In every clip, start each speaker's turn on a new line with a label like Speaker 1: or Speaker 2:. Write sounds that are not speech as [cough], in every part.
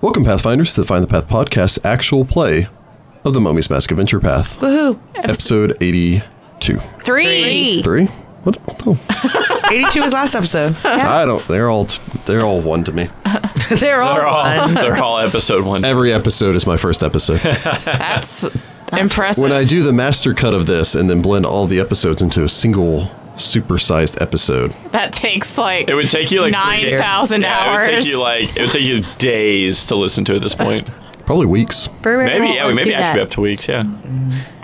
Speaker 1: Welcome, Pathfinders, to the Find the Path podcast actual play of the Mummy's Mask Adventure Path,
Speaker 2: Woohoo!
Speaker 1: episode 82.
Speaker 3: Three.
Speaker 1: Three? What? Oh,
Speaker 2: 82 was last episode.
Speaker 1: I don't. They're all. t- They're all one to me.
Speaker 2: They're all,
Speaker 4: [laughs] They're all,
Speaker 2: one.
Speaker 4: [laughs] they're all episode one.
Speaker 1: Every episode is my first episode.
Speaker 3: That's impressive.
Speaker 1: when I do the master cut of this and then blend all the episodes into a single supersized episode,
Speaker 3: that takes like
Speaker 4: It would take you like three days.
Speaker 3: 9,000
Speaker 4: Yeah,
Speaker 3: hours.
Speaker 4: It would take you like it would take you days to listen to at this point.
Speaker 1: probably weeks.
Speaker 5: Burberry
Speaker 4: Maybe
Speaker 5: won't
Speaker 4: yeah,
Speaker 5: let
Speaker 4: we
Speaker 5: us
Speaker 4: maybe
Speaker 5: do that.
Speaker 4: actually up to weeks. Yeah,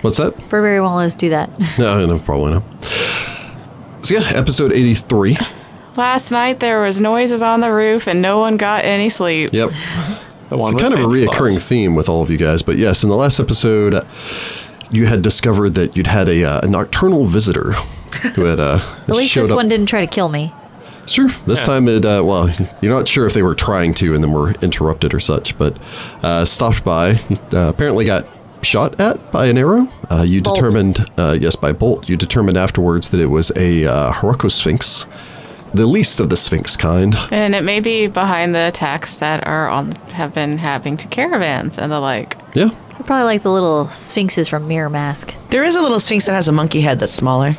Speaker 1: What's that?
Speaker 5: Burberry won't let us do that.
Speaker 1: No, no, probably not. So yeah, episode 83.
Speaker 3: Last night there was noises on the roof and no one got any sleep.
Speaker 1: Yep.
Speaker 4: the one
Speaker 1: it's
Speaker 4: with
Speaker 1: kind of a
Speaker 4: Santa Claus.
Speaker 1: reoccurring theme with all of you guys. But yes, in the last episode, you had discovered that you'd had a, uh, a nocturnal visitor who had uh,
Speaker 5: [laughs] At least
Speaker 1: showed
Speaker 5: this
Speaker 1: up.
Speaker 5: one didn't try to kill me.
Speaker 1: It's true. This
Speaker 4: Yeah.
Speaker 1: time it, uh, well, you're not sure if they were trying to and then were interrupted or such, but uh, stopped by. Uh, apparently got shot at by an arrow. Uh, you
Speaker 5: Bolt.
Speaker 1: determined, uh, yes, by bolt, you determined afterwards that it was a uh, Hiroko Sphinx, the least of the Sphinx kind.
Speaker 3: And it may be behind the attacks that are on have been happening to caravans and the like.
Speaker 1: Yeah.
Speaker 5: They're probably like the little sphinxes from Mirror Mask.
Speaker 2: There is a little sphinx that has a monkey head that's smaller.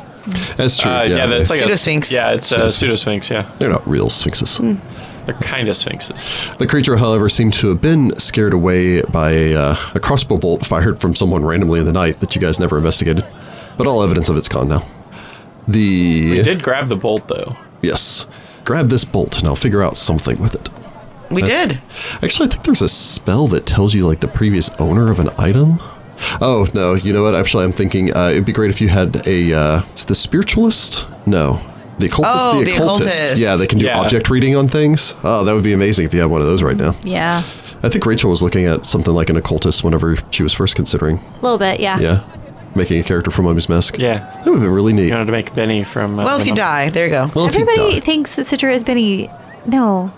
Speaker 1: That's true.
Speaker 4: Uh, yeah, that's like a
Speaker 2: Pseudosphinx.
Speaker 4: Yeah, it's a pseudo sphinx. Yeah,
Speaker 1: They're not real sphinxes.
Speaker 5: Hmm.
Speaker 4: they're kind of sphinxes.
Speaker 1: The creature, however, seemed to have been scared away by a, uh, a crossbow bolt fired from someone randomly in the night that you guys never investigated. But all evidence of it's gone now. The
Speaker 4: We did grab the bolt though.
Speaker 1: yes, grab this bolt and I'll figure out something with it.
Speaker 2: We did.
Speaker 1: Actually, I think there's a spell that tells you like the previous owner of an item. Oh no, you know what? Actually, I'm thinking uh, it'd be great if you had a uh, it's the spiritualist. No, the occultist.
Speaker 2: Oh,
Speaker 1: the
Speaker 2: the
Speaker 1: occultist.
Speaker 2: occultist.
Speaker 1: Yeah, they can do
Speaker 4: Yeah.
Speaker 1: object reading on things. Oh, that would be amazing if you had one of those right now.
Speaker 5: Yeah.
Speaker 1: I think Rachel was looking at something like an occultist whenever she was first considering,
Speaker 5: A little bit, yeah.
Speaker 1: yeah, making a character from Mummy's Mask.
Speaker 4: Yeah,
Speaker 1: that would have been really neat.
Speaker 4: you wanted to make Benny from. Uh,
Speaker 2: Well, if you
Speaker 4: Venom.
Speaker 2: die, there you go.
Speaker 1: Well, if you die.
Speaker 5: Everybody thinks that Citra is Benny. No.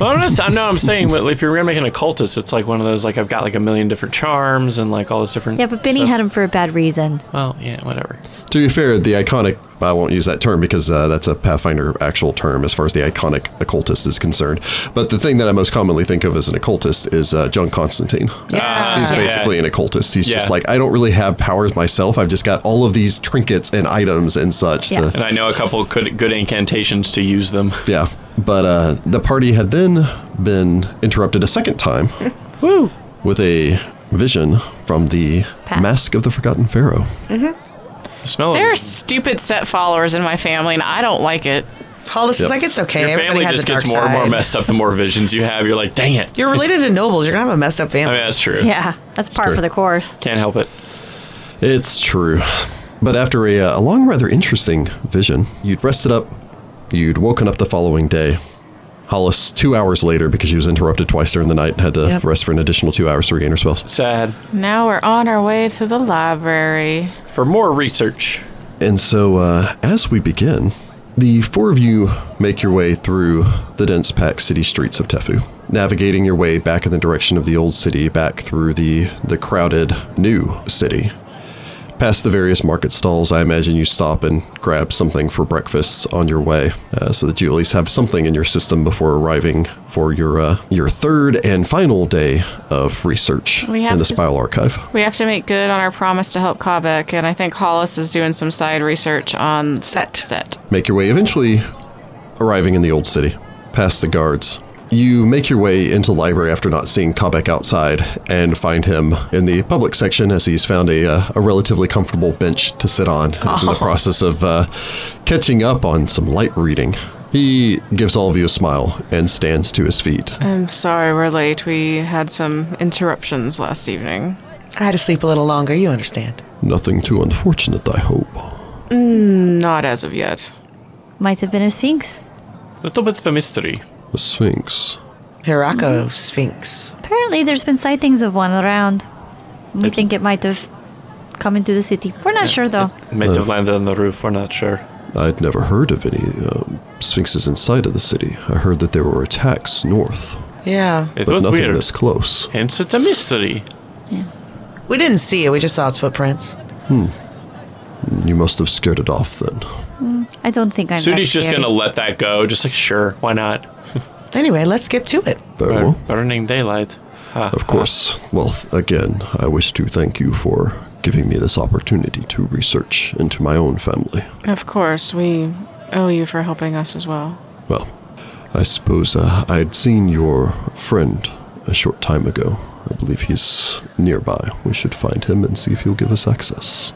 Speaker 4: Well, I'm not, no, I'm saying well, if you're gonna make an occultist, it's like one of those like I've got like a million different charms and like all this different.
Speaker 5: Yeah, but Benny
Speaker 4: stuff.
Speaker 5: had him for a bad reason.
Speaker 4: Well, yeah, whatever.
Speaker 1: to be fair, the iconic. I won't use that term because uh, that's a Pathfinder actual term as far as the iconic occultist is concerned. But the thing that I most commonly think of as an occultist is uh, John Constantine.
Speaker 2: Yeah.
Speaker 1: He's
Speaker 4: Yeah.
Speaker 1: basically an occultist. He's just
Speaker 4: Yeah.
Speaker 1: like, I don't really have powers myself. I've just got all of these trinkets and items and such.
Speaker 5: Yeah.
Speaker 1: The-
Speaker 4: And I know a couple good, good incantations to use them.
Speaker 1: Yeah, but uh, the party had then been interrupted a second time with a vision from the
Speaker 5: Pass.
Speaker 1: Mask of the Forgotten Pharaoh.
Speaker 4: Smell
Speaker 3: There are
Speaker 4: it.
Speaker 3: stupid set followers in my family and I don't like it.
Speaker 2: Hollis
Speaker 1: Yep.
Speaker 2: is like, it's okay.
Speaker 4: Your
Speaker 2: Everybody
Speaker 4: family
Speaker 2: has
Speaker 4: just
Speaker 2: a dark
Speaker 4: gets more and
Speaker 2: side.
Speaker 4: more messed up the more visions you have. You're like, dang it.
Speaker 2: You're related to nobles. You're going to have a messed up
Speaker 4: I
Speaker 2: family.
Speaker 4: mean, that's true.
Speaker 5: Yeah, that's part
Speaker 1: true.
Speaker 5: for the course.
Speaker 4: Can't help it.
Speaker 1: It's true. But after a, uh, a long, rather interesting vision, you'd rested up, you'd woken up the following day. Hollis, two hours later, because she was interrupted twice during the night and had to
Speaker 2: Yep.
Speaker 1: rest for an additional two hours to regain her spells.
Speaker 4: Sad.
Speaker 3: Now we're on our way to the library.
Speaker 4: For more research.
Speaker 1: And so, uh, as we begin, the four of you make your way through the dense packed city streets of Tefu, navigating your way back in the direction of the old city, back through the, the crowded new city. Past the various market stalls, I imagine you stop and grab something for breakfast on your way, uh, so that you at least have something in your system before arriving for your uh, your third and final day of research
Speaker 3: We
Speaker 1: in
Speaker 3: have
Speaker 1: the
Speaker 3: to-
Speaker 1: Spile Archive.
Speaker 3: We have to make good on our promise to help Kabek, and I think Hollis is doing some side research on
Speaker 2: Set.
Speaker 3: Set.
Speaker 1: make your way, eventually arriving in the old city, past the guards. You make your way into the library after not seeing Kabek outside and find him in the public section as he's found a, uh, a relatively comfortable bench to sit on. He's in the process of uh, catching up on some light reading. He gives all of you a smile and stands to his feet.
Speaker 3: I'm sorry we're late. We had some interruptions last evening.
Speaker 2: I had to sleep a little longer. You understand.
Speaker 1: Nothing too unfortunate, I hope.
Speaker 3: Not as of yet.
Speaker 5: Might have been a sphinx.
Speaker 4: Little bit of a mystery.
Speaker 1: The Sphinx.
Speaker 2: Hirako
Speaker 4: Mm-hmm.
Speaker 2: Sphinx.
Speaker 5: Apparently, there's been sightings of one around. We think it might have come into the city. We're not sure, though.
Speaker 4: Might have landed on the roof, we're not sure.
Speaker 1: I'd never heard of any um, sphinxes inside of the city. I heard that there were attacks north,
Speaker 2: Yeah.
Speaker 4: It
Speaker 1: but
Speaker 4: was
Speaker 1: nothing
Speaker 4: weird.
Speaker 1: this close.
Speaker 4: Hence it's a mystery.
Speaker 2: We didn't see it. We just saw its footprints.
Speaker 1: You must have scared it off then.
Speaker 5: I don't think I'm. that
Speaker 4: Sudi's just
Speaker 5: scary.
Speaker 4: gonna let that go, just like sure, why not?
Speaker 2: Anyway, let's get to it.
Speaker 1: But
Speaker 4: Bur- burning daylight. Ha,
Speaker 1: Of course. Well, th- again, I wish to thank you for giving me this opportunity to research into my own family.
Speaker 3: Of course, we owe you for helping us as well.
Speaker 1: Well, I suppose uh, I'd seen your friend a short time ago. I believe he's nearby. We should find him and see if he'll give us access.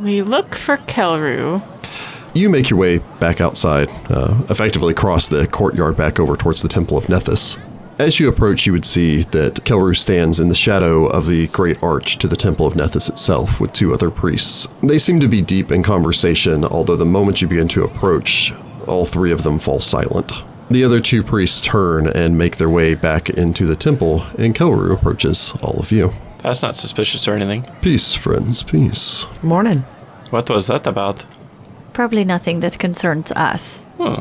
Speaker 3: We look for Kelru.
Speaker 1: You make your way back outside, uh, effectively cross the courtyard back over towards the Temple of Nethys. As you approach, you would see that Kelru stands in the shadow of the great arch to the Temple of Nethys itself with two other priests. They seem to be deep in conversation, although the moment you begin to approach, all three of them fall silent. The other two priests turn and make their way back into the temple, and Kelru approaches all of you.
Speaker 4: That's not suspicious or anything.
Speaker 1: Peace, friends, peace.
Speaker 2: Morning.
Speaker 4: What was that about? [laughs]
Speaker 5: Probably nothing that concerns us.
Speaker 4: Hmm.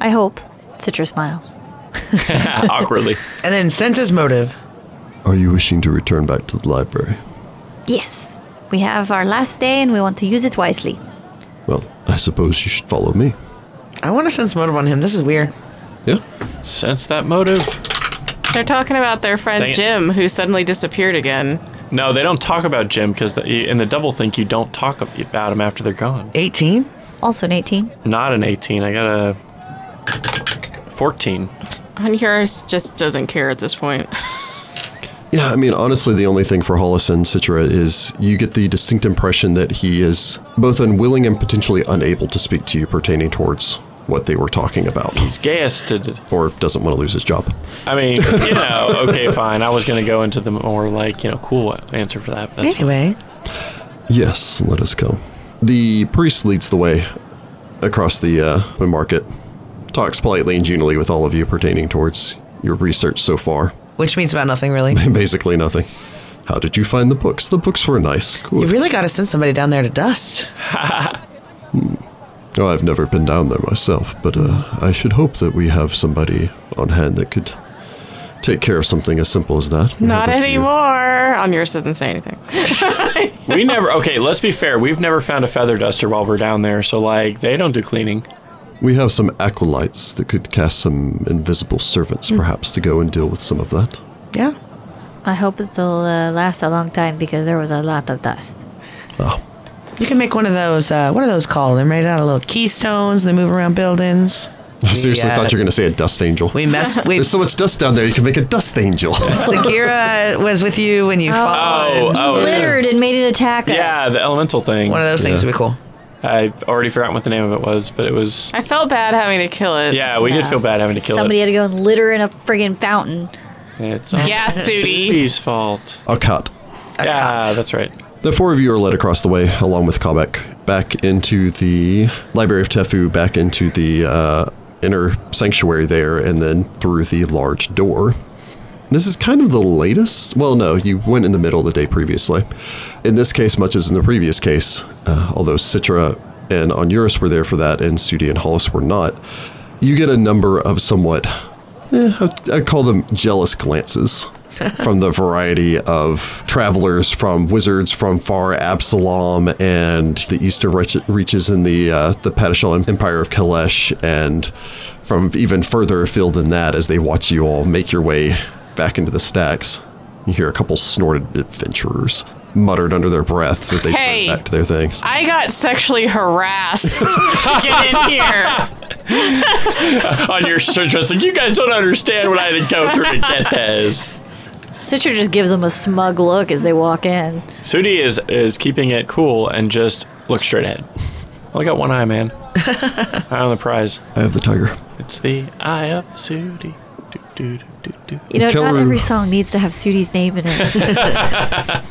Speaker 5: I hope. Citra smiles.
Speaker 4: Awkwardly.
Speaker 2: And then sense his motive.
Speaker 1: Are you wishing to return back to the library?
Speaker 5: Yes. We have our last day and we want to use it wisely.
Speaker 1: Well, I suppose you should follow me.
Speaker 2: I want to sense motive on him. This is weird.
Speaker 1: Yeah.
Speaker 4: Sense that motive?
Speaker 3: They're talking about their
Speaker 4: Dang
Speaker 3: friend
Speaker 4: it.
Speaker 3: Jim, who suddenly disappeared again.
Speaker 4: No, they don't talk about Jim because in the double think you don't talk ab- about him after they're gone.
Speaker 2: 18?
Speaker 5: Also an 18.
Speaker 4: Not an 18. I got a 14.
Speaker 3: And yours just doesn't care at this point. [laughs]
Speaker 1: Yeah, I mean, honestly, the only thing for Hollis and Citra is you get the distinct impression that he is both unwilling and potentially unable to speak to you pertaining towards what they were talking about,
Speaker 4: He's gasted.
Speaker 1: or doesn't want to lose his job.
Speaker 4: I mean, you know, okay, fine. I was going to go into the more like, you know, cool answer for that. But that's
Speaker 2: Anyway,
Speaker 1: Yes, let us go. The priest leads the way across the uh, open market, talks politely and genially with all of you pertaining towards your research so far. [laughs]
Speaker 2: which means about nothing really.
Speaker 1: Basically, nothing. How did you find the books? The books were nice.
Speaker 2: You
Speaker 1: Good.
Speaker 2: really got to send somebody down there to dust.
Speaker 1: Oh, I've never been down there myself, but uh, I should hope that we have somebody on hand that could take care of something as simple as that. We
Speaker 4: [laughs]
Speaker 3: Not
Speaker 1: have a few-
Speaker 3: anymore. On yours doesn't say anything.
Speaker 4: We never, okay, let's be fair. We've never found a feather duster while we're down there. So, like, they don't do cleaning.
Speaker 1: We have some acolytes that could cast some invisible servants,
Speaker 3: Hmm.
Speaker 1: perhaps, to go and deal with some of that.
Speaker 2: Yeah.
Speaker 5: I hope it'll uh, last a long time because there was a lot of dust.
Speaker 1: Ah, [laughs]
Speaker 2: You can make one of those, uh, what are those called? They're made out of little keystones. They move around buildings.
Speaker 1: I seriously
Speaker 2: uh,
Speaker 1: thought you were going to say a dust angel.
Speaker 2: We [laughs] mess
Speaker 1: There's
Speaker 2: with.
Speaker 1: so much dust down there, you can make a dust angel.
Speaker 2: Sagira was with you when you fought.
Speaker 4: Oh, oh, yeah.
Speaker 5: Littered and made it attack us.
Speaker 4: Yeah, the elemental thing.
Speaker 2: One of those things
Speaker 1: Yeah.
Speaker 2: would be cool.
Speaker 4: I already forgot what the name of it was, but it was.
Speaker 3: I felt bad having to kill it.
Speaker 4: Yeah, we did feel bad having to kill
Speaker 5: Somebody
Speaker 4: it.
Speaker 5: had to go and litter in a friggin' fountain.
Speaker 4: It's all [laughs]
Speaker 3: Yeah, Sudi.
Speaker 4: Sudi's fault.
Speaker 1: a cut.
Speaker 4: Yeah,
Speaker 2: cat.
Speaker 4: that's right.
Speaker 1: The four of you are led across the way, along with Kabek, back into the Library of Tefu, back into the uh, inner sanctuary there, and then through the large door. This is kind of the latest. Well, no, you went in the middle of the day previously. In this case, much as in the previous case, uh, although Citra and Onuris were there for that, and Sudi and Hollis were not, you get a number of somewhat, eh, I'd- I'd call them jealous glances from the variety of travelers, from wizards from far Absalom and the eastern reach- reaches in the uh, the Padishal Empire of Kalesh, and from even further afield than that, as they watch you all make your way back into the stacks. You hear a couple snorted adventurers muttered under their breaths as they
Speaker 3: Hey.
Speaker 1: turn back to their things.
Speaker 3: I got sexually harassed [laughs] to get in here.
Speaker 4: On your search, I was like, you guys don't understand what I had to go through to get this.
Speaker 5: Citra just gives them a smug look as they walk in.
Speaker 4: [laughs] Sudi is is keeping it cool and just looks straight ahead. Only got one eye, [laughs] man. eye on the prize.
Speaker 1: I have the tiger.
Speaker 4: It's the eye of the Sudi. Do, do, do, do, do.
Speaker 5: You know, not
Speaker 1: Kelru-
Speaker 5: every song needs to have Sudi's name in it.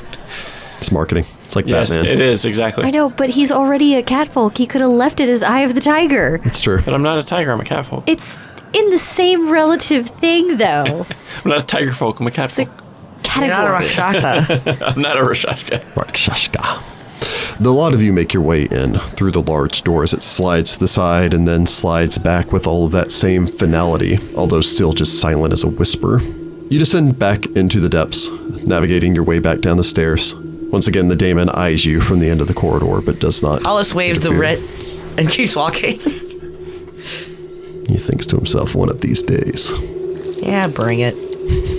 Speaker 1: It's marketing. It's like
Speaker 4: Yes,
Speaker 1: Batman.
Speaker 4: it is
Speaker 5: I
Speaker 4: exactly.
Speaker 5: know, but he's already a catfolk. He could have left it as Eye of the Tiger.
Speaker 1: It's true.
Speaker 4: But I'm not a tiger. I'm a catfolk.
Speaker 5: It's in the same relative thing, though.
Speaker 4: I'm not a tiger folk. I'm a catfolk.
Speaker 5: Category.
Speaker 2: You're not a Rakshasa.
Speaker 4: I'm not a Rashash guy.
Speaker 1: Rakshashka. The lot of you make your way in through the large door as it slides to the side and then slides back with all of that same finality, although still just silent as a whisper. You descend back into the depths, navigating your way back down the stairs. Once again, the daemon eyes you from the end of the corridor, but does not.
Speaker 2: Hollis waves the
Speaker 1: interfere.
Speaker 2: writ and keeps walking.
Speaker 1: He thinks to himself, one of these days.
Speaker 2: Yeah, bring it.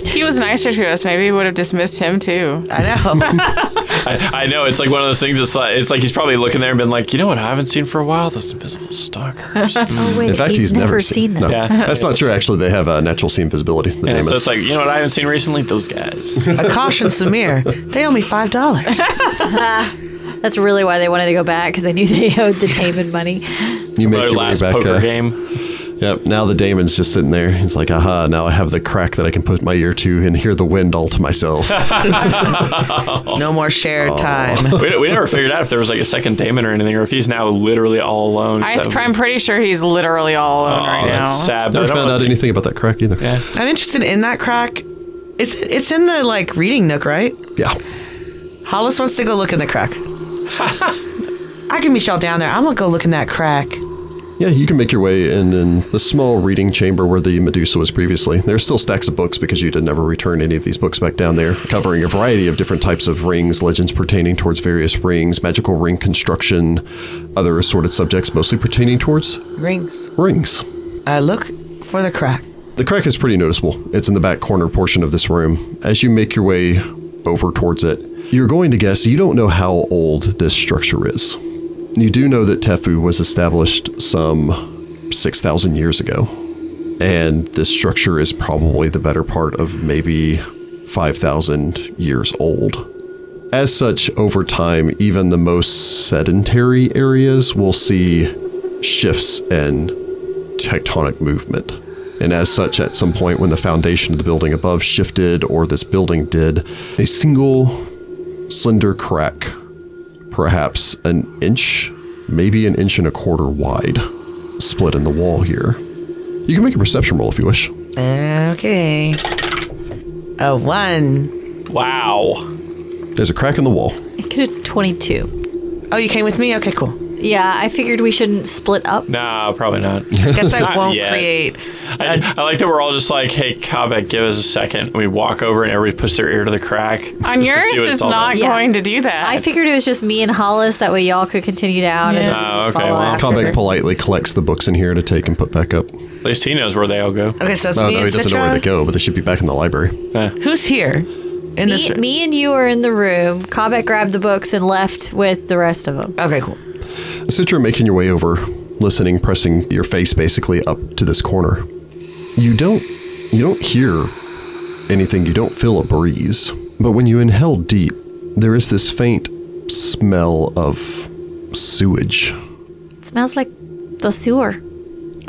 Speaker 3: He was nicer to us. Maybe we would have dismissed him too.
Speaker 2: I know.
Speaker 4: I, I know it's like one of those things. It's like it's like he's probably looking there and been like, you know what? I haven't seen for a while those invisible stalkers. yeah,
Speaker 5: Oh, wait,
Speaker 1: In fact, he's, never, seen,
Speaker 5: them.
Speaker 1: No,
Speaker 4: Yeah.
Speaker 1: that's not true. Actually, they have uh, natural see invisibility. The
Speaker 4: so
Speaker 1: daemons.
Speaker 4: it's like you know what I haven't seen recently?
Speaker 1: [laughs]
Speaker 4: Those guys.
Speaker 2: I cautioned Samir. They owe me five dollars.
Speaker 5: That's really why they wanted to go back because they knew [laughs] they owed the Taman money.
Speaker 1: you make
Speaker 4: Their
Speaker 1: your way
Speaker 4: last
Speaker 1: back.
Speaker 4: poker
Speaker 1: uh,
Speaker 4: game.
Speaker 1: Yep. Now the daemon's just sitting there. He's like, aha! Now I have the crack that I can put my ear to and hear the wind all to myself.
Speaker 2: No more shared time.
Speaker 4: We, we never figured out if there was like a second daemon or anything, or if he's now literally all alone.
Speaker 3: I,
Speaker 4: That would-
Speaker 3: I'm pretty sure he's literally all alone
Speaker 4: Oh,
Speaker 3: right now.
Speaker 4: that's sad. but I
Speaker 1: Never
Speaker 4: don't
Speaker 1: found
Speaker 4: want
Speaker 1: out
Speaker 4: to-
Speaker 1: anything about that crack either.
Speaker 4: Yeah.
Speaker 2: I'm interested in that crack. Is it? It's in the like reading nook, right?
Speaker 1: Yeah.
Speaker 2: Hollis wants to go look in the [laughs] crack. I can meet y'all down there. I'm gonna go look in that crack.
Speaker 1: Yeah, you can make your way in, in the small reading chamber where the Medusa was previously. There's still stacks of books because you did never return any of these books back down there, covering a variety of different types of rings, legends pertaining towards various rings, magical ring construction, other assorted subjects, mostly pertaining towards
Speaker 2: Rings.
Speaker 1: rings.
Speaker 2: I Uh, look for the crack.
Speaker 1: The crack is pretty noticeable. It's in the back corner portion of this room. As you make your way over towards it, you're going to guess you don't know how old this structure is. You do know that Tefu was established some 6,000 years ago, and this structure is probably the better part of maybe 5,000 years old. As such, over time, even the most sedentary areas will see shifts in tectonic movement. And as such, at some point when the foundation of the building above shifted or this building did, a single slender crack, perhaps an inch, maybe an inch and a quarter wide, split in the wall here. You can make a perception roll if you wish.
Speaker 2: Okay. A one.
Speaker 4: Wow.
Speaker 1: There's a crack in the wall.
Speaker 5: I could have 22.
Speaker 2: Oh, you came with me? Okay, [laughs] cool.
Speaker 5: Yeah, I figured we shouldn't split up.
Speaker 4: Nah,
Speaker 1: [laughs]
Speaker 4: probably not.
Speaker 2: Guess I
Speaker 4: Not
Speaker 2: won't
Speaker 4: yet.
Speaker 2: create.
Speaker 4: I, I like that we're all just like, hey, Kabek, give us a second. We walk over and everybody puts their ear to the crack.
Speaker 3: On
Speaker 4: just to
Speaker 3: yours
Speaker 4: see what it's
Speaker 3: is
Speaker 4: all
Speaker 3: not
Speaker 4: about.
Speaker 5: Yeah.
Speaker 3: going to do that.
Speaker 5: I figured it was just me and Hollis. That way, y'all could continue down. And
Speaker 3: Yeah.
Speaker 5: then we could just
Speaker 4: Ah, okay,
Speaker 5: follow
Speaker 4: well,
Speaker 5: after.
Speaker 1: Comic politely collects the books in here to take and put back up.
Speaker 4: At least he knows where they all go.
Speaker 2: Okay, so it's
Speaker 1: Oh
Speaker 2: me
Speaker 1: no, he
Speaker 2: and
Speaker 1: doesn't know where
Speaker 2: Citra.
Speaker 1: they go, but they should be back in the library.
Speaker 2: Who's here? In this
Speaker 5: Me,
Speaker 2: room.
Speaker 5: me and you are in the room. Cobbett grabbed the books and left with the rest of them.
Speaker 2: Okay, cool.
Speaker 1: Citra making your way over, listening, pressing your face basically up to this corner. You don't you don't hear anything, you don't feel a breeze. But when you inhale deep, there is this faint smell of sewage.
Speaker 5: It smells like the sewer.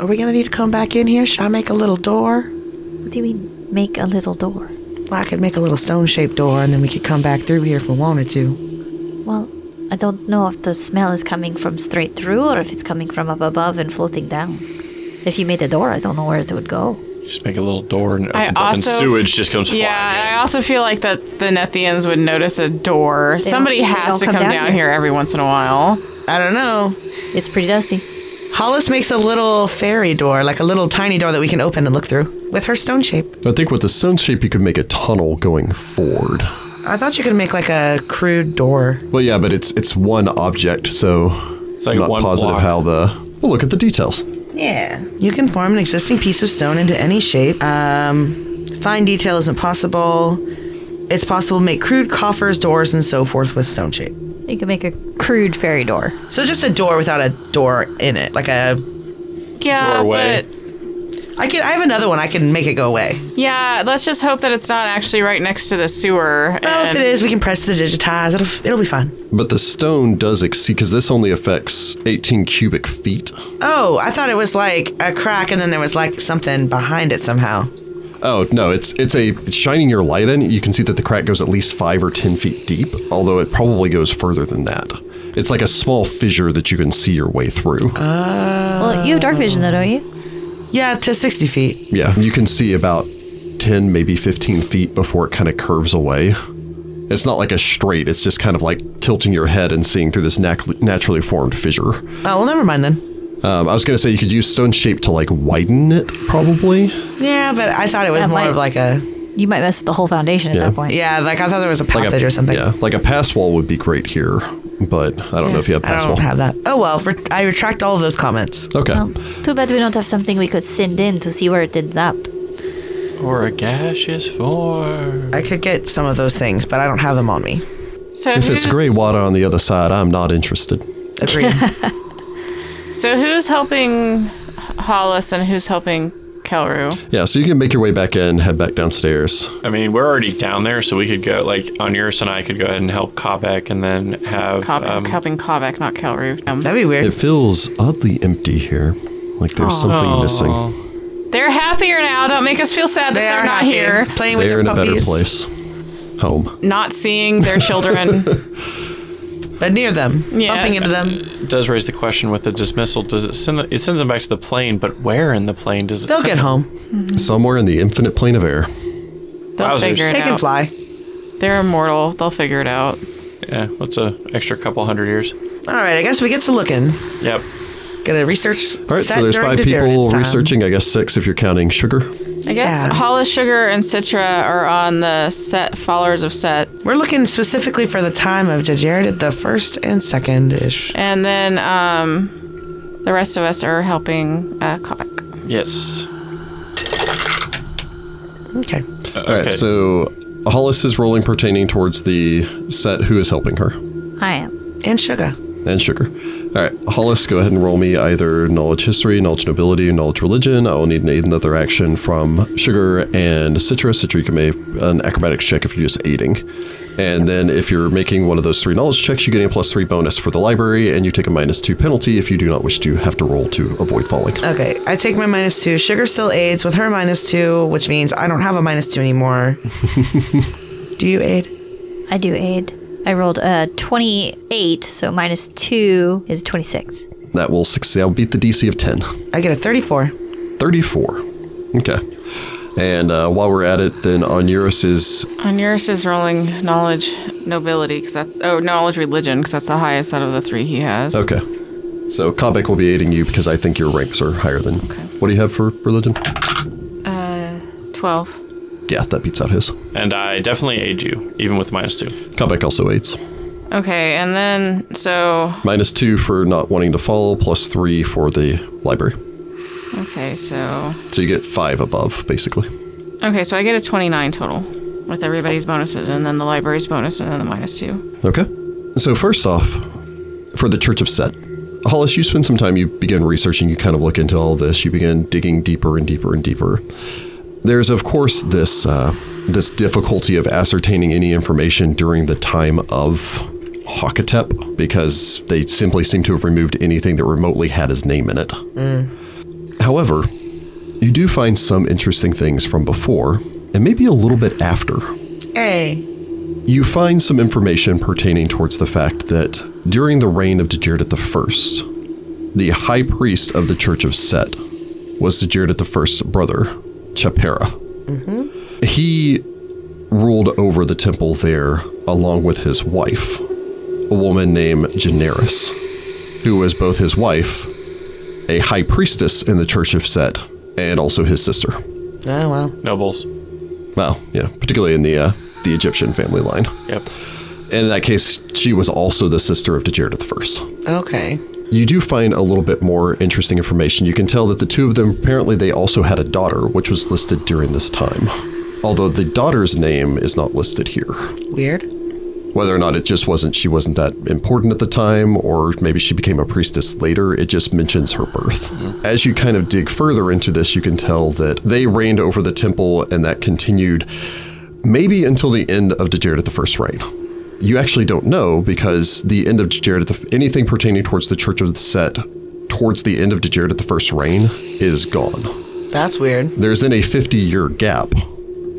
Speaker 2: Are we gonna need to come back in here? Should I make a little door?
Speaker 5: What do you mean, make a little door?
Speaker 2: Well, I could make a little stone-shaped door, and then we could come back through here if we wanted to.
Speaker 5: Well, I don't know if the smell is coming from straight through or if it's coming from up above and floating down. If you made a door, I don't know where it would go.
Speaker 4: Just make a little door and it
Speaker 3: I
Speaker 4: opens up,
Speaker 3: also-
Speaker 4: and sewage just comes
Speaker 3: yeah, and
Speaker 4: flying.
Speaker 3: I also feel like that the Nethians would notice a door. Somebody
Speaker 5: they
Speaker 3: has
Speaker 5: don't
Speaker 3: to
Speaker 5: come
Speaker 3: come,
Speaker 5: down
Speaker 3: down,
Speaker 5: here.
Speaker 3: here. every once in a while.
Speaker 2: I don't know.
Speaker 5: It's pretty dusty.
Speaker 2: Hollis makes a little fairy door, like a little tiny door that we can open and look through with her stone shape.
Speaker 1: I think with the stone shape you could make a tunnel going forward.
Speaker 2: I thought you could make like a crude door.
Speaker 1: Well yeah, but it's it's one object, so
Speaker 4: It's like
Speaker 1: I'm not
Speaker 4: one
Speaker 1: positive
Speaker 4: block.
Speaker 1: how the Well look at the details.
Speaker 2: Yeah. You can form an existing piece of stone into any shape. Um, fine detail isn't possible. It's possible to make crude coffers, doors, and so forth with stone shape.
Speaker 5: So you could make a crude fairy door.
Speaker 2: So just a door without a door in it, like a.
Speaker 3: Yeah,
Speaker 4: Doorway.
Speaker 2: I can. I have another one. I can make it go away.
Speaker 3: but yeah, let's just hope that it's not actually right next to the sewer.
Speaker 2: Well, if
Speaker 3: and-
Speaker 2: it is, we can press to digitize. It'll it'll be fine.
Speaker 1: But the stone does exceed because this only affects 18 cubic feet.
Speaker 2: Oh, I thought it was like a crack, and then there was like something behind it somehow.
Speaker 1: Oh no, it's it's a it's shining your light in. You can see that the crack goes at least five or ten feet deep, although it probably goes further than that. It's like a small fissure that you can see your way through.
Speaker 2: Uh.
Speaker 5: well, you have dark vision though, don't you?
Speaker 2: Yeah, to sixty feet.
Speaker 1: yeah, you can see about ten, maybe fifteen feet before it kind of curves away. It's not like a straight. It's just kind of like tilting your head and seeing through this nac- naturally formed fissure.
Speaker 2: Oh well, never mind then.
Speaker 1: Um, I was gonna say you could use stone shape to like widen it, probably.
Speaker 2: Yeah, but I thought it was
Speaker 5: That
Speaker 2: more
Speaker 5: might-
Speaker 2: of like a
Speaker 5: You might mess with the whole foundation at
Speaker 1: Yeah.
Speaker 5: that point.
Speaker 2: yeah, like I thought there was a
Speaker 1: Like a-
Speaker 2: passage or something.
Speaker 1: Yeah, like a pass wall would be great here. but I don't know if you have
Speaker 2: I
Speaker 1: passable.
Speaker 2: don't have that. Oh well, re- I retract all of those comments.
Speaker 1: Okay.
Speaker 5: Well, too bad we don't have something we could send in to see where it ends up.
Speaker 4: Or a gaseous form.
Speaker 2: I could get some of those things, but I don't have them on me.
Speaker 3: So
Speaker 1: if it's
Speaker 3: who's-
Speaker 1: gray water on the other side, I'm not interested. [laughs]
Speaker 2: Agreed.
Speaker 3: So who's helping Hollis and who's helping Kelru?
Speaker 1: Yeah, so you can make your way back in, head back downstairs.
Speaker 4: I mean, we're already down there, so we could go, like, Onuris and I could go ahead and help Kobek and then have.
Speaker 3: Cobb,
Speaker 4: um,
Speaker 3: helping Kavak, not Kelru. Um,
Speaker 2: That'd be weird.
Speaker 1: It feels oddly empty here, like there's something
Speaker 4: Aw.
Speaker 1: missing.
Speaker 3: they're happier now. Don't make us feel sad that
Speaker 2: they
Speaker 3: they're
Speaker 2: are
Speaker 3: not
Speaker 2: happy,
Speaker 3: here.
Speaker 2: playing with
Speaker 1: They're
Speaker 2: their
Speaker 1: in a better
Speaker 2: puppies,
Speaker 1: place. Home.
Speaker 3: Not seeing their
Speaker 4: [laughs]
Speaker 3: children.
Speaker 2: but near them,
Speaker 3: Yes.
Speaker 2: bumping into them.
Speaker 4: It does raise the question with the dismissal. Does it send? It sends them back to the plane, but where in the plane does it?
Speaker 2: They'll
Speaker 4: send
Speaker 2: get
Speaker 4: them?
Speaker 2: home.
Speaker 1: Somewhere in the infinite plane of air.
Speaker 3: They'll
Speaker 4: Wowzers.
Speaker 3: figure it
Speaker 2: They
Speaker 3: out.
Speaker 2: can fly.
Speaker 3: They're immortal. They'll figure it out.
Speaker 4: Yeah, what's a extra couple hundred years?
Speaker 2: All right, I guess we get to looking.
Speaker 4: Yep.
Speaker 2: Gonna research.
Speaker 1: All right, so there's five people researching, I guess six if you're counting sugar.
Speaker 3: I guess
Speaker 2: Yeah.
Speaker 3: Hollis, Sugar, and Citra are on the set followers of set,
Speaker 2: We're looking specifically for the time of Jared at the first and second ish.
Speaker 3: and then um, the rest of us are helping uh, Kavak.
Speaker 4: Yes.
Speaker 2: Okay.
Speaker 1: All right, so Hollis is rolling pertaining towards the set who is helping her
Speaker 5: I am.
Speaker 2: And sugar.
Speaker 1: and sugar. All right, Hollis, go ahead and roll me either knowledge history, knowledge nobility, knowledge religion. I will need an aid and other action from sugar and Citra. Citra, you can make an acrobatics check if you're just aiding. And then if you're making one of those three knowledge checks, you get a plus three bonus for the library, and you take a minus two penalty if you do not wish to have to roll to avoid falling.
Speaker 2: Okay. I take my minus two. Sugar still aids with her minus two, which means I don't have a minus two [laughs] anymore. Do you aid?
Speaker 5: I do aid. I rolled a 28, so minus 2 is 26.
Speaker 1: That will succeed. I'll beat the DC of 10.
Speaker 2: I get a 34.
Speaker 1: 34. Okay. And uh, while we're at it, then Onuris is
Speaker 3: On yours is rolling knowledge nobility because that's oh knowledge religion because that's the highest out of the three he has.
Speaker 1: okay. So Kobek will be aiding you because I think your ranks are higher than. What do you have for religion?
Speaker 3: Uh, twelve.
Speaker 1: Yeah, that beats out his.
Speaker 4: And I definitely aid you, even with minus two.
Speaker 1: Kobek also aids.
Speaker 3: Okay, and then so
Speaker 1: Minus two for not wanting to fall, plus three for the library.
Speaker 3: okay, so
Speaker 1: So you get five above, basically.
Speaker 3: okay, so I get a twenty-nine total with everybody's bonuses, and then the library's bonus, and then the minus two.
Speaker 1: Okay. So first off, for the Church of Set, Hollis, you spend some time. You begin researching. You kind of look into all this. You begin digging deeper and deeper and deeper. There's of course this uh, this difficulty of ascertaining any information during the time of Hakatep because they simply seem to have removed anything that remotely had his name in it. However, you do find some interesting things from before and maybe a little bit after
Speaker 2: Hey.
Speaker 1: you find some information pertaining towards the fact that during the reign of Degerdit I, the high priest of the Church of Set was Degerdit I's brother, Chapera. He ruled over the temple there along with his wife, a woman named Generis, who was both his wife, a high priestess in the Church of Set, and also his sister.
Speaker 2: Oh, well.
Speaker 4: Nobles.
Speaker 1: Well, yeah, particularly in the uh, the Egyptian family line.
Speaker 4: Yep.
Speaker 1: And in that case, she was also the sister of Dejaredith first.
Speaker 2: Okay.
Speaker 1: You do find a little bit more interesting information. You can tell that the two of them apparently they also had a daughter, which was listed during this time. Although the daughter's name is not listed here.
Speaker 2: Weird.
Speaker 1: Whether or not it just wasn't she wasn't that important at the time, or maybe she became a priestess later, it just mentions her birth. As you kind of dig further into this, you can tell that they reigned over the temple and that continued maybe until the end of Dejared at the First Reign. You actually don't know because the end of Dejared, at the, anything pertaining towards the Church of the Set, towards the end of Dejared at the First Reign, is gone.
Speaker 2: That's weird.
Speaker 1: There's then a 50 year gap,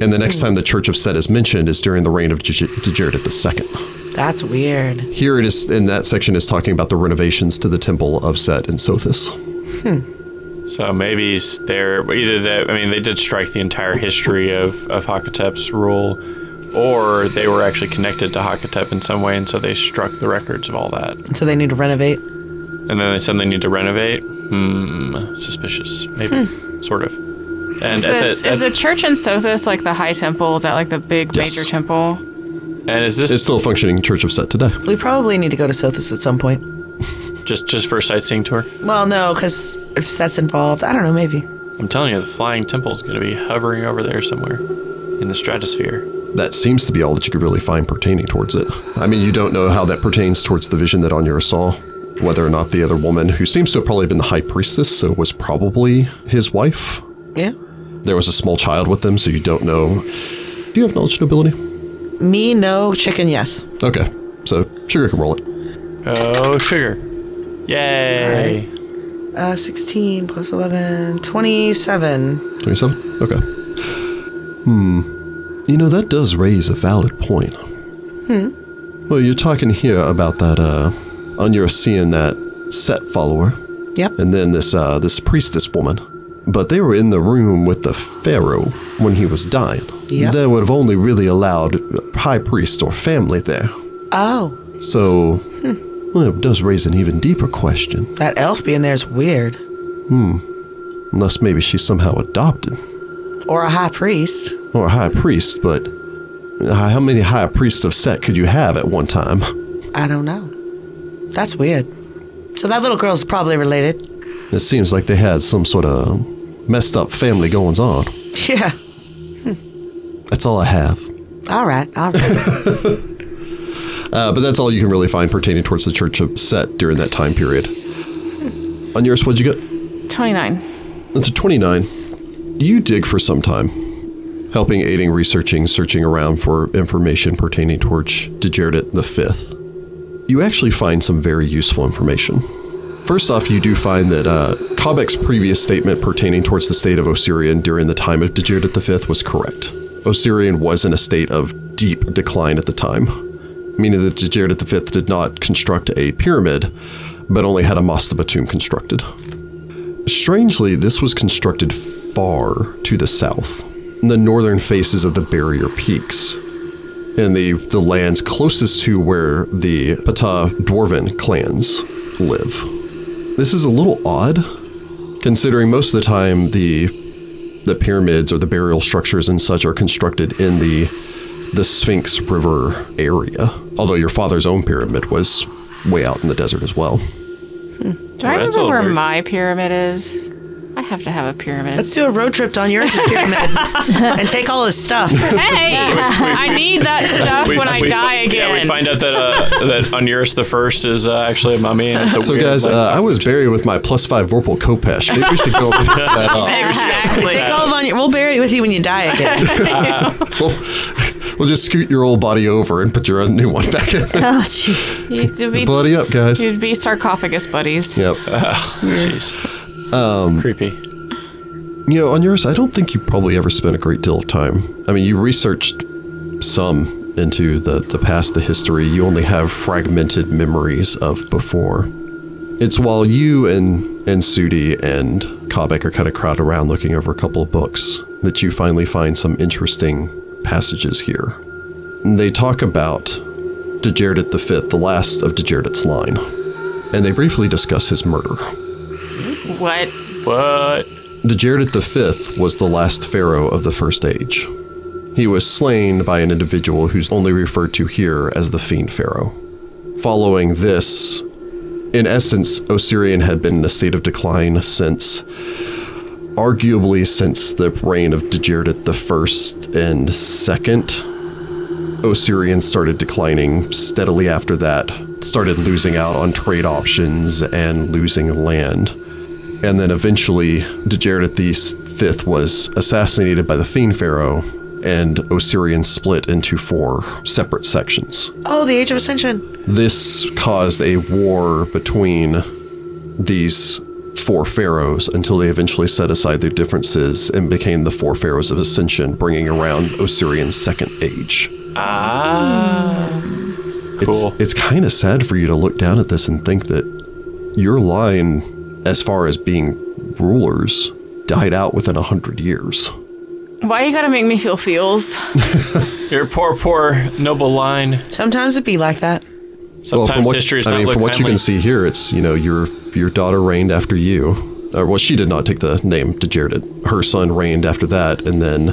Speaker 1: and the next time the Church of Set is mentioned is during the reign of Dej- Dejared at the Second.
Speaker 2: That's weird.
Speaker 1: Here it is in that section is talking about the renovations to the temple of Set and Sothis.
Speaker 4: So maybe s- they're either that. I mean, they did strike the entire history of of Hakatep's rule, or they were actually connected to Hakatep in some way, and so they struck the records of all that.
Speaker 2: So they need to renovate.
Speaker 4: And then they said they need to renovate. Hmm, suspicious. Maybe,
Speaker 2: Hmm.
Speaker 4: sort of. And
Speaker 3: Is the,
Speaker 4: at the,
Speaker 3: is
Speaker 4: at-
Speaker 3: the church in Sothis like the high temple? Is that like the big
Speaker 1: Yes.
Speaker 3: major temple?
Speaker 4: And is this
Speaker 1: It's still a functioning church of set today.
Speaker 2: We probably need to go to Sothis at some point.
Speaker 4: just just for a sightseeing tour?
Speaker 2: Well, no, because if Set's involved, I don't know, maybe.
Speaker 4: I'm telling you, the flying temple's going to be hovering over there somewhere in the stratosphere.
Speaker 1: That seems to be all that you could really find pertaining towards it. I mean, you don't know how that pertains towards the vision that Onura saw, whether or not the other woman, who seems to have probably been the high priestess, so was probably his wife.
Speaker 2: Yeah.
Speaker 1: There was a small child with them, so you don't know. Do you have knowledge and ability?
Speaker 2: Me, no. Chicken, yes.
Speaker 1: Okay, so Sugar can roll it.
Speaker 4: Oh, sugar. Yay.
Speaker 2: Uh, 16 plus 11, 27.
Speaker 1: 27? Okay. Hmm. You know, that does raise a valid point. Hmm. Well, you're talking here about that, uh, Onura seeing that set follower.
Speaker 2: Yep.
Speaker 1: and then this uh, this priestess woman. But they were in the room with the pharaoh when he was dying.
Speaker 2: Yeah.
Speaker 1: That would have only really allowed high priest or family there.
Speaker 2: Oh,
Speaker 1: So, well, it does raise an even deeper question.
Speaker 2: that elf being there is weird.
Speaker 1: Unless maybe she's somehow adopted
Speaker 2: Or a high priest.
Speaker 1: or a high priest, but uh, how many high priests of Set could you have at one time?
Speaker 2: I don't know. That's weird. So that little girl's probably related.
Speaker 1: It seems like they had some sort of messed up family goings on.
Speaker 2: Yeah.
Speaker 1: That's all I have.
Speaker 2: All right. All right.
Speaker 1: Uh, but that's all you can really find pertaining towards the Church of Set during that time period. On yours, what'd you get?
Speaker 3: 29.
Speaker 1: It's a 29. You dig for some time, helping, aiding, researching, searching around for information pertaining towards Degerdit the Fifth. You actually find some very useful information. First off, you do find that uh, Kabek's previous statement pertaining towards the state of Osirian during the time of Degerdit the Fifth was correct. Osirian was in a state of deep decline at the time meaning that Jared V did not construct a pyramid, but only had a mastaba tomb constructed. Strangely, this was constructed far to the south, in the northern faces of the barrier peaks, and the, the lands closest to where the Pata Dwarven clans live. This is a little odd, considering most of the time the the pyramids or the burial structures and such are constructed in the the Sphinx River area. Although your father's own pyramid was way out in the desert as well.
Speaker 3: Do I
Speaker 4: Well, that's
Speaker 3: remember
Speaker 4: a
Speaker 3: where
Speaker 4: little weird.
Speaker 3: my pyramid is? I have to have a pyramid.
Speaker 2: Let's do a road trip on yours pyramid and take all his stuff.
Speaker 3: hey, [laughs] I need that stuff when I
Speaker 4: We-
Speaker 3: die
Speaker 4: Yeah,
Speaker 3: again.
Speaker 4: we find out that uh, that [laughs] Onuris the First is uh, actually a mummy, and it's a
Speaker 1: So
Speaker 4: weird,
Speaker 1: guys,
Speaker 4: like,
Speaker 1: uh, I was buried with my plus five Vorpal Kopesh. Maybe we should go over that up.
Speaker 3: exactly.
Speaker 2: Take all of on your. We'll bury it with you when you die again.
Speaker 1: We'll, we'll just scoot your old body over and put your other new one back in.
Speaker 5: Oh,
Speaker 3: [laughs]
Speaker 5: jeez.
Speaker 3: You'd be,
Speaker 1: Buddy up, guys.
Speaker 3: You'd be sarcophagus buddies.
Speaker 1: Yep.
Speaker 4: Jeez.
Speaker 1: Um,
Speaker 4: Creepy.
Speaker 1: You know, on yours, I don't think you probably ever spent a great deal of time. I mean, you researched some into the, the past, the history. You only have fragmented memories of before. It's while you and and Sudi and Kobek are kind of crowded around looking over a couple of books that you finally find some interesting passages here. And they talk about Degerdit the Fifth, the last of Degerdit's line, and they briefly discuss his murder.
Speaker 3: What?
Speaker 4: What?
Speaker 1: Degerdit V was the last pharaoh of the First Age. He was slain by an individual who's only referred to here as the Fiend Pharaoh. Following this, in essence, Osirian had been in a state of decline since, arguably, since the reign of Degerdit I and II. Osirian started declining steadily after that, started losing out on trade options and losing land. And then eventually, Degerdit V was assassinated by the Fiend Pharaoh, and Osirian split into four separate sections.
Speaker 2: Oh, the Age of Ascension.
Speaker 1: This caused a war between these four pharaohs until they eventually set aside their differences and became the four pharaohs of ascension, bringing around Osirian's second age.
Speaker 4: Cool.
Speaker 1: It's, it's kind of sad for you to look down at this and think that your line, as far as being rulers, died out within a hundred years.
Speaker 3: Why you gotta make me feel feels?
Speaker 4: Your poor, poor noble line.
Speaker 2: Sometimes it be like that.
Speaker 4: Sometimes
Speaker 1: from what,
Speaker 4: history is
Speaker 1: I
Speaker 4: not
Speaker 1: mean,
Speaker 4: looked
Speaker 1: from what you
Speaker 4: kindly.
Speaker 1: can see here, it's you know your your daughter reigned after you. Or, well, she did not take the name to Jared. Her son reigned after that, and then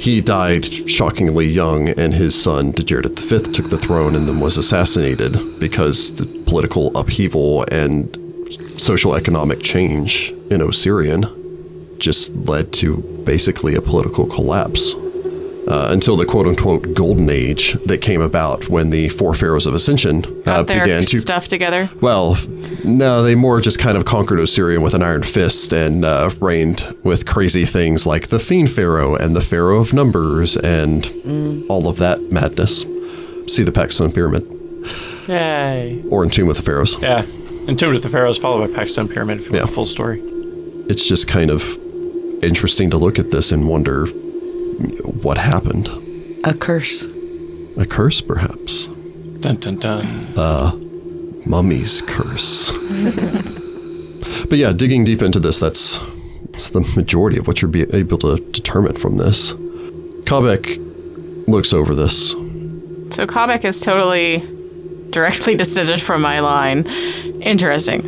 Speaker 1: He died shockingly young, and his son, Djeredith V, took the throne and then was assassinated because the political upheaval and social economic change in Osirian just led to basically a political collapse uh, until the quote unquote golden age that came about when the four pharaohs of ascension uh,
Speaker 3: Got their
Speaker 1: began to
Speaker 3: stuff together.
Speaker 1: well, no, they more just kind of conquered Osirian with an iron fist and uh, reigned with crazy things like the Fiend Pharaoh and the Pharaoh of Numbers and
Speaker 3: Mm.
Speaker 1: all of that madness. See the Paxton Pyramid
Speaker 4: Yay.
Speaker 1: or In Tune with the Pharaohs.
Speaker 4: Yeah. Entombed with the Pharaohs, followed by Paxton Pyramid. If you want
Speaker 1: Yeah.
Speaker 4: the full story.
Speaker 1: It's just kind of interesting to look at this and wonder what happened.
Speaker 2: A curse.
Speaker 1: A curse, perhaps.
Speaker 4: Dun dun dun.
Speaker 1: Mummy's curse. but yeah, digging deep into this, that's, that's the majority of what you're be able to determine from this. Kabek looks over this.
Speaker 3: So Kabek is totally directly [laughs] descended from my line. Interesting.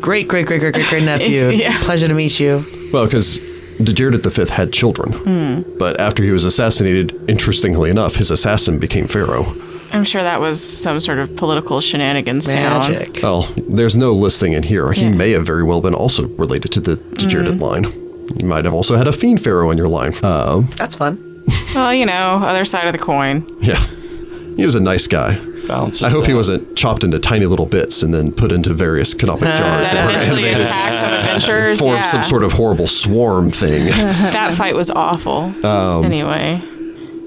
Speaker 2: Great, great, great, great, great, great nephew.
Speaker 3: It's- yeah.
Speaker 2: Pleasure to meet you.
Speaker 1: Well, because Djeredith V had children, but after he was assassinated, interestingly enough, his assassin became pharaoh.
Speaker 3: I'm sure that was some sort of political shenanigans town.
Speaker 2: Magic.
Speaker 1: Well, there's no listing in here. He
Speaker 3: Yeah. Mm-hmm.
Speaker 1: may have very well been also related to the Djeredith line. You might have also had a fiend pharaoh in your line. Uh,
Speaker 2: That's fun.
Speaker 3: Well, you know, other side of the coin.
Speaker 1: yeah, he was a nice guy.
Speaker 4: Balances.
Speaker 1: I hope he
Speaker 4: out.
Speaker 1: wasn't chopped into tiny little bits and then put into various canopic
Speaker 3: [laughs]
Speaker 1: jars
Speaker 3: That
Speaker 1: that were [laughs]
Speaker 3: eventually
Speaker 1: animated
Speaker 3: attacks on
Speaker 1: to
Speaker 3: adventures.
Speaker 1: form
Speaker 3: yeah.
Speaker 1: some sort of horrible swarm
Speaker 3: [laughs]
Speaker 1: thing.
Speaker 3: that fight was awful. anyway.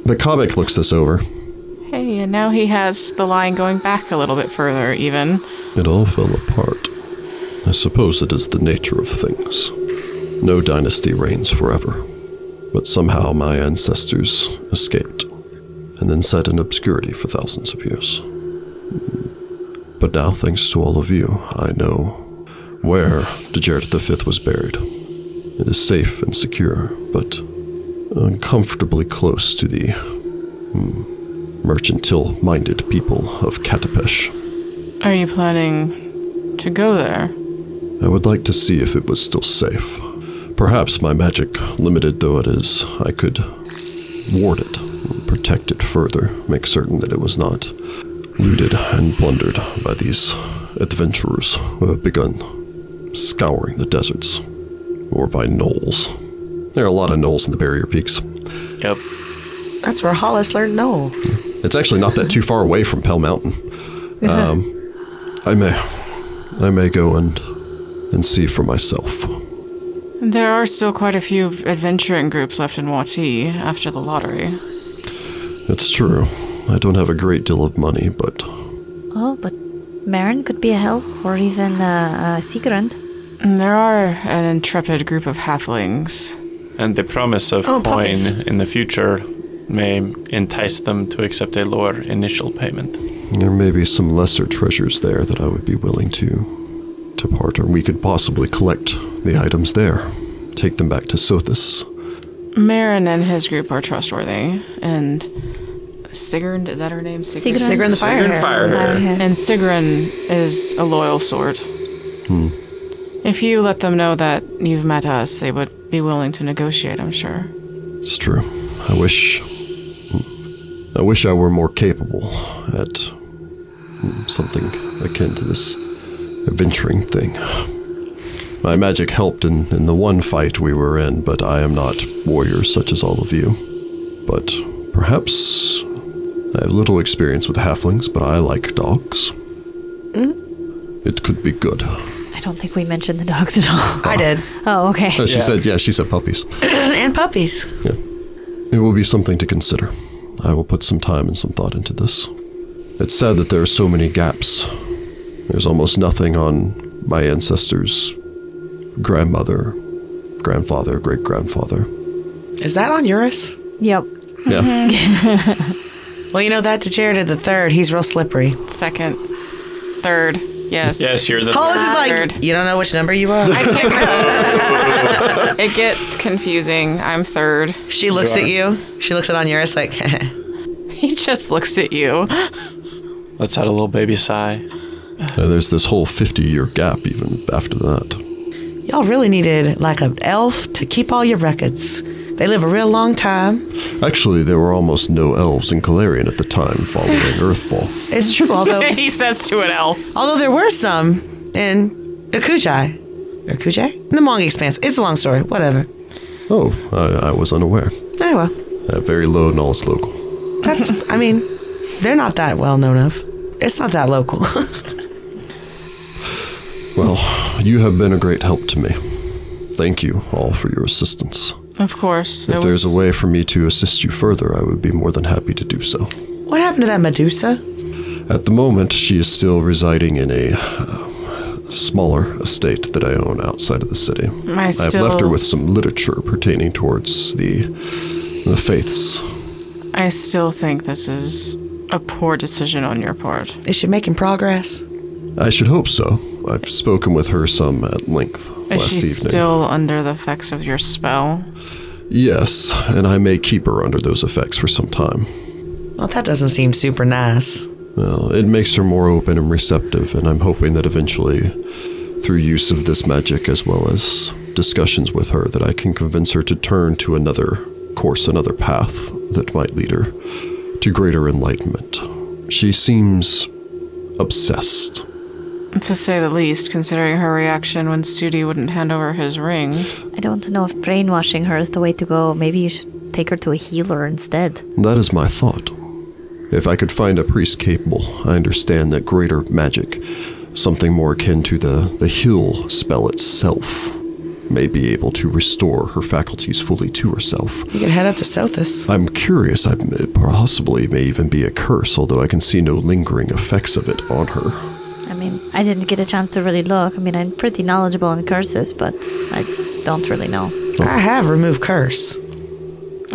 Speaker 1: but Comic looks this over.
Speaker 3: Hey, and now he has the line going back a little bit further, even.
Speaker 1: It all fell apart. I suppose it is the nature of things. No dynasty reigns forever. But somehow my ancestors escaped and then sat in obscurity for thousands of years. But now, thanks to all of you, I know where Djeredith V was buried. It is safe and secure, but uncomfortably close to the hmm, mercantile-minded people of Katapesh.
Speaker 3: Are you planning to go there?
Speaker 1: I would like to see if it was still safe. Perhaps my magic, limited though it is, I could ward it, protect it further, make certain that it was not looted and plundered by these adventurers who have begun scouring the deserts, or by gnolls. There are a lot of gnolls in the barrier peaks.
Speaker 4: Yep.
Speaker 2: That's where Hollis learned Noel.
Speaker 1: It's actually not that too far away from Pell Mountain. Um, I may, I may go and and see for myself.
Speaker 3: There are still quite a few adventuring groups left in Wati after the lottery.
Speaker 1: It's true. I don't have a great deal of money, but
Speaker 5: Oh, but Marin could be a help, or even uh, uh, Sigrund.
Speaker 3: And There are an intrepid group of halflings.
Speaker 4: And the promise of
Speaker 2: Oh,
Speaker 4: coin
Speaker 2: puppies.
Speaker 4: in the future may entice them to accept a lower initial payment.
Speaker 1: there may be some lesser treasures there that I would be willing to to part, or we could possibly collect the items there, take them back to Sothis.
Speaker 3: Marin and his group are trustworthy, and Sigurd, is that her name? Sigurd.
Speaker 5: Sigrun.
Speaker 2: Sigurd the Fire. Hair.
Speaker 3: And Sigrun is a loyal sort.
Speaker 1: Hmm.
Speaker 3: If you let them know that you've met us, they would be willing to negotiate, I'm sure.
Speaker 1: It's true. I wish I wish I were more capable at something akin to this adventuring thing. My magic helped in, in the one fight we were in, but I am not warriors such as all of you. But perhaps I have little experience with halflings, but I like dogs. It could be good.
Speaker 5: I don't think we mentioned the dogs at all. [laughs]
Speaker 2: I did.
Speaker 5: Oh, okay.
Speaker 1: Oh, she
Speaker 4: Yeah.
Speaker 1: said, yeah, she said puppies.
Speaker 2: and puppies.
Speaker 1: Yeah. It will be something to consider. I will put some time and some thought into this. It's sad that there are so many gaps. There's almost nothing on my ancestors' grandmother, grandfather, great grandfather.
Speaker 2: Is that on Eurus?
Speaker 5: Yep.
Speaker 1: Yeah.
Speaker 2: Well, you know that to Jared the third. He's real slippery.
Speaker 3: Second, third, yes.
Speaker 4: Yes, you're the.
Speaker 2: Hollis is
Speaker 3: Third.
Speaker 2: like, you don't know which number you are.
Speaker 3: It gets confusing. I'm third. [laughs]
Speaker 2: she looks at you. She looks at on Eurus like, [laughs]
Speaker 3: He just looks at you. [laughs]
Speaker 4: Let's add a little baby sigh.
Speaker 1: And there's this whole 50 year gap even after that.
Speaker 2: y'all really needed like an elf to keep all your records. They live a real long time.
Speaker 1: Actually, there were almost no elves in Calarian at the time following Earthfall.
Speaker 2: It's true, [laughs] although
Speaker 3: he says to an elf.
Speaker 2: although there were some in Akujai. Or Akujai? In the Mong Expanse. It's a long story. Whatever.
Speaker 1: Oh, I, I was unaware.
Speaker 2: Oh, well.
Speaker 1: Uh, very low knowledge local.
Speaker 2: That's, [laughs] I mean, they're not that well known of. It's not that local. [laughs]
Speaker 1: Well, you have been a great help to me. Thank you all for your assistance.
Speaker 3: Of course.
Speaker 1: If there's a way for me to assist you further, I would be more than happy to do so.
Speaker 2: what happened to that Medusa?
Speaker 1: At the moment, she is still residing in a um, smaller estate that I own outside of the city.
Speaker 3: I
Speaker 1: I've
Speaker 3: still,
Speaker 1: left her with some literature pertaining towards the the faiths.
Speaker 3: I still think this is a poor decision on your part.
Speaker 2: Is she making progress?
Speaker 1: I should hope so. I've spoken with her some at length
Speaker 3: Is
Speaker 1: last
Speaker 3: she
Speaker 1: evening.
Speaker 3: still under the effects of your spell?
Speaker 1: yes, and I may keep her under those effects for some time.
Speaker 2: Well, that doesn't seem super nice.
Speaker 1: Well, it makes her more open and receptive, and I'm hoping that eventually, through use of this magic as well as discussions with her, that I can convince her to turn to another course, another path that might lead her to greater enlightenment. She seems obsessed.
Speaker 3: To say the least, considering her reaction when Sudi wouldn't hand over his ring.
Speaker 5: I don't know if brainwashing her is the way to go. Maybe you should take her to a healer instead.
Speaker 1: That is my thought. If I could find a priest capable, I understand that greater magic, something more akin to the, the heal spell itself, may be able to restore her faculties fully to herself.
Speaker 2: You could head up to Sothis.
Speaker 1: I'm curious, I, it possibly may even be a curse, although I can see no lingering effects of it on her.
Speaker 5: I mean, I didn't get a chance to really look. I mean, I'm pretty knowledgeable on curses, but I don't really know.
Speaker 2: I have removed curse.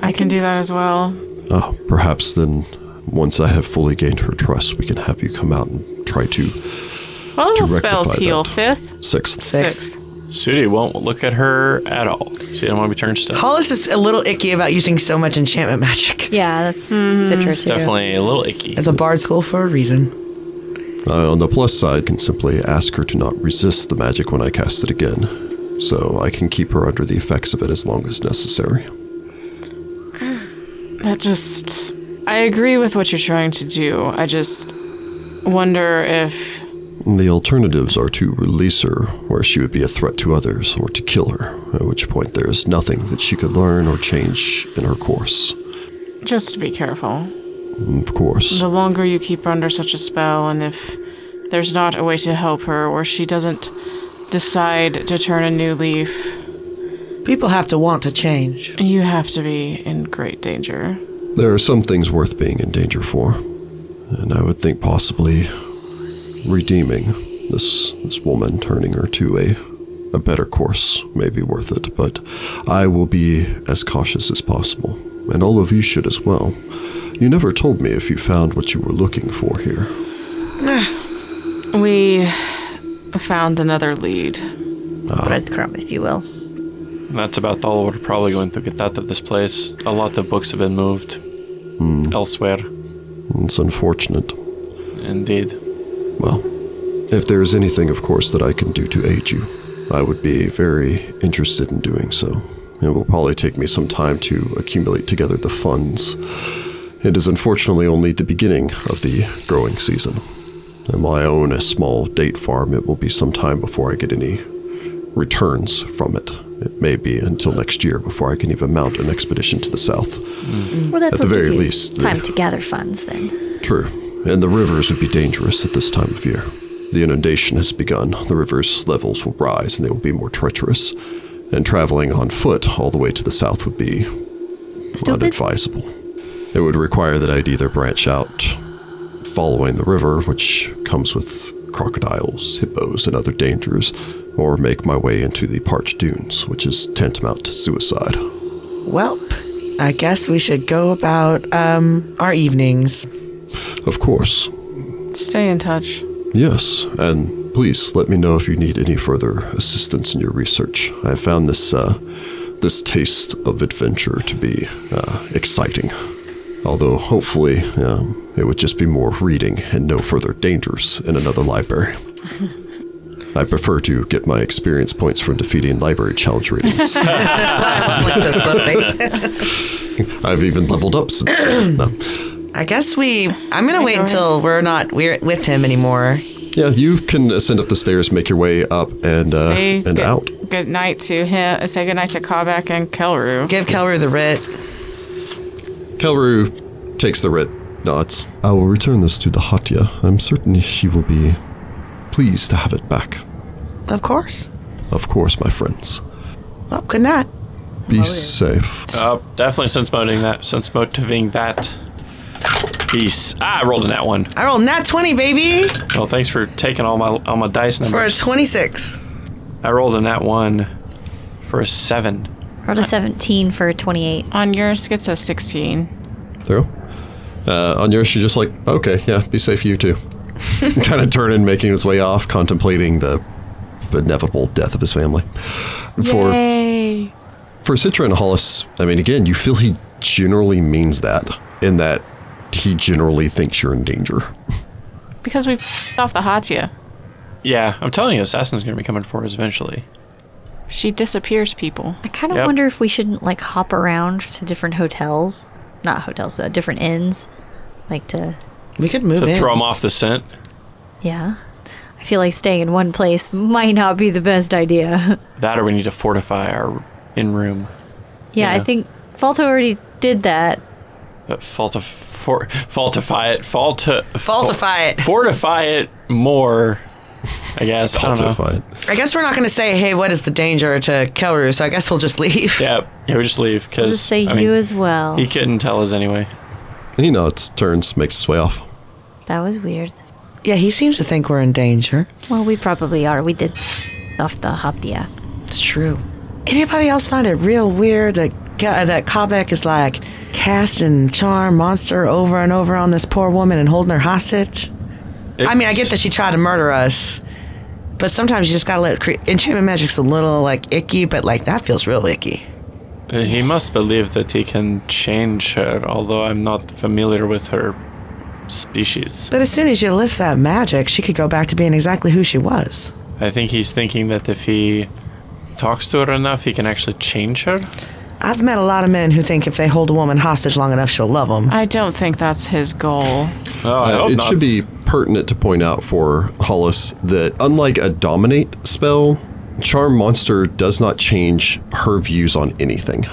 Speaker 3: I can do that as well.
Speaker 1: Ah, perhaps then, once I have fully gained her trust, we can have you come out and try to.
Speaker 3: What
Speaker 1: To
Speaker 3: little spells
Speaker 1: rectify
Speaker 3: heal?
Speaker 1: that.
Speaker 3: Fifth?
Speaker 1: Sixth.
Speaker 3: Sixth.
Speaker 4: Sudi won't look at her at all. She don't want to be turned stuff.
Speaker 2: Hollis is a little icky about using so much enchantment magic.
Speaker 5: Yeah, that's citrus.
Speaker 4: Definitely a little icky.
Speaker 2: It's a bard school for a reason.
Speaker 1: Uh, on the plus side, I can simply ask her to not resist the magic when I cast it again, so I can keep her under the effects of it as long as necessary.
Speaker 3: That just. I agree with what you're trying to do. I just wonder if.
Speaker 1: The alternatives are to release her, where she would be a threat to others, or to kill her, at which point there is nothing that she could learn or change in her course.
Speaker 3: Just be careful.
Speaker 1: Of course.
Speaker 3: The longer you keep her under such a spell, and if there's not a way to help her, or she doesn't decide to turn a new leaf,
Speaker 2: People have to want to change.
Speaker 3: you have to be in great danger.
Speaker 1: There are some things worth being in danger for, and I would think possibly redeeming this this woman, turning her to a a better course may be worth it. But I will be as cautious as possible, and all of you should as well. You never told me if you found what you were looking for here.
Speaker 3: We found another lead.
Speaker 5: breadcrumb, if you will.
Speaker 4: And that's about all we're probably going to get out of this place. A lot of books have been moved elsewhere.
Speaker 1: It's unfortunate.
Speaker 4: Indeed.
Speaker 1: Well, if there is anything, of course, that I can do to aid you, I would be very interested in doing so. It will probably take me some time to accumulate together the funds. It is unfortunately only the beginning of the growing season. And while I own a small date farm, it will be some time before I get any returns from it. It may be until next year before I can even mount an expedition to the south.
Speaker 5: Well, that's
Speaker 1: At the very least, the-
Speaker 5: time to gather funds then.
Speaker 1: True. And the rivers would be dangerous at this time of year. The inundation has begun. The river's levels will rise and they will be more treacherous. And traveling on foot all the way to the south would be
Speaker 5: Stupid.
Speaker 1: unadvisable. It would require that I'd either branch out following the river, which comes with crocodiles, hippos, and other dangers, or make my way into the parched dunes, which is tantamount to suicide.
Speaker 2: Welp, I guess we should go about um, our evenings.
Speaker 1: Of course,
Speaker 3: Stay in touch.
Speaker 1: Yes, and please let me know if you need any further assistance in your research. I found this uh, this taste of adventure to be uh, exciting, although hopefully um, it would just be more reading and no further dangers in another library. I prefer to get my experience points from defeating library challenge readings.
Speaker 2: Like this little
Speaker 1: [laughs]
Speaker 2: thing.
Speaker 1: I've even leveled up since then. No.
Speaker 2: I guess we. I'm gonna wait
Speaker 3: go ahead.
Speaker 2: until we're not we're with him anymore.
Speaker 1: Yeah, you can ascend up the stairs, make your way up and uh,
Speaker 3: Say
Speaker 1: and
Speaker 3: good,
Speaker 1: out.
Speaker 3: Good night to him. Uh, Say good night to Kobak and Kelru.
Speaker 2: Give Kelru the writ.
Speaker 1: Kelru takes the writ, nods. I will return this to the Hatya. I'm certain she will be pleased to have it back.
Speaker 2: Of course.
Speaker 1: Of course, my friends.
Speaker 2: Well, good night.
Speaker 1: Be safe.
Speaker 4: Oh, definitely since motivating that. Since motivating that. Peace. Ah, I rolled in that one.
Speaker 2: I rolled nat 20, baby,
Speaker 4: Well, thanks for taking all my all my dice
Speaker 2: for a
Speaker 4: numbers.
Speaker 2: 26.
Speaker 4: I rolled in that one for a seven.
Speaker 5: Rolled a 17 for a 28.
Speaker 3: On yours gets a 16.
Speaker 1: Through. Uh, on yours, she's just like, okay, yeah, be safe, you
Speaker 4: [laughs]
Speaker 1: too. kind of turning, making his way off, contemplating the inevitable death of his family. For
Speaker 3: Yay.
Speaker 1: for Citra and Hollis, I mean, again, you feel he generally means that, in that he generally thinks you're in danger.
Speaker 3: Because we pissed off the Hatia.
Speaker 4: Yeah, I'm telling you, Assassin's gonna be coming for us eventually.
Speaker 3: She disappears people.
Speaker 5: I kind of
Speaker 4: Yep.
Speaker 5: wonder if we shouldn't like hop around to different hotels, not hotels, uh, different inns, like to
Speaker 2: We could move
Speaker 4: To
Speaker 2: in.
Speaker 4: throw him off the scent.
Speaker 5: yeah. I feel like staying in one place might not be the best idea. [laughs]
Speaker 4: That or we need to fortify our in room.
Speaker 5: yeah, I
Speaker 4: Yeah.
Speaker 5: think Falto already did that.
Speaker 4: But Uh, fault for, faultify it. Fault uh,
Speaker 2: Faultify it.
Speaker 4: Fortify it more. I guess. [laughs] I don't know.
Speaker 1: Fortified.
Speaker 2: I guess we're not going to say, hey, what is the danger to Kelru, so I guess we'll just [laughs] leave.
Speaker 4: Yeah, yeah, we just leave because
Speaker 5: Just say you as well.
Speaker 4: he couldn't tell us anyway.
Speaker 1: He nods, turns, makes his way off.
Speaker 5: that was weird.
Speaker 2: Yeah, he seems to think we're in danger.
Speaker 5: Well, we probably are. We did off the Hopdia.
Speaker 2: It's true. Anybody else find it real weird that Ka- uh, that Kabek is like casting charm monster over and over on this poor woman and holding her hostage? I mean, I get that she tried to murder us, but sometimes you just gotta let cre- enchantment magic's a little like icky, but like that feels real icky.
Speaker 4: Uh, He must believe that he can change her, although I'm not familiar with her species.
Speaker 2: But as soon as you lift that magic, she could go back to being exactly who she was.
Speaker 4: I think he's thinking that if he talks to her enough, he can actually change her.
Speaker 2: I've met a lot of men who think if they hold a woman hostage long enough, she'll love them.
Speaker 3: I don't think that's his goal.
Speaker 4: Oh, I
Speaker 1: Uh,
Speaker 4: hope
Speaker 1: it
Speaker 4: not.
Speaker 1: should be pertinent to point out for Hollis that unlike a dominate spell, Charm Monster does not change her views on anything.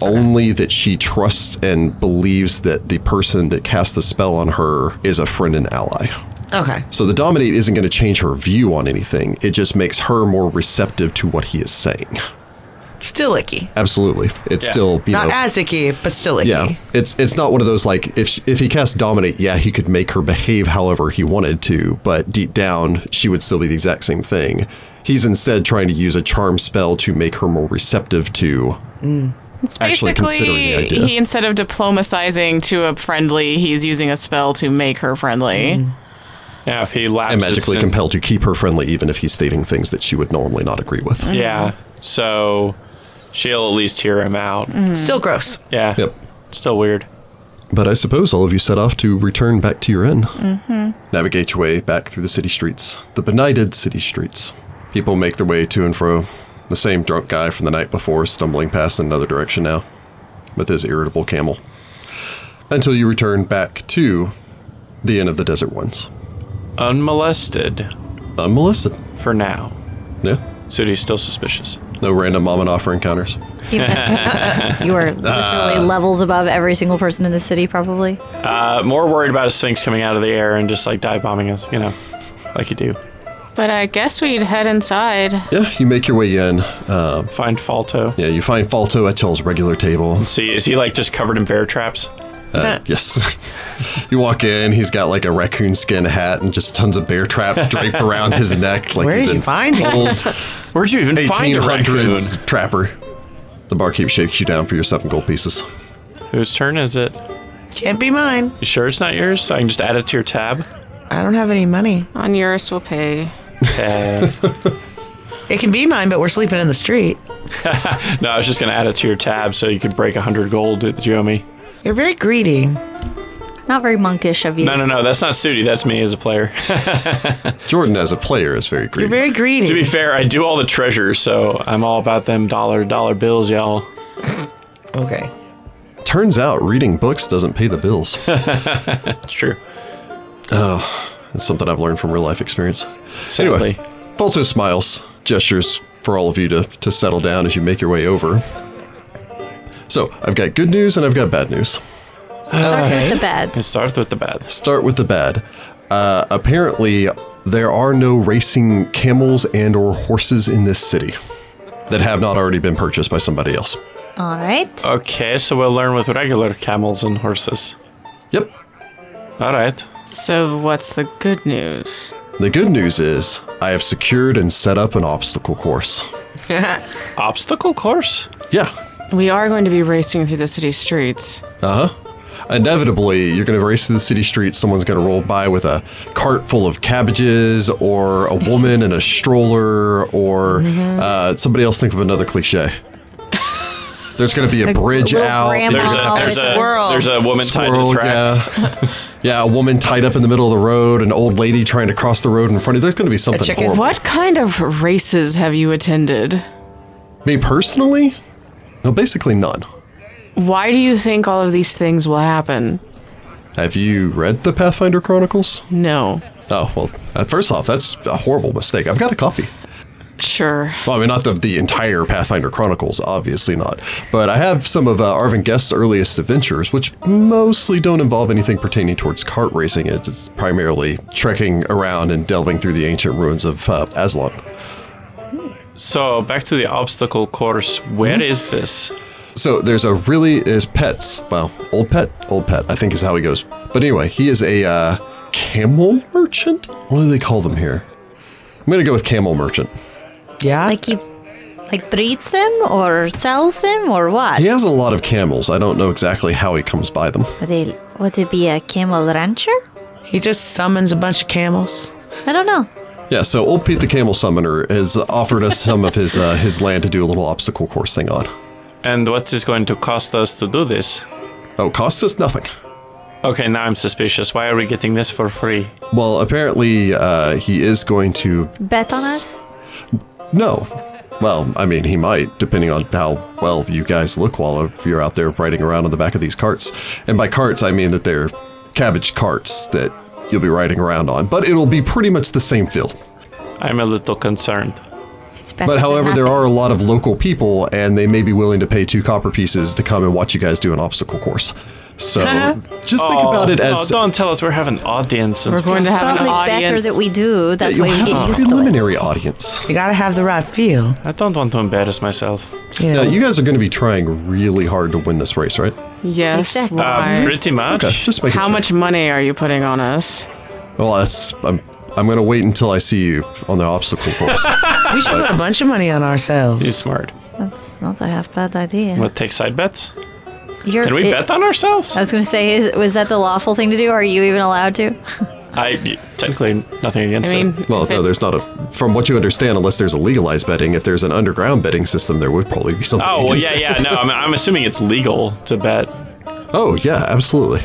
Speaker 1: Only that she trusts and believes that the person that cast the spell on her is a friend and ally.
Speaker 2: Okay.
Speaker 1: So the dominate isn't going to change her view on anything. It just makes her more receptive to what he is saying.
Speaker 2: Still icky.
Speaker 1: Absolutely, it's
Speaker 4: Yeah.
Speaker 1: still you
Speaker 2: Not
Speaker 1: know,
Speaker 2: as icky, but still icky.
Speaker 1: yeah, it's it's not one of those like if sh- if he cast dominate, yeah, he could make her behave however he wanted to, but deep down she would still be the exact same thing. He's instead trying to use a charm spell to make her more receptive to.
Speaker 3: It's
Speaker 1: Actually considering the
Speaker 3: basically
Speaker 1: idea.
Speaker 3: he instead of diplomatizing to a friendly, he's using a spell to make her friendly.
Speaker 1: Mm.
Speaker 4: Yeah, if he lapses
Speaker 1: And magically
Speaker 4: in-
Speaker 1: compelled to keep her friendly, even if he's stating things that she would normally not agree with.
Speaker 4: Yeah, so she'll at least hear him out.
Speaker 2: Still gross.
Speaker 4: Yeah.
Speaker 1: Yep.
Speaker 4: Still weird.
Speaker 1: But I suppose all of you set off to return back to your inn. Navigate your way back through the city streets, the benighted city streets. People make their way to and fro. The same drunk guy from the night before stumbling past in another direction now, with his irritable camel. Until you return back to the Inn of the Desert Ones.
Speaker 4: Unmolested
Speaker 1: Unmolested.
Speaker 4: for now.
Speaker 1: Yeah.
Speaker 4: Sudi's still suspicious.
Speaker 1: No random mom and offer encounters.
Speaker 5: You, you are literally levels above every single person in the city, probably.
Speaker 4: Uh, more worried about a sphinx coming out of the air and just like dive bombing us, you know, like you do.
Speaker 3: But I guess we'd head inside.
Speaker 1: Yeah, you make your way in. Uh,
Speaker 4: Find Falto.
Speaker 1: yeah, you find Falto at Chell's regular table.
Speaker 4: See, is he like just covered in bear traps?
Speaker 1: Uh, yes. [laughs] you walk in, he's got like a raccoon skin hat and just tons of bear traps draped around his neck. Like
Speaker 2: Where
Speaker 1: he's
Speaker 2: did you
Speaker 1: in
Speaker 2: find these?
Speaker 1: old
Speaker 4: Where'd you even find a raccoon?
Speaker 1: 1800s trapper. The barkeep shakes you down for your seven gold pieces.
Speaker 4: Whose turn is it?
Speaker 2: Can't be mine.
Speaker 4: You sure it's not yours? So I can just add it to
Speaker 1: [laughs]
Speaker 4: your tab.
Speaker 2: I don't have any money.
Speaker 3: On yours will pay.
Speaker 4: Uh,
Speaker 2: It can be mine, but we're sleeping in the street.
Speaker 4: no, I was just gonna add it to your tab so you could break a hundred gold that you owe me.
Speaker 2: You're very greedy.
Speaker 5: Not very monkish of you.
Speaker 4: No, no, no. That's not Sudi. That's me as a player. [laughs]
Speaker 1: Jordan, as a player, is very greedy.
Speaker 2: You're very greedy.
Speaker 4: to be fair, I do all the treasures, so I'm all about them dollar dollar bills, y'all.
Speaker 6: Okay.
Speaker 1: Turns out reading books doesn't pay the
Speaker 2: [laughs]
Speaker 1: bills.
Speaker 4: That's true.
Speaker 1: That's something I've learned from real life experience.
Speaker 4: Sadly.
Speaker 1: Anyway, Falto smiles, gestures for all of you to, to settle down as you make your way over. So, I've got good news and I've got bad news.
Speaker 5: Start with the bad.
Speaker 4: It starts with the bad.
Speaker 1: Start with the bad. Uh, apparently, there are no racing camels and or horses in this city that have not already been purchased by somebody else.
Speaker 5: All right.
Speaker 4: Okay, so we'll learn with regular camels and horses.
Speaker 1: Yep.
Speaker 4: All right.
Speaker 3: So, what's the good news?
Speaker 1: The good news is I have secured and set up an obstacle course.
Speaker 4: Obstacle course?
Speaker 1: Yeah,
Speaker 3: We are going to be racing through the city streets.
Speaker 1: Uh huh. Inevitably, you're going to race through the city streets. Someone's going to roll by with a cart full of cabbages, or
Speaker 5: [laughs]
Speaker 1: a woman in a stroller, or
Speaker 5: Mm-hmm.
Speaker 1: uh, somebody else. Think of another cliche. There's going to be a bridge
Speaker 5: little
Speaker 1: out.
Speaker 5: grandma
Speaker 4: There's
Speaker 5: Oh,
Speaker 4: a there's
Speaker 5: it's
Speaker 4: a,
Speaker 5: a
Speaker 2: squirrel.
Speaker 4: there's a woman tied to
Speaker 1: Squirrel,
Speaker 4: tracks. [laughs]
Speaker 1: Yeah. yeah, a woman tied up in the middle of the road, an old lady trying to cross the road in front of you. There's going to be something
Speaker 6: chicken-
Speaker 1: horrible.
Speaker 3: What kind of races have you attended?
Speaker 1: Me personally? No, basically none.
Speaker 3: Why do you think all of these things will happen?
Speaker 1: Have you read the Pathfinder Chronicles?
Speaker 3: No.
Speaker 1: Oh, well, uh, first off, that's a horrible mistake. I've got a copy.
Speaker 3: Sure.
Speaker 1: Well, I mean, not the, the entire Pathfinder Chronicles, obviously not. But I have some of uh, Arvin Guest's earliest adventures, which mostly don't involve anything pertaining towards cart racing. It's, it's primarily trekking around and delving through the ancient ruins of uh, Aslan.
Speaker 4: So back to the obstacle course.
Speaker 1: Hmm?
Speaker 4: Where is this?
Speaker 1: So there's a really is pets. Well, old pet, old pet. I think is how he goes. But anyway, he is a uh, camel merchant. What do they call them here? I'm gonna go with camel merchant.
Speaker 6: Yeah.
Speaker 5: Like he, like breeds them or sells them or what?
Speaker 1: He has a lot of camels. I don't know exactly how he comes by them.
Speaker 5: Would they? Would it be a camel rancher?
Speaker 2: he just summons a bunch of camels.
Speaker 5: I don't know.
Speaker 1: Yeah, so old Pete the Camel Summoner has offered us some of his uh, his land to do a little obstacle course thing on.
Speaker 4: And what's it going to cost us to do this?
Speaker 1: Oh, costs us nothing.
Speaker 4: Okay, now I'm suspicious. Why are we getting this for free?
Speaker 1: Well, apparently uh, he is going to
Speaker 5: Bet on us.
Speaker 1: no. Well, I mean, he might, depending on how well you guys look while you're out there riding around on the back of these carts. And by carts, I mean that they're cabbage carts that you'll be riding around on. But it'll be pretty much the same feel.
Speaker 4: I'm a little concerned.
Speaker 5: It's better.
Speaker 1: But
Speaker 5: than
Speaker 1: however, there
Speaker 5: nothing.
Speaker 1: are a lot of local people, and they may be willing to pay two copper pieces to come and watch you guys do an obstacle course. So just think about it
Speaker 4: Oh,
Speaker 1: as
Speaker 4: no, don't tell us we're having audience.
Speaker 3: We're
Speaker 4: And
Speaker 3: going to have an
Speaker 5: Probably
Speaker 3: audience.
Speaker 5: better that we do. That
Speaker 1: you'll
Speaker 5: way we
Speaker 1: have
Speaker 5: get
Speaker 1: a
Speaker 5: used to it.
Speaker 1: preliminary audience.
Speaker 2: You gotta have the right feel.
Speaker 4: I don't want to embarrass myself. Uh,
Speaker 2: You
Speaker 1: Now,
Speaker 2: know.
Speaker 1: you guys are going to be trying really hard to win this race, right?
Speaker 3: yes.
Speaker 5: Exactly.
Speaker 4: Uh,
Speaker 3: Why?
Speaker 4: Pretty much.
Speaker 1: Okay, just making
Speaker 3: How
Speaker 1: sure.
Speaker 3: much money are you putting on us?
Speaker 1: Well, that's I'm I'm going to wait until I see you on the obstacle course.
Speaker 2: we should put a bunch of money on ourselves.
Speaker 4: He's smart.
Speaker 5: That's not a half bad idea.
Speaker 4: We'll take side bets.
Speaker 5: You're,
Speaker 4: Can we
Speaker 5: it-
Speaker 4: bet on ourselves?
Speaker 5: I was gonna say, is, was that the lawful thing to do? Are you even allowed to?
Speaker 4: I technically nothing against
Speaker 3: I
Speaker 4: it.
Speaker 3: mean,
Speaker 1: well,
Speaker 3: if
Speaker 1: no,
Speaker 3: it's-
Speaker 1: there's not a. From what you understand, unless there's a legalized betting, if there's an underground betting system, there would probably be something.
Speaker 4: Oh well,
Speaker 1: against
Speaker 4: yeah,
Speaker 1: it.
Speaker 4: yeah. No, I'm, I'm assuming it's legal to bet.
Speaker 1: Oh yeah, absolutely.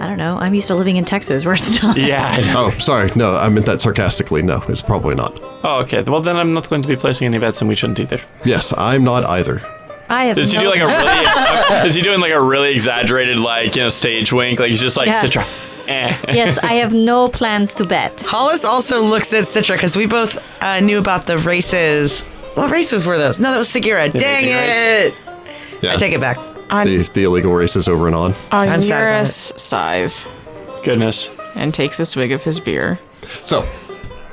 Speaker 5: I don't know. I'm used to living in Texas where it's
Speaker 4: [laughs]
Speaker 5: not.
Speaker 4: Yeah. I know.
Speaker 1: Oh, sorry. No, I meant that sarcastically. No, it's probably not.
Speaker 4: Oh, okay. Well, then I'm not going to be placing any bets, and we shouldn't either.
Speaker 1: Yes, I'm not either.
Speaker 5: I have.
Speaker 4: Is he
Speaker 5: no
Speaker 4: do like a
Speaker 3: [laughs]
Speaker 4: really? is he doing like a really exaggerated like you know stage wink? Like he's just like
Speaker 5: Yeah.
Speaker 4: Citra. Eh.
Speaker 5: [laughs] yes, I have no plans to bet.
Speaker 2: Hollis also looks at Citra because we both uh, knew about the races. What races were those? No, that was Segura. Dang
Speaker 4: amazing
Speaker 2: it! I take it back.
Speaker 3: on,
Speaker 1: The, the illegal race is over and on.
Speaker 3: on
Speaker 2: I'm sad about
Speaker 3: Eurus sighs
Speaker 4: Goodness.
Speaker 3: and takes a swig of his beer.
Speaker 1: So,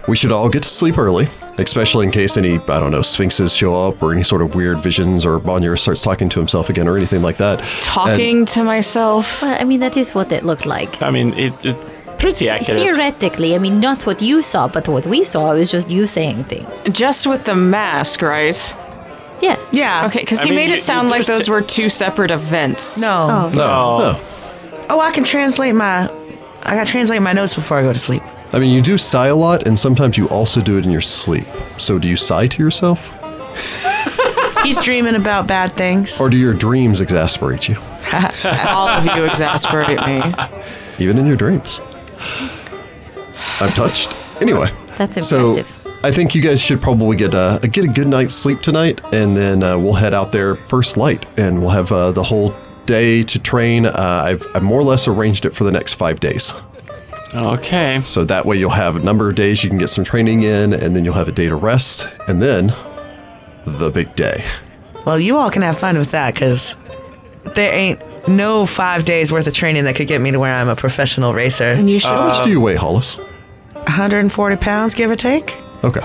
Speaker 1: we should all get to sleep early, especially in case any, I don't know, sphinxes show up or any sort of weird visions or Bonnier starts talking to himself again or anything like that.
Speaker 3: Talking to myself.
Speaker 5: Well, I mean, that is what it looked like.
Speaker 4: I mean, it, it pretty accurate.
Speaker 5: Theoretically, I mean, not what you saw, but what we saw was just you saying things.
Speaker 3: Just with the mask, right?
Speaker 5: Yes.
Speaker 2: Yeah.
Speaker 3: Okay, because
Speaker 4: I
Speaker 3: he
Speaker 4: mean,
Speaker 3: made
Speaker 4: you-
Speaker 3: it sound
Speaker 4: you
Speaker 3: like
Speaker 4: just-
Speaker 3: those were two separate events. [laughs]
Speaker 2: No.
Speaker 5: Oh.
Speaker 1: No,
Speaker 4: Oh.
Speaker 2: Oh. I can translate my. I gotta translate my notes before I go to sleep.
Speaker 1: no. I mean, you do sigh a lot, and sometimes you also do it in your sleep. So, do you sigh to yourself?
Speaker 2: He's dreaming about bad things.
Speaker 1: Or do your dreams exasperate you?
Speaker 3: All of you exasperate me.
Speaker 1: even in your dreams. I'm touched. Anyway,
Speaker 5: That's
Speaker 1: so
Speaker 5: impressive.
Speaker 1: I think you guys should probably get a get a good night's sleep tonight, and then uh, we'll head out there first light, and we'll have uh, the whole day to train. Uh, I've, I've more or less arranged it for the next five days,
Speaker 4: Okay.
Speaker 1: so that way you'll have a number of days you can get some training in, and then you'll have a day to rest, and then the big day.
Speaker 2: Well, you all can have fun with that because there ain't no five days worth of training that could get me to where I'm a professional racer.
Speaker 3: And you should
Speaker 1: How
Speaker 4: Uh,
Speaker 1: much
Speaker 4: Um,
Speaker 1: do you weigh, Hollis?
Speaker 2: 140 pounds, give or take.
Speaker 1: Okay.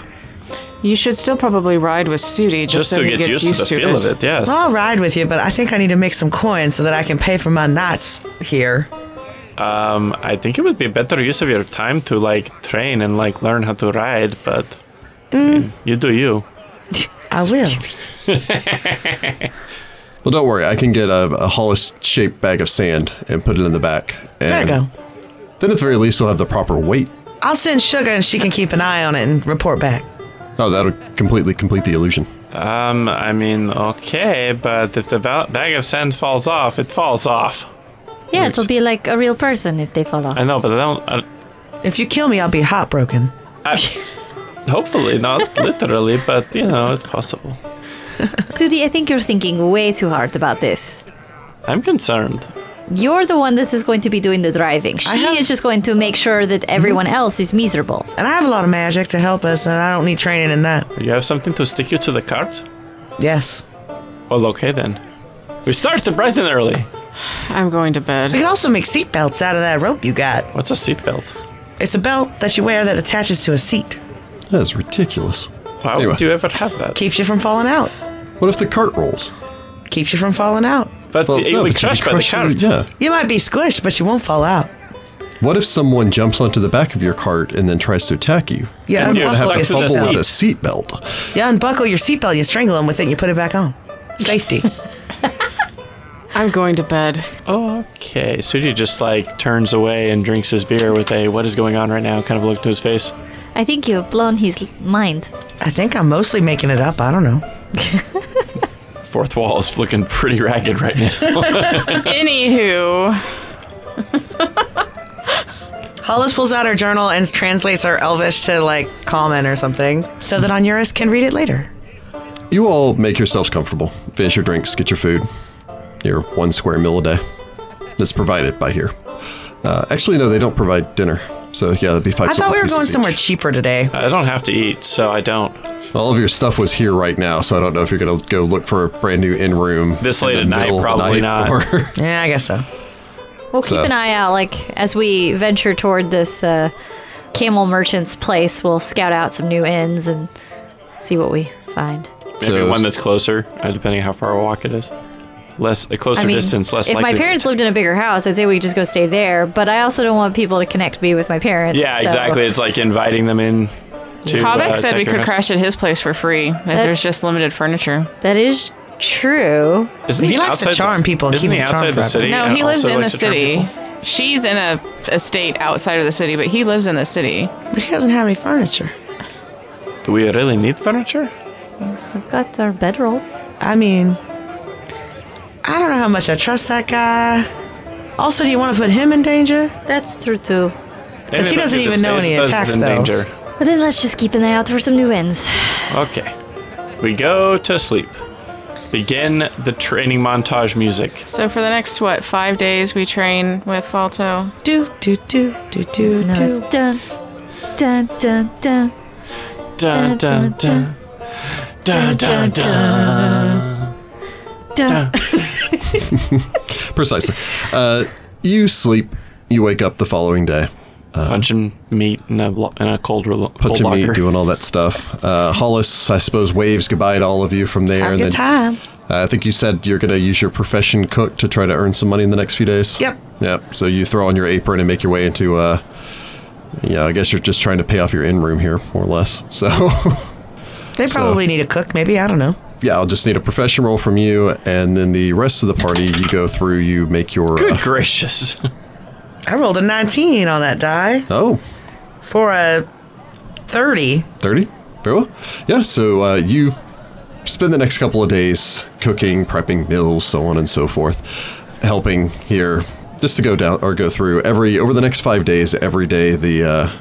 Speaker 3: you should still probably ride with Sudi just,
Speaker 4: Just
Speaker 3: so
Speaker 4: to
Speaker 3: he
Speaker 4: get
Speaker 3: gets
Speaker 4: used to the
Speaker 3: to
Speaker 4: feel of it, yes.
Speaker 2: I'll ride with you, but I think I need to make some coins so that I can pay for my knots here.
Speaker 4: Um, I think it would be a better use of your time to like train and like learn how to ride, but I mean, you do you.
Speaker 2: I will.
Speaker 1: Well, don't worry. I can get a, a Hollis-shaped bag of sand and put it in the back. And
Speaker 2: There you go.
Speaker 1: Then at the very least, we'll have the proper weight.
Speaker 2: I'll send Sugar and she can keep an eye on it and report back.
Speaker 1: Oh, that'll completely complete the illusion.
Speaker 4: Um, I mean, okay, but if the ba- bag of sand falls off, it falls off.
Speaker 5: Yeah, it'll be like a real person if they
Speaker 4: [laughs]
Speaker 5: fall off.
Speaker 4: I know, but I don't. uh, I,
Speaker 2: If you kill me, I'll be heartbroken.
Speaker 4: I, hopefully, not literally, but you know, it's possible.
Speaker 5: Sudi, I think you're thinking way too hard about this.
Speaker 4: I'm concerned.
Speaker 5: You're the one that is going to be doing the driving. She
Speaker 2: have-
Speaker 5: is just going to make sure that
Speaker 4: [laughs]
Speaker 5: everyone else is miserable.
Speaker 2: And I have a lot of magic to help us, and I don't need training in that.
Speaker 4: You have something to stick you to the cart?
Speaker 2: Yes.
Speaker 4: Well, okay then. We started bright and early.
Speaker 3: I'm going to
Speaker 2: We
Speaker 3: bed.
Speaker 2: can also make seat belts out of that rope you got.
Speaker 4: What's a seatbelt?
Speaker 2: It's a belt that you wear that attaches to a seat.
Speaker 1: That is ridiculous.
Speaker 4: Why
Speaker 1: Anyway.
Speaker 4: would you ever have that?
Speaker 2: Keeps you from falling out.
Speaker 1: What if the cart rolls?
Speaker 2: Keeps you from falling out.
Speaker 4: But
Speaker 1: Well,
Speaker 4: it
Speaker 1: no, but
Speaker 4: would be
Speaker 1: you'd be
Speaker 4: crushed by the
Speaker 1: crushing-
Speaker 4: cart.
Speaker 1: Yeah.
Speaker 2: You might be squished, but you won't fall out.
Speaker 1: What if someone jumps onto the back of your cart and then tries to attack you?
Speaker 2: Yeah,
Speaker 4: And
Speaker 1: You're gonna
Speaker 4: you're
Speaker 1: have
Speaker 2: unbuckle,
Speaker 1: to
Speaker 4: stuck to the
Speaker 1: fumble with a seatbelt.
Speaker 2: you unbuckle your seatbelt, you strangle them with it, and you put it back on.
Speaker 1: [laughs]
Speaker 2: Safety.
Speaker 3: I'm going to bed.
Speaker 4: Okay, Sudi just like turns away and drinks his beer with a "What is going on right now?" kind of look to his face.
Speaker 5: I think you've blown his l- mind.
Speaker 2: I think I'm mostly making it up. I don't know.
Speaker 4: Fourth wall is looking pretty ragged right now.
Speaker 3: Anywho,
Speaker 2: Hollis pulls out her journal and translates her Elvish to like common or something, so that Onuris can read it later.
Speaker 1: You all make yourselves comfortable. Finish your drinks, get your food. Your one square meal a day. That's provided by here. Uh, actually, no, they don't provide dinner. So yeah, that'd be five.
Speaker 2: I thought we
Speaker 1: silver
Speaker 2: were going
Speaker 1: pieces
Speaker 2: somewhere
Speaker 1: each.
Speaker 2: cheaper today.
Speaker 4: [laughs] I don't have to eat, so I don't.
Speaker 1: All of your stuff was here right now, so I don't know if you're gonna go look for a brand new in room
Speaker 4: This
Speaker 1: in
Speaker 4: late
Speaker 1: the
Speaker 4: at night,
Speaker 1: middle of the
Speaker 4: probably
Speaker 1: night,
Speaker 4: not.
Speaker 1: or-
Speaker 2: Yeah, I guess so.
Speaker 5: We'll keep
Speaker 1: So-
Speaker 5: an eye out, like as we venture toward this uh, camel merchant's place. We'll scout out some new inns and see what we find.
Speaker 4: Maybe
Speaker 1: So-
Speaker 4: one that's closer, uh, depending how far a walk it is. Less a closer
Speaker 5: I mean,
Speaker 4: distance, less
Speaker 5: if
Speaker 4: likely.
Speaker 5: my parents lived in a bigger house, I'd say we just go stay there. But I also don't want people to connect me with my parents.
Speaker 4: yeah,
Speaker 5: so-
Speaker 4: exactly. It's like inviting them in. To,
Speaker 3: Kobek
Speaker 4: uh,
Speaker 3: said we
Speaker 4: take your
Speaker 3: could
Speaker 4: house.
Speaker 3: crash at his place for free, as there's just limited furniture.
Speaker 5: That is true.
Speaker 4: Isn't
Speaker 2: He likes to
Speaker 4: outside the-
Speaker 2: charm people and
Speaker 4: isn't
Speaker 2: keep
Speaker 4: he
Speaker 2: them charmed
Speaker 4: outside the
Speaker 2: forever.
Speaker 4: city?
Speaker 3: No,
Speaker 4: and
Speaker 3: he lives
Speaker 4: also
Speaker 3: in the
Speaker 4: likes to charm
Speaker 3: city.
Speaker 4: people?
Speaker 3: She's in a estate outside of the city, but he lives in the city.
Speaker 2: But he doesn't have any furniture.
Speaker 4: Do we really need furniture?
Speaker 5: We've got our bedrolls.
Speaker 2: I mean, I don't know how much I trust that guy. Also, do you want to put him in danger?
Speaker 5: That's true too.
Speaker 4: Because
Speaker 2: he doesn't even know any attack spells.
Speaker 4: Danger.
Speaker 5: But then let's just keep an eye out for some new inns.
Speaker 4: Okay. We go to sleep. Begin the training montage music.
Speaker 3: So for the next what five days we train with Falto.
Speaker 2: Do do do do do
Speaker 5: No, it's
Speaker 2: do.
Speaker 5: dun, dun, dun, dun.
Speaker 4: Dun dun dun. Dun dun dun.
Speaker 5: dun.
Speaker 1: [laughs] Precisely. Uh, you sleep. You wake up the following day.
Speaker 4: Punching meat in a, lo- in a cold, rel- cold
Speaker 1: Punching meat,
Speaker 4: locker.
Speaker 1: doing all that stuff. Uh, Hollis, I suppose, waves goodbye to all of you from there.
Speaker 2: Have a
Speaker 1: and
Speaker 2: good
Speaker 1: then
Speaker 2: time.
Speaker 1: Uh, I think you said you're going to use your profession cook to try to earn some money in the next few days.
Speaker 2: Yep.
Speaker 1: Yep. So you throw on your apron and make your way into. Uh, yeah, I guess you're just trying to pay off your in room here, more or less. So, [laughs]
Speaker 2: They probably need a cook, maybe. I don't know.
Speaker 1: yeah, I'll just need a profession roll from you, and then the rest of the party, you go through, you make your.
Speaker 4: [laughs] Good
Speaker 1: uh,
Speaker 4: gracious.
Speaker 2: I rolled a 19 on that die
Speaker 1: oh,
Speaker 2: for a 30.
Speaker 1: 30 very well yeah so uh, you spend the next couple of days cooking prepping meals so on and so forth helping here just to go down or go through every over the next five days. Every day, the uh,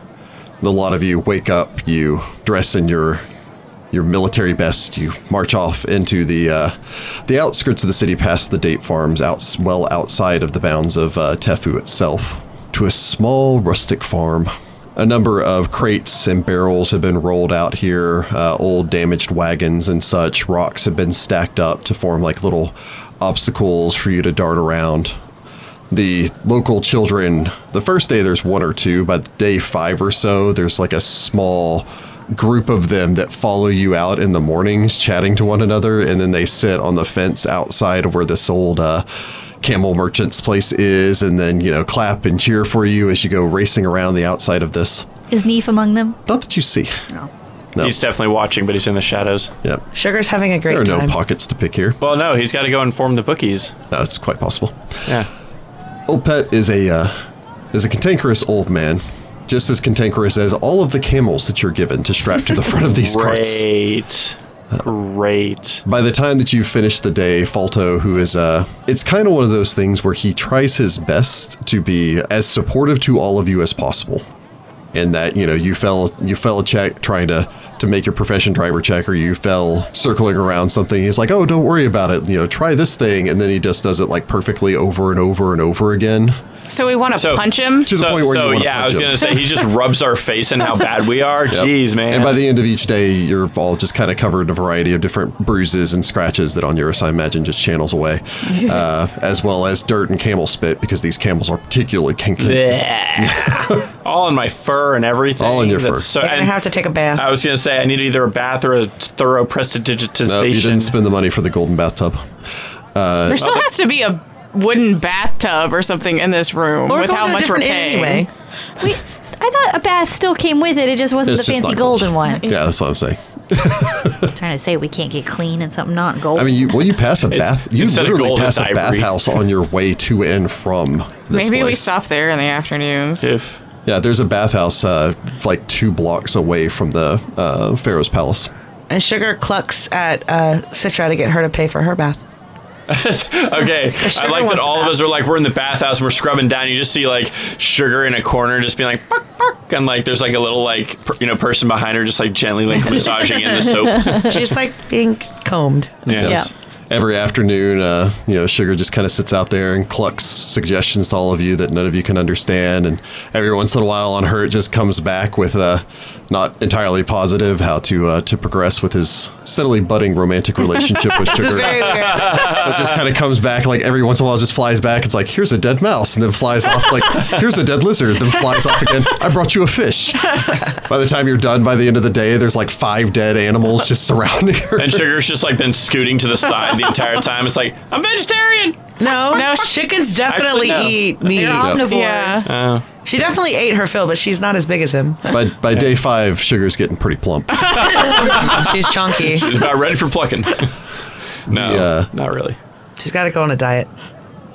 Speaker 1: the lot of you wake up, you dress in your your military best, you march off into the uh, the outskirts of the city, past the date farms, out well outside of the bounds of uh, Tefu itself, to a small rustic farm. A number of crates and barrels have been rolled out here. Uh, old damaged wagons and such rocks have been stacked up to form like little obstacles for you to dart around the local children the first day there's one or two but day five or so there's like a small group of them that follow you out in the mornings chatting to one another and then they sit on the fence outside of where this old uh, camel merchant's place is and then you know clap and cheer for you as you go racing around the outside of this
Speaker 5: Is Neef among them?
Speaker 1: not that you see No.
Speaker 4: He's definitely watching, but he's in the shadows.
Speaker 1: yep
Speaker 2: Sugar's having a great
Speaker 1: there are no
Speaker 2: time.
Speaker 1: pockets to pick here
Speaker 4: Well, no, he's got to go inform the bookies.
Speaker 1: that's quite possible
Speaker 4: Yeah.
Speaker 1: Old Pet is a uh, is a cantankerous old man, just as cantankerous as all of the camels that you're given to strap to the front of
Speaker 4: [laughs]
Speaker 1: these carts.
Speaker 4: Great. Great.
Speaker 1: By the time that you finish the day, Falto, who is uh, it's kind of one of those things where he tries his best to be as supportive to all of you as possible, and that you know you fell you fell a check trying to to make your profession driver check, or you fell circling around something. He's like, oh, don't worry about it, you know, try this thing, and then he just does it like perfectly over and over and over again.
Speaker 3: So we want to
Speaker 4: So-
Speaker 3: punch him.
Speaker 1: To the point where you
Speaker 4: so
Speaker 1: wanna
Speaker 4: yeah, I
Speaker 1: punch
Speaker 4: was
Speaker 1: him.
Speaker 4: gonna say he just rubs our face in how bad
Speaker 1: [laughs]
Speaker 4: we are. Jeez, man.
Speaker 1: And by the end of each day, you're all just kind of covered in a variety of different bruises and scratches that on Eurus, I imagine, just channels
Speaker 4: [laughs]
Speaker 1: away, uh, as well as dirt and camel spit because these camels are particularly kinky. [laughs]
Speaker 4: Bleh. all in my fur and everything.
Speaker 1: All in your fur.
Speaker 4: That's So,
Speaker 2: You're gonna
Speaker 4: and
Speaker 2: have to take a bath.
Speaker 3: Uh,
Speaker 4: I was gonna say I need either a bath or a thorough prestidigitization.
Speaker 1: No, Uh, you didn't spend the money for the golden bathtub.
Speaker 3: There still has to be a wooden bathtub or something in this room
Speaker 2: Or
Speaker 3: with
Speaker 2: go
Speaker 3: how
Speaker 2: to a
Speaker 3: much we're
Speaker 2: different inn
Speaker 3: paying.
Speaker 2: anyway.
Speaker 5: We, I thought a bath still came with it. It just wasn't
Speaker 1: It's
Speaker 5: the
Speaker 1: just
Speaker 5: fancy
Speaker 1: not gold.
Speaker 5: golden one.
Speaker 1: Yeah, that's what I'm saying.
Speaker 5: trying to say we can't get clean and something not gold.
Speaker 1: I mean, you, well, you pass a
Speaker 4: It's-
Speaker 1: bath. You
Speaker 4: instead of
Speaker 1: literally
Speaker 4: gold,
Speaker 1: pass
Speaker 4: it's
Speaker 1: a
Speaker 4: ivory.
Speaker 1: bathhouse on your way to and from this
Speaker 3: Maybe we
Speaker 1: place.
Speaker 3: stop there in the afternoons.
Speaker 4: If [laughs]
Speaker 1: Yeah, there's a bathhouse uh, like two blocks away from the uh, Pharaoh's palace.
Speaker 2: And Sugar clucks at uh, Citra to get her to pay for her bath.
Speaker 4: okay, I
Speaker 2: sugar
Speaker 4: like that
Speaker 2: wants a
Speaker 4: all of us are like we're in the bathhouse and we're scrubbing down. You just see like sugar in a corner, just being like, "Bark, bark," and like there's like a little like per, you know person behind her, just like gently like massaging in the
Speaker 1: [laughs]
Speaker 4: soap.
Speaker 2: She's like being combed.
Speaker 4: Yes.
Speaker 1: Every afternoon, uh, you know, Sugar just kind of sits out there and clucks suggestions to all of you that none of you can understand. And every once in a while, on her, it just comes back with uh, not entirely positive how to uh, to progress with his steadily budding romantic relationship with
Speaker 2: This is
Speaker 1: Sugar.
Speaker 2: very weird.
Speaker 1: But just kind of comes back like every once in a while, it just flies back. It's like here's a dead mouse, and then flies off. Like here's a dead lizard, then flies off again. I brought you a fish. By the time you're done, by the end of the day, there's like five dead animals just surrounding her.
Speaker 4: And sugar's just like been scooting to the side the entire time. It's like I'm vegetarian.
Speaker 2: No, no,
Speaker 3: No,
Speaker 2: chickens definitely
Speaker 4: no.
Speaker 2: eat meat.
Speaker 5: Omnivores.
Speaker 3: Yeah.
Speaker 1: Uh,
Speaker 4: Oh,
Speaker 2: She definitely ate her fill, but she's not as big as
Speaker 3: [laughs]
Speaker 2: him.
Speaker 1: By, by day five, Sugar's getting pretty plump.
Speaker 2: She's chunky.
Speaker 4: she's about ready for
Speaker 1: [laughs]
Speaker 4: plucking. no,
Speaker 1: Yeah.
Speaker 4: not really.
Speaker 2: She's got to go on a diet.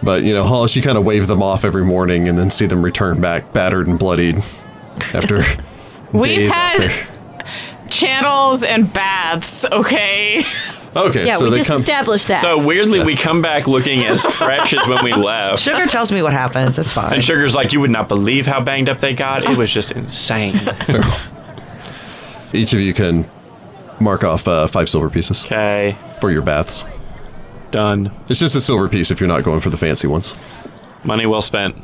Speaker 1: But, you know, Hollis, you kind of wave them off every morning and then see them return back battered and bloodied
Speaker 5: [laughs]
Speaker 1: after
Speaker 3: We've
Speaker 1: days out
Speaker 3: had
Speaker 1: there.
Speaker 3: channels and baths, okay?
Speaker 1: Okay,
Speaker 5: yeah,
Speaker 1: so
Speaker 5: we
Speaker 1: they
Speaker 5: just
Speaker 1: come.
Speaker 5: established that.
Speaker 4: So weirdly, we come back looking as fresh
Speaker 1: [laughs]
Speaker 4: as when we left.
Speaker 2: Sugar tells me what happens. That's fine.
Speaker 4: And Sugar's like, you would not believe how banged up they got. It was just insane.
Speaker 1: each of you can mark off uh, five silver pieces
Speaker 4: Okay,
Speaker 1: for your baths.
Speaker 4: done.
Speaker 1: It's just a silver piece if you're not going for the fancy ones.
Speaker 4: Money well spent.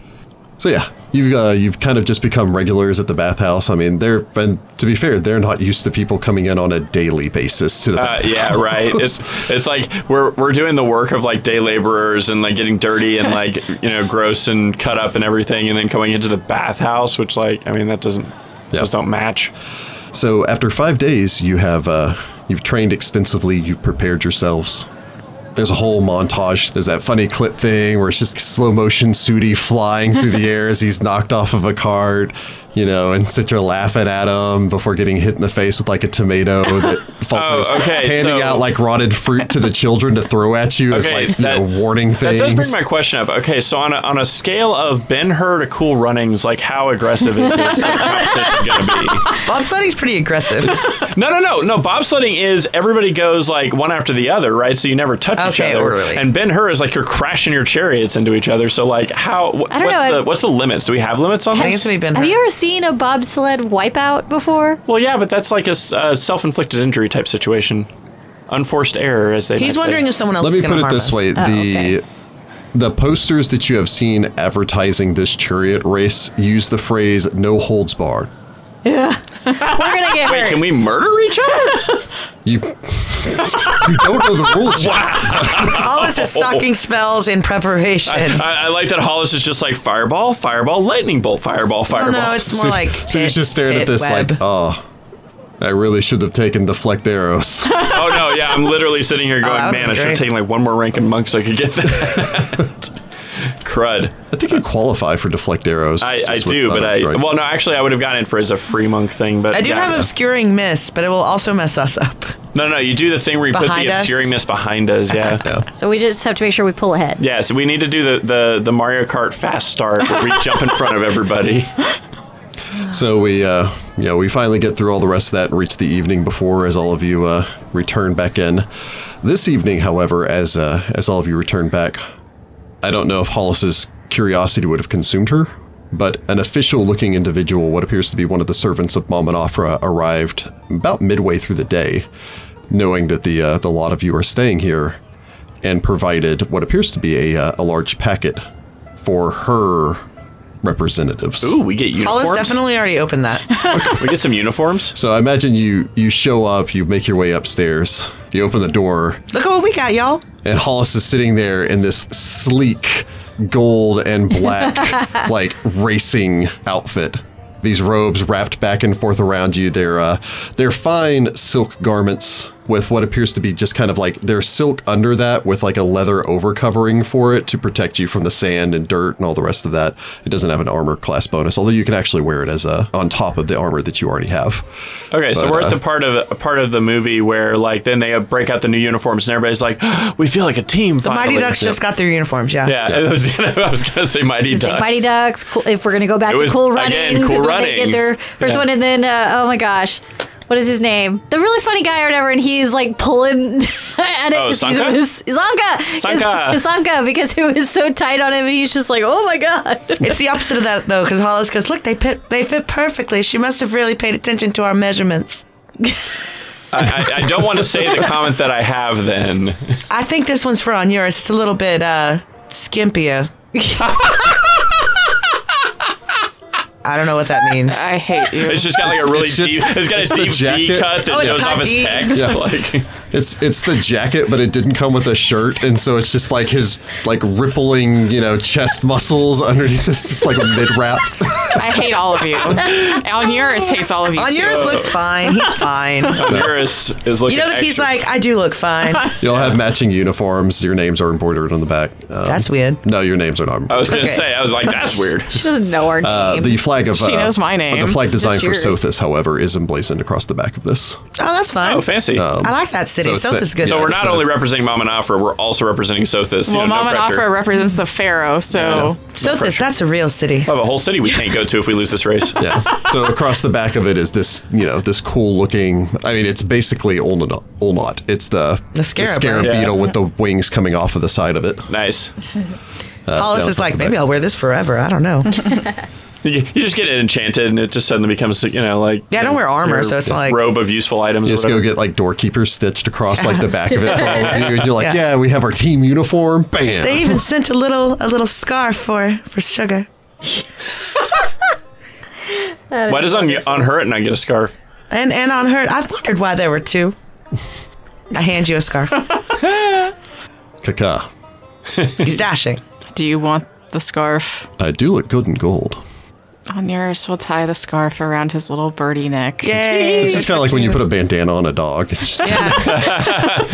Speaker 1: So yeah, you've uh, you've kind of just become regulars at the bathhouse. I mean, they're and to be fair, they're not used to people coming in on a daily basis to the
Speaker 4: Uh,
Speaker 1: bathhouse.
Speaker 4: yeah, right. It's it's like we're we're doing the work of like day laborers and like getting dirty and like you know gross and cut up and everything, and then coming into the bathhouse, which like I mean that doesn't
Speaker 1: Yeah.
Speaker 4: those don't match.
Speaker 1: So after five days, you have uh, you've trained extensively. You've prepared yourselves. There's a whole montage. There's that funny clip thing where it's just slow motion Sudi flying through the air as he's knocked off of a cart, you know, and Citra laughing at him before getting hit in the face with like a tomato that falters.
Speaker 4: [laughs] Oh, okay,
Speaker 1: Handing
Speaker 4: so-
Speaker 1: out like rotted fruit to the children to throw at you as
Speaker 4: Okay,
Speaker 1: like you
Speaker 4: that-
Speaker 1: know, warning
Speaker 4: That
Speaker 1: things.
Speaker 4: does bring my question up. Okay, so on a, on a scale of Ben Hur to Cool Runnings, like how aggressive is this competition going to be?
Speaker 2: Bobsledding's pretty aggressive.
Speaker 1: [laughs]
Speaker 4: No, no, no, no. Bobsledding is everybody goes like one after the other, right? So you never touch each
Speaker 2: Okay,
Speaker 4: other.
Speaker 2: orderly.
Speaker 4: And Ben Hur is like you're crashing your chariots into each other. So like, how? Wh-
Speaker 5: I don't
Speaker 4: what's
Speaker 5: know,
Speaker 4: the
Speaker 5: I've-
Speaker 4: what's the limits? Do we have limits on
Speaker 2: I think it's
Speaker 4: this?
Speaker 2: gonna be Ben.
Speaker 5: Have
Speaker 2: Hur.
Speaker 5: you ever seen a bobsled wipeout before?
Speaker 4: Well, yeah, but that's like a s- uh, self-inflicted injury type situation, unforced error, as they. might
Speaker 2: He's
Speaker 4: say.
Speaker 2: wondering if someone else
Speaker 1: Let
Speaker 2: is
Speaker 1: me
Speaker 2: gonna
Speaker 1: put it
Speaker 2: harm
Speaker 1: this
Speaker 2: us. Oh,
Speaker 1: way: the
Speaker 5: okay.
Speaker 1: the posters that you have seen advertising this chariot race use the phrase "no holds barred."
Speaker 5: We're gonna get
Speaker 4: Wait,
Speaker 5: hurt.
Speaker 4: can we murder each
Speaker 2: [laughs]
Speaker 4: other?
Speaker 1: You [laughs] you don't know the rules. yet.
Speaker 2: All
Speaker 1: [laughs]
Speaker 2: this is stocking spells in preparation.
Speaker 4: I, I like that Hollis is just like fireball, fireball, lightning bolt, fireball,
Speaker 2: Well,
Speaker 4: fireball.
Speaker 2: no, it's more
Speaker 1: so,
Speaker 2: like
Speaker 1: so he's
Speaker 2: pit-
Speaker 1: just staring at
Speaker 2: pit
Speaker 1: this
Speaker 2: web.
Speaker 1: like, oh, I really should have taken deflect
Speaker 4: [laughs]
Speaker 1: arrows.
Speaker 4: [laughs] oh no, yeah, I'm literally sitting here going,
Speaker 2: that would
Speaker 4: man,
Speaker 2: be
Speaker 4: I should
Speaker 2: great.
Speaker 4: have taken like one more rank in monk so I could get that. [laughs] Crud.
Speaker 1: I think you qualify for deflect arrows.
Speaker 4: I, I
Speaker 1: just with
Speaker 4: do, but I
Speaker 1: letters, right?
Speaker 4: well, no, actually, I would have gone in for as a free monk thing, but
Speaker 2: I do
Speaker 4: yeah,
Speaker 2: have
Speaker 4: no.
Speaker 2: obscuring mist, but it will also mess us up.
Speaker 4: no, no, you do the thing where you put
Speaker 2: Behind
Speaker 4: the
Speaker 2: us?
Speaker 4: obscuring mist behind us,
Speaker 2: [laughs]
Speaker 4: yeah. yeah.
Speaker 5: so we just have to make sure we pull ahead.
Speaker 4: so we need to do the, the, the Mario Kart fast start where we jump in front
Speaker 2: [laughs]
Speaker 4: of everybody.
Speaker 1: So we, uh, you know, we finally get through all the rest of that and reach the evening before as all of you uh, return back in. This evening, however, as uh, as all of you return back, I don't know if Hollis's curiosity would have consumed her, but an official-looking individual, what appears to be one of the servants of Mamanafra, arrived about midway through the day, knowing that the uh, the lot of you are staying here, and provided what appears to be a uh, a large packet for her representatives.
Speaker 4: Ooh, we get uniforms.
Speaker 2: Hollis definitely already opened that.
Speaker 4: We get some uniforms.
Speaker 1: So I imagine you you show up, you make your way upstairs, you open the door,
Speaker 2: Look at what we got, y'all.
Speaker 1: and Hollis is sitting there in this sleek gold and black like racing outfit. These robes wrapped back and forth around you. They're uh, they're fine silk garments with what appears to be just kind of like they're silk under that with like a leather overcovering for it to protect you from the sand and dirt and all the rest of that. It doesn't have an armor class bonus, although you can actually wear it as a on top of the armor that you already have.
Speaker 4: Okay, so
Speaker 1: But,
Speaker 4: we're
Speaker 1: uh,
Speaker 4: at the part of a part of the movie where like then they break out the new uniforms and everybody's like, "Oh, we feel like a team.
Speaker 2: The Mighty Ducks just got their uniforms, yeah.
Speaker 4: Yeah, [laughs] I was gonna I was gonna say Mighty
Speaker 5: It's like
Speaker 4: Ducks.
Speaker 5: Mighty Ducks. Cool, if we're gonna go back
Speaker 4: It
Speaker 5: to
Speaker 4: was,
Speaker 5: Cool
Speaker 4: again,
Speaker 5: Runnings,
Speaker 4: Cool
Speaker 5: it's when they get
Speaker 4: Runnings.
Speaker 5: their first
Speaker 4: Yeah.
Speaker 5: one, and then uh, oh my gosh, what is his name? The really funny guy or whatever, and he's like pulling [laughs] at it.
Speaker 4: Oh,
Speaker 5: 'cause
Speaker 4: Sanka?
Speaker 5: He was, Sanka,
Speaker 4: Sanka.
Speaker 5: It's- [laughs] Sanka, because it was so tight on him, and he's just like, oh
Speaker 4: [laughs]
Speaker 5: my god. [laughs]
Speaker 2: It's the opposite of that though, because Hollis goes, "Look, they fit, they fit perfectly. She must have really paid attention to our measurements."
Speaker 4: I, I- I don't want to say
Speaker 2: [laughs]
Speaker 4: the comment that I have then.
Speaker 2: I think this one's for on yours. It's a little bit uh skimpier. [laughs] I don't know what that means.
Speaker 3: I hate you.
Speaker 4: It's just got like a really
Speaker 1: It's just-
Speaker 4: deep. It's got
Speaker 1: it's
Speaker 4: a
Speaker 1: the
Speaker 4: deep V
Speaker 1: jacket.
Speaker 4: cut that
Speaker 2: Oh, it's
Speaker 4: shows
Speaker 2: cut
Speaker 4: off his
Speaker 2: deep.
Speaker 4: pecs.
Speaker 1: Yeah.
Speaker 4: Like
Speaker 1: It's it's the jacket, but it didn't come with a shirt, and so it's just like his like rippling, you know, chest muscles [laughs] underneath this, just like a mid wrap.
Speaker 3: [laughs] I hate all of
Speaker 4: [laughs]
Speaker 3: you. Onuris hates all of you.
Speaker 2: On
Speaker 3: too.
Speaker 4: uh,
Speaker 2: yours looks fine.
Speaker 4: [laughs]
Speaker 2: He's fine.
Speaker 4: Onuris is looking.
Speaker 2: You know that he's
Speaker 4: extra-
Speaker 2: like, I do look fine.
Speaker 4: Uh-huh.
Speaker 1: You all have matching uniforms. Your names are embroidered on the back. Um,
Speaker 2: That's weird.
Speaker 1: no, your names are not.
Speaker 4: I
Speaker 1: Embroidered.
Speaker 4: was gonna
Speaker 2: okay.
Speaker 4: say. I was
Speaker 1: [laughs]
Speaker 4: like, that's weird.
Speaker 5: She doesn't know our
Speaker 1: Uh,
Speaker 5: name.
Speaker 1: the flag of
Speaker 3: She
Speaker 1: uh,
Speaker 3: knows my
Speaker 1: The
Speaker 3: name.
Speaker 1: flag design for
Speaker 5: yours.
Speaker 1: Sothis, however, is emblazoned across the back of this.
Speaker 2: Oh, that's fine.
Speaker 4: Oh, fancy.
Speaker 2: I like that city.
Speaker 1: So
Speaker 2: So
Speaker 1: it's the-
Speaker 2: good.
Speaker 4: so
Speaker 1: yeah,
Speaker 4: we're
Speaker 1: it's
Speaker 4: not
Speaker 1: the-
Speaker 4: only representing Mom and Afra, we're also representing Sothis.
Speaker 3: Well,
Speaker 4: you know,
Speaker 3: Mom and
Speaker 4: no pressure.
Speaker 3: Afra represents the Pharaoh, so
Speaker 2: Sothis, that's a real city.
Speaker 4: We'll have a whole city we can't go to if we lose
Speaker 1: [laughs]
Speaker 4: this race.
Speaker 1: Yeah. so across the back of it is this, you know, this cool looking. I mean, it's basically Olnot. Olnot. It's the
Speaker 2: The scarab,
Speaker 1: scarab
Speaker 4: right?
Speaker 1: beetle with the wings coming off of the side of it.
Speaker 4: Nice.
Speaker 2: Hollis
Speaker 1: yeah,
Speaker 2: is
Speaker 1: that's
Speaker 2: like,
Speaker 1: the
Speaker 2: maybe
Speaker 1: back.
Speaker 2: I'll wear this forever. I don't
Speaker 4: [laughs]
Speaker 2: know.
Speaker 4: You, you just get it enchanted, and it just suddenly becomes you know like
Speaker 2: Yeah, I don't wear armor,
Speaker 4: your
Speaker 2: so it's not like-
Speaker 4: robe of useful items. or
Speaker 1: You just go
Speaker 4: whatever.
Speaker 1: get like doorkeepers stitched across like the back of it for all of you, and you're like,
Speaker 2: Yeah.
Speaker 1: yeah, we have our team uniform. Bam.
Speaker 2: They even sent a little a little scarf for for sugar.
Speaker 4: Why does on on her it not get a scarf?
Speaker 2: And and on her, I've wondered why there were two. I hand you a scarf.
Speaker 1: Kaka,
Speaker 2: He's
Speaker 4: [laughs]
Speaker 2: dashing.
Speaker 3: do you want the scarf?
Speaker 1: I do look good in gold.
Speaker 3: Onuris will tie the scarf around his little birdie neck.
Speaker 2: Yay!
Speaker 1: It's
Speaker 4: [laughs]
Speaker 1: just kind of like when you put a bandana on a dog. It's just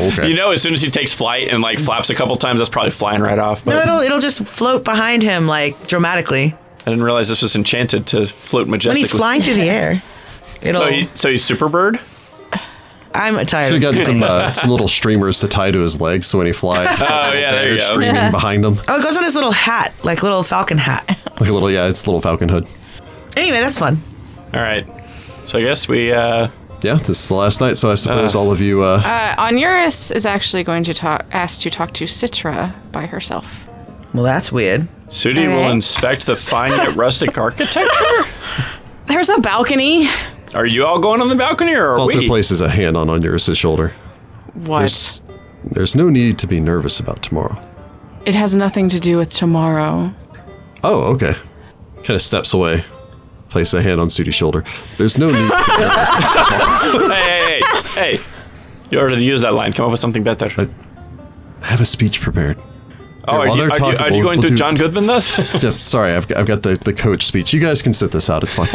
Speaker 1: okay.
Speaker 4: You know, as soon as he takes flight and like flaps a couple times, that's probably flying right off. But
Speaker 2: No, it'll it'll just float behind him like dramatically
Speaker 4: I didn't realize this was enchanted to float
Speaker 2: when
Speaker 4: majestically.
Speaker 2: he's flying through the air. It'll
Speaker 4: So, he, so he's Superbird.
Speaker 2: I'm tired.
Speaker 1: Should have
Speaker 2: of
Speaker 4: [laughs]
Speaker 1: gotten some
Speaker 2: doing
Speaker 1: uh, some little streamers to tie to his legs so when he flies,
Speaker 4: Oh, yeah, there you
Speaker 1: they're
Speaker 4: go.
Speaker 1: streaming behind him
Speaker 2: Oh, it goes on his little hat, like little falcon hat.
Speaker 1: like a little yeah, it's a little falcon hood.
Speaker 2: Anyway, that's fun.
Speaker 4: All right. So I guess we. Uh,
Speaker 1: Yeah, this is the last night, so I
Speaker 4: Ah.
Speaker 1: suppose all of you. Uh,
Speaker 3: Uh, Onuris is actually going to talk, ask to talk to Citra by herself.
Speaker 2: Well, that's weird.
Speaker 4: Sudi
Speaker 3: All
Speaker 4: will
Speaker 3: right.
Speaker 4: inspect the fine yet rustic architecture.
Speaker 3: There's a balcony.
Speaker 4: Are you all going on the balcony, or are
Speaker 1: Falter
Speaker 4: we?
Speaker 1: places a hand on Onuris' shoulder.
Speaker 3: What?
Speaker 1: There's, there's no need to be nervous about tomorrow.
Speaker 3: It has nothing to do with tomorrow.
Speaker 1: Oh, okay. Kind of steps away, places a hand on Sudi's shoulder. There's no need. To be nervous.
Speaker 4: hey, hey, hey, hey! You already used that line. Come up with something better.
Speaker 1: Have a speech prepared.
Speaker 4: oh, are
Speaker 1: while
Speaker 4: you,
Speaker 1: they're
Speaker 4: are, you,
Speaker 1: talking,
Speaker 4: are
Speaker 1: we'll-
Speaker 4: you going
Speaker 1: we'll
Speaker 4: through
Speaker 1: do-
Speaker 4: John Goodman this? [laughs]
Speaker 1: Yeah, sorry, I've, I've got the, the coach speech. You guys can sit this out. It's fine.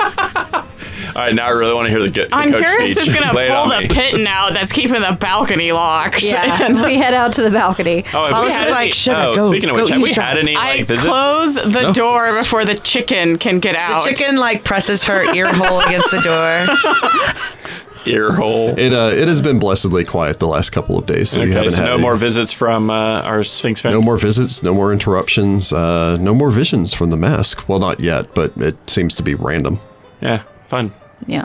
Speaker 4: all right, now I really want to hear the, the coach
Speaker 3: Onuris
Speaker 4: speech.
Speaker 3: is going to
Speaker 4: [laughs] Lay it
Speaker 3: pull
Speaker 4: on
Speaker 3: the
Speaker 4: me.
Speaker 3: pitten out that's keeping the balcony locked. [laughs]
Speaker 5: Yeah,
Speaker 3: And
Speaker 5: we head out to the balcony.
Speaker 4: Oh, have we
Speaker 2: Alice
Speaker 4: had
Speaker 2: is
Speaker 4: any-
Speaker 2: like, "Sugar,
Speaker 4: oh,
Speaker 2: go-
Speaker 4: speaking of
Speaker 2: go
Speaker 4: which, have we
Speaker 2: eavesdrop."
Speaker 4: had any
Speaker 3: I
Speaker 4: like visits?
Speaker 3: close the
Speaker 1: No.
Speaker 3: door before the chicken can get out.
Speaker 2: The chicken like presses her ear hole against the door.
Speaker 4: Ear hole.
Speaker 1: It uh, it has been blessedly quiet the last couple of days, so we
Speaker 4: okay,
Speaker 1: haven't
Speaker 4: so
Speaker 1: had
Speaker 4: no
Speaker 1: any-
Speaker 4: more visits from uh, our Sphinx family.
Speaker 1: no more visits, no more interruptions, uh, no more visions from the mask. Well, not yet, but it seems to be random.
Speaker 4: Yeah, fun.
Speaker 5: Yeah.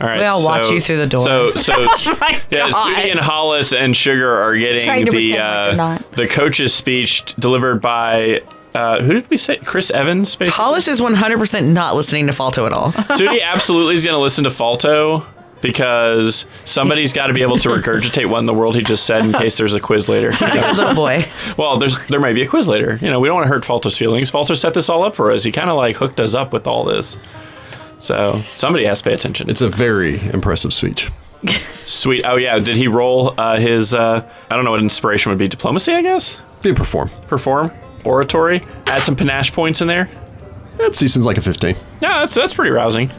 Speaker 4: All right,
Speaker 2: We all
Speaker 4: so,
Speaker 2: watch you through the door.
Speaker 4: So, so
Speaker 3: my
Speaker 4: yeah,
Speaker 3: God.
Speaker 4: Sudi and Hollis and Sugar are
Speaker 5: Trying
Speaker 4: getting
Speaker 5: to
Speaker 4: the
Speaker 5: pretend like they're
Speaker 4: uh,
Speaker 5: not.
Speaker 4: the coach's speech delivered by uh, who did we say? Chris Evans, basically.
Speaker 2: Hollis is 100% not listening to Falto at all.
Speaker 4: Sudi absolutely is going to listen to Falto because somebody's got to be able to regurgitate what in the world he just said in case there's a quiz later.
Speaker 2: Good little boy.
Speaker 4: well, there's there may be a quiz later. You know, we don't want to hurt Falto's feelings. Falto set this all up for us. He kind of like hooked us up with all this. So somebody has to pay attention.
Speaker 1: It's a very impressive speech.
Speaker 4: Sweet. Oh yeah. Did he roll uh, his? Uh, I don't know what inspiration would be. Diplomacy, I guess.
Speaker 1: Be perform.
Speaker 4: Perform oratory. Add some panache points in there.
Speaker 1: That season's like a 15.
Speaker 4: Yeah, that's that's pretty rousing.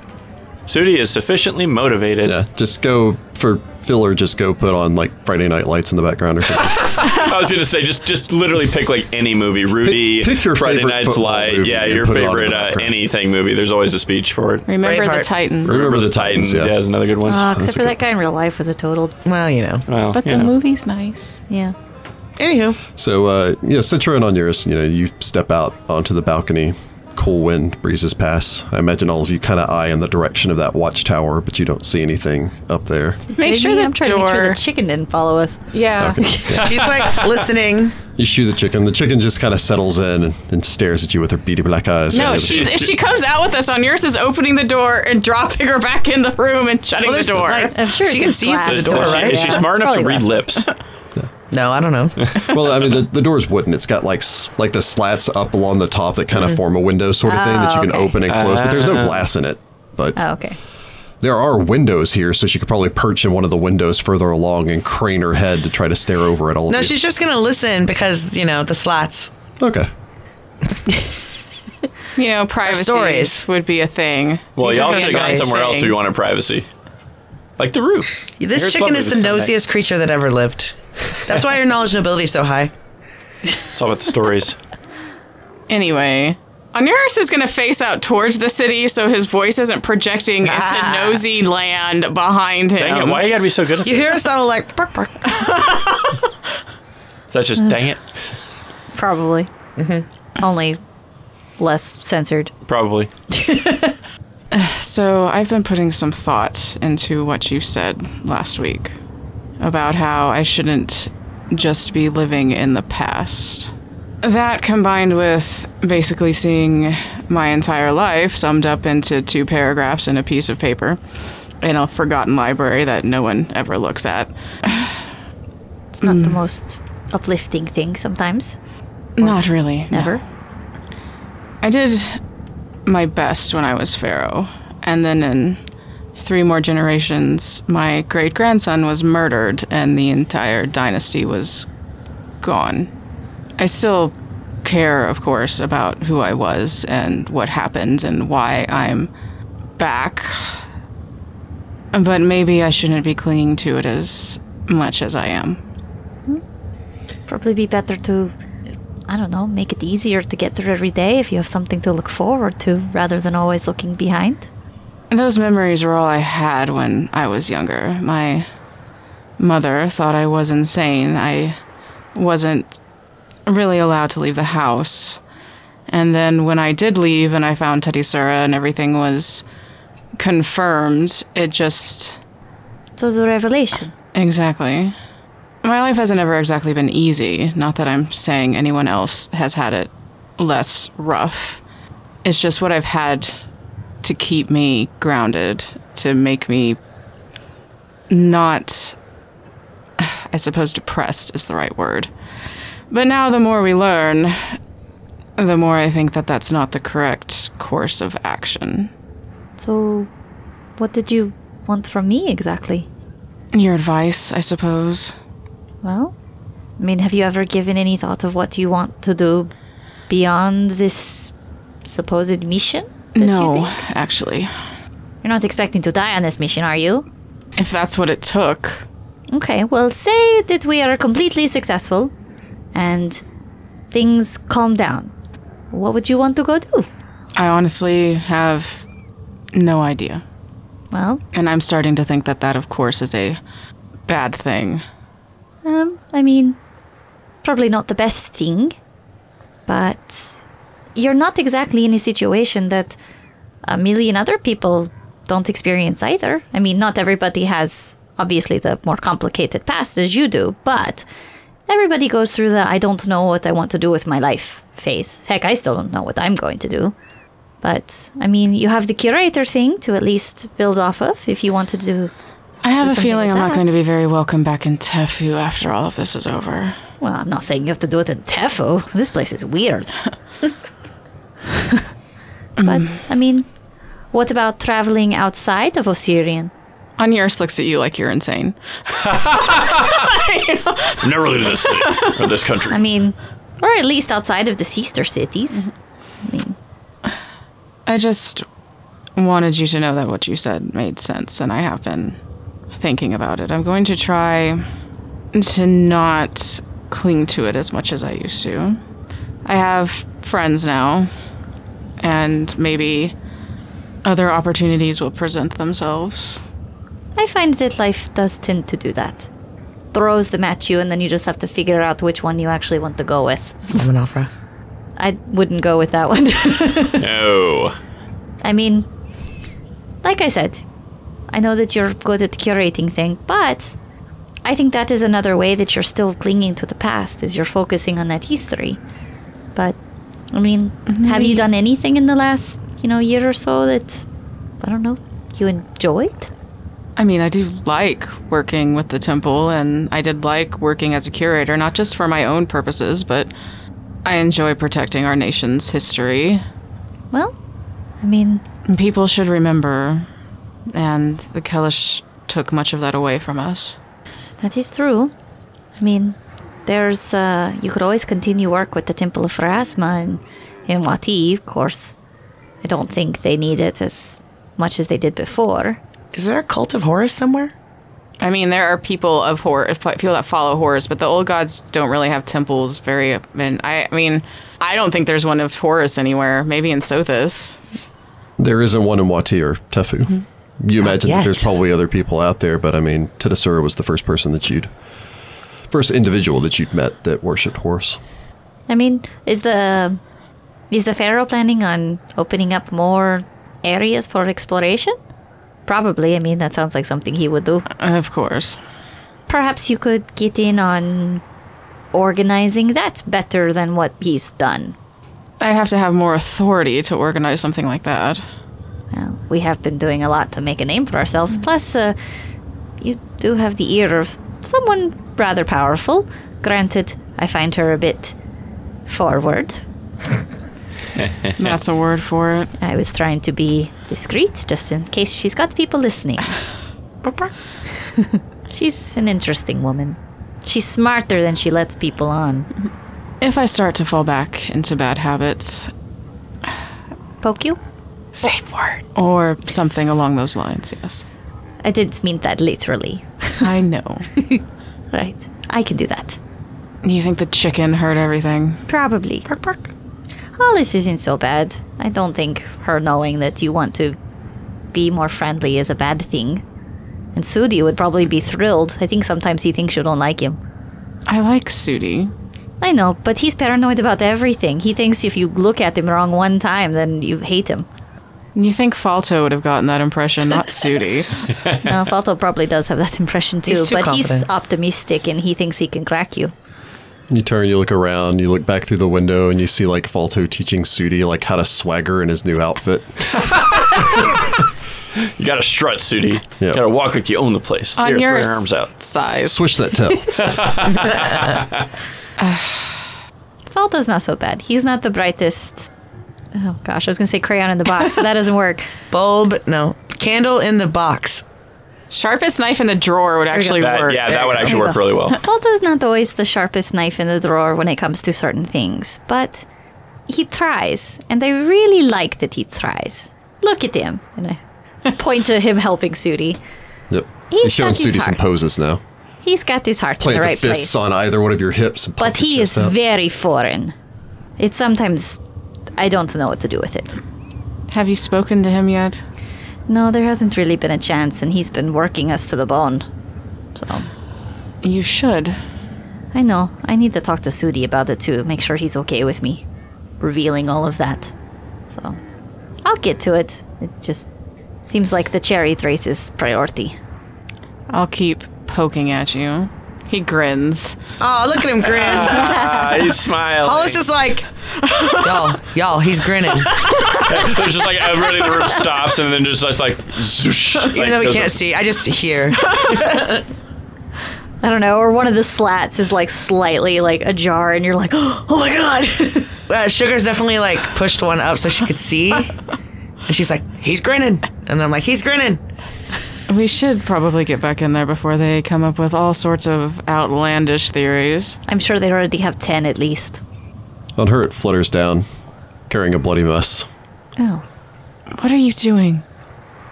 Speaker 4: Sudi is sufficiently motivated.
Speaker 1: Yeah, just go for filler. Just go put on like Friday Night Lights in the background or something.
Speaker 4: [laughs] I was gonna say just just literally pick like any movie. Rudy.
Speaker 1: pick your
Speaker 4: Friday
Speaker 1: favorite
Speaker 4: Night's
Speaker 1: football
Speaker 4: Light.
Speaker 1: movie
Speaker 4: Yeah,
Speaker 1: and
Speaker 4: your
Speaker 1: put it on in
Speaker 4: favorite
Speaker 1: the
Speaker 4: uh,
Speaker 1: background.
Speaker 4: anything movie. There's always a speech for it.
Speaker 3: Remember the
Speaker 2: Braveheart.
Speaker 3: Titans.
Speaker 1: Remember the Titans?
Speaker 4: Yeah,
Speaker 1: Yeah.
Speaker 4: is another good one.
Speaker 5: Uh,
Speaker 1: That's
Speaker 5: except
Speaker 1: a
Speaker 5: for
Speaker 1: good-
Speaker 5: that guy in real life was a total.
Speaker 2: Well, you know.
Speaker 4: well,
Speaker 3: But
Speaker 4: you
Speaker 3: the
Speaker 4: know.
Speaker 3: movie's nice.
Speaker 5: Yeah.
Speaker 2: Anywho,
Speaker 1: So uh, yeah, Citra and Onuris, you know, you step out onto the balcony. Cool wind breezes past. I imagine all of you kind of eye in the direction of that watchtower, but you don't see anything up
Speaker 5: [laughs]
Speaker 1: there.
Speaker 3: Make
Speaker 5: Maybe
Speaker 3: sure the
Speaker 5: I'm trying
Speaker 3: door.
Speaker 5: to make sure the chicken didn't follow us.
Speaker 3: yeah.
Speaker 2: she's like listening.
Speaker 1: You shoot the chicken. The chicken just kind of settles in and, and stares at you with her beady black eyes.
Speaker 3: No,
Speaker 1: Right?
Speaker 5: [laughs]
Speaker 3: she's, if she comes out with us, Onuris is opening the door and dropping her back in the room and shutting the
Speaker 2: there's,
Speaker 3: door.
Speaker 2: like-
Speaker 5: I'm sure
Speaker 2: She
Speaker 5: it's
Speaker 2: can
Speaker 5: a
Speaker 2: see you through
Speaker 5: glass
Speaker 2: the door,
Speaker 4: is she,
Speaker 2: right?
Speaker 4: Is she
Speaker 5: Yeah.
Speaker 4: smart enough
Speaker 5: Probably
Speaker 4: to read
Speaker 5: left.
Speaker 4: lips?
Speaker 2: No, I don't know.
Speaker 1: well, I mean, the, the door's wooden. It's got like s- like the slats up along the top that kind of form a window sort of thing that you
Speaker 5: Mm-hmm.
Speaker 1: can
Speaker 5: Oh, okay.
Speaker 1: open and close, but there's
Speaker 2: Uh-huh.
Speaker 1: no glass in it. But
Speaker 5: Oh, okay.
Speaker 1: there are windows here, so she could probably perch in one of the windows further along and crane her head to try to stare over at all. of [laughs]
Speaker 2: No,
Speaker 1: you.
Speaker 2: she's just going to listen because, you know, the slats.
Speaker 1: okay.
Speaker 3: you know, privacy
Speaker 2: stories.
Speaker 3: would be a thing.
Speaker 4: Well,
Speaker 2: These
Speaker 4: y'all
Speaker 2: are
Speaker 4: should have gone
Speaker 2: nice.
Speaker 4: somewhere else if you wanted privacy, like the roof.
Speaker 2: This
Speaker 4: Here's
Speaker 2: chicken
Speaker 4: lovely
Speaker 2: is the
Speaker 4: to someday.
Speaker 2: nosiest creature that ever lived. That's why your knowledge and ability is so high.
Speaker 4: It's all about the stories.
Speaker 3: Anyway, Onuris is going to face out towards the city so his voice isn't
Speaker 2: [laughs]
Speaker 3: projecting into nosy land behind him.
Speaker 4: Dang it! Why you gotta be so [laughs] good? at
Speaker 2: You hear us all like, bark, bark.
Speaker 4: Is that just dang it?
Speaker 5: Probably. Only less censored.
Speaker 4: Probably.
Speaker 3: So I've been putting some thought into what you said last week about how I shouldn't just be living in the past. That combined with basically seeing my entire life summed up into two paragraphs in a piece of paper in a forgotten library that no one ever looks at.
Speaker 5: It's not
Speaker 3: Mm.
Speaker 5: the most uplifting thing sometimes.
Speaker 3: Not really. no.
Speaker 5: Never.
Speaker 3: I did my best when I was Pharaoh, and then in three more generations, my great grandson was murdered, and the entire dynasty was gone. I still care, of course, about who I was and what happened and why I'm back, but maybe I shouldn't be clinging to it as much as I am.
Speaker 5: Probably be better to, I don't know, make it easier to get through every day if you have something to look forward to rather than always looking behind.
Speaker 3: Those memories were all I had when I was younger. My mother thought I was insane. I wasn't really allowed to leave the house. And then when I did leave and I found Teddy Sura and everything was confirmed, it just.
Speaker 5: So the revelation.
Speaker 3: Exactly. My life hasn't ever exactly been easy. Not that I'm saying anyone else has had it less rough. It's just what I've had to keep me grounded, to make me not, I suppose, depressed is the right word. But now, the more we learn, the more I think that that's not the correct course of action.
Speaker 5: So, what did you want from me exactly?
Speaker 3: Your advice, I suppose.
Speaker 5: Well, I mean, have you ever given any thought of what you want to do beyond this supposed mission? that you
Speaker 3: no,
Speaker 5: think?
Speaker 3: actually.
Speaker 5: You're not expecting to die on this mission, are you?
Speaker 3: If that's what it took,
Speaker 5: Okay, well, say that we are completely successful and things calm down. What would you want to go do?
Speaker 3: I honestly have no idea.
Speaker 5: Well,
Speaker 3: And I'm starting to think that that, of course, is a bad thing.
Speaker 5: um, I mean, it's probably not the best thing, but you're not exactly in a situation that a million other people don't experience either. I mean, not everybody has obviously the more complicated past as you do, but everybody goes through the I don't know what I want to do with my life phase. Heck, I still don't know what I'm going to do. But I mean, you have the curator thing to at least build off of if you want to do
Speaker 3: I have
Speaker 5: Do
Speaker 3: a
Speaker 5: something
Speaker 3: feeling
Speaker 5: with
Speaker 3: I'm not
Speaker 5: that.
Speaker 3: going to be very welcome back in Tefu after all of this is over.
Speaker 5: Well, I'm not saying you have to do it in Tefo. This place is weird. but, I mean, what about traveling outside of Osirian?
Speaker 3: Anyars looks at you like you're insane.
Speaker 4: I've never leave this city or this country.
Speaker 5: I
Speaker 4: [laughs]
Speaker 5: mean, or at least outside of the sister cities. I mean,
Speaker 3: I just wanted you to know that what you said made sense, and I have been thinking about it. I'm going to try to not cling to it as much as I used to. I have friends now, and maybe other opportunities will present themselves.
Speaker 5: I find that life does tend to do that. Throws them at you, and then you just have to figure out which one you actually want to go with.
Speaker 2: Lamanofra.
Speaker 5: I wouldn't go with that one. [laughs]
Speaker 4: No.
Speaker 5: I mean, like I said, I know that you're good at curating thing, but I think that is another way that you're still clinging to the past is you're focusing on that history. But I mean, have you done anything in the last, you know, year or so that I don't know, you enjoyed?
Speaker 3: I mean, I do like working with the temple, and I did like working as a curator, not just for my own purposes, but I enjoy protecting our nation's history.
Speaker 5: Well, I mean,
Speaker 3: People should remember, and the Kellish took much of that away from us.
Speaker 5: that is true. I mean, there's uh you could always continue work with the Temple of Pharasma and in Wati, of course. I don't think they need it as much as they did before.
Speaker 2: Is there a cult of Horus somewhere?
Speaker 3: I mean, there are people of Horus, people that follow Horus, but the old gods don't really have temples. Very, and I, I mean, I don't think there's one of Horus anywhere. Maybe in Sothis.
Speaker 1: There isn't one in Wati or Tefu.
Speaker 5: Mm-hmm.
Speaker 1: You imagine that
Speaker 2: yet.
Speaker 1: there's probably other people out there, but I mean, Tedasura was the first person that you'd, first individual that you'd met that worshipped Horus.
Speaker 5: I mean, is the is the pharaoh planning on opening up more areas for exploration? Probably. I mean, that sounds like something he would do.
Speaker 3: Of course.
Speaker 5: Perhaps you could get in on organizing that better than what he's done.
Speaker 3: I'd have to have more authority to organize something like [laughs] that.
Speaker 5: Well, we have been doing a lot to make a name for ourselves. Plus, uh, you do have the ear of someone rather powerful. Granted, I find her a bit forward.
Speaker 3: That's a word for it.
Speaker 5: I was trying to be discreet just in case she's got people listening. she's an interesting woman. She's smarter than she lets people on.
Speaker 3: If I start to fall back into bad habits
Speaker 5: Poke you?
Speaker 3: or something along those lines, yes.
Speaker 5: I didn't mean that literally.
Speaker 3: I know.
Speaker 5: Right. I can do that.
Speaker 3: you think the chicken heard everything?
Speaker 5: Probably. Perk, perk. Alice isn't so bad. I don't think her knowing that you want to be more friendly is a bad thing. And Sudi would probably be thrilled. I think sometimes he thinks you don't like him.
Speaker 3: I like Sudi.
Speaker 5: I know, but he's paranoid about everything. He thinks if you look at him wrong one time, then you
Speaker 2: [laughs]
Speaker 5: hate him.
Speaker 3: You think Falto would have gotten that impression, not Sudi.
Speaker 5: Now, Falto probably does have that impression too,
Speaker 2: He's too
Speaker 5: but he's
Speaker 2: confident.
Speaker 5: optimistic and he thinks he can crack you.
Speaker 1: You turn, you look around, you look back through the window, and you see like Falto teaching Sudi like how to swagger in his new
Speaker 5: [laughs]
Speaker 1: outfit.
Speaker 4: You gotta strut, Sudi.
Speaker 1: Yeah.
Speaker 4: You gotta walk like you own the place.
Speaker 3: On
Speaker 4: Here,
Speaker 3: your
Speaker 4: throw your arms out.
Speaker 3: Size.
Speaker 1: Switch that tail.
Speaker 5: Falto's not so bad. He's not the brightest. Oh gosh, I was gonna say crayon in the box, but that doesn't work.
Speaker 2: Bulb, no. Candle in the box.
Speaker 3: Sharpest knife in the drawer would actually
Speaker 4: That-
Speaker 3: work.
Speaker 4: yeah, that would actually work
Speaker 2: [laughs]
Speaker 4: really well.
Speaker 5: Falto's not always the sharpest knife in the drawer when it comes to certain things, but he tries, and I really like that he tries. Look at him, and I point to him helping Sudi.
Speaker 1: Yep.
Speaker 5: He's
Speaker 1: He's showing
Speaker 5: got his
Speaker 1: Sudi some
Speaker 5: heart.
Speaker 1: poses now.
Speaker 5: He's got his heart
Speaker 1: Plant
Speaker 5: in the right
Speaker 1: the fists
Speaker 5: place.
Speaker 1: on either one of your hips. And pump
Speaker 5: but
Speaker 1: your
Speaker 5: he
Speaker 1: chest
Speaker 5: is
Speaker 1: out.
Speaker 5: very foreign. It's sometimes I don't know what to do with it.
Speaker 3: Have you spoken to him yet?
Speaker 5: No, there hasn't really been a chance, and he's been working us to the bone. So
Speaker 3: You should.
Speaker 5: I know. I need to talk to Sudi about it too. Make sure he's okay with me revealing all of that. So I'll get to it. It just seems like the chariot race is priority.
Speaker 3: I'll keep poking at you. He grins.
Speaker 2: Oh, look at him grin.
Speaker 4: Ah, he smiled.
Speaker 2: Hollis is like, y'all, y'all, he's grinning.
Speaker 4: There's just like everybody in the room stops and then just, just like zoosh.
Speaker 2: Even though we can't see, I just hear.
Speaker 5: I don't know. Or one of the slats is like slightly like ajar, and you're like, [gasps] oh my god. [laughs]
Speaker 2: Uh, Sugar's definitely like pushed one up so she could see. And she's like, he's grinning. And I'm like, he's grinning.
Speaker 3: We should probably get back in there before they come up with all sorts of outlandish theories.
Speaker 5: I'm sure they already have ten at least.
Speaker 1: On her, it flutters down, carrying a bloody mess.
Speaker 5: Oh,
Speaker 3: What are you doing?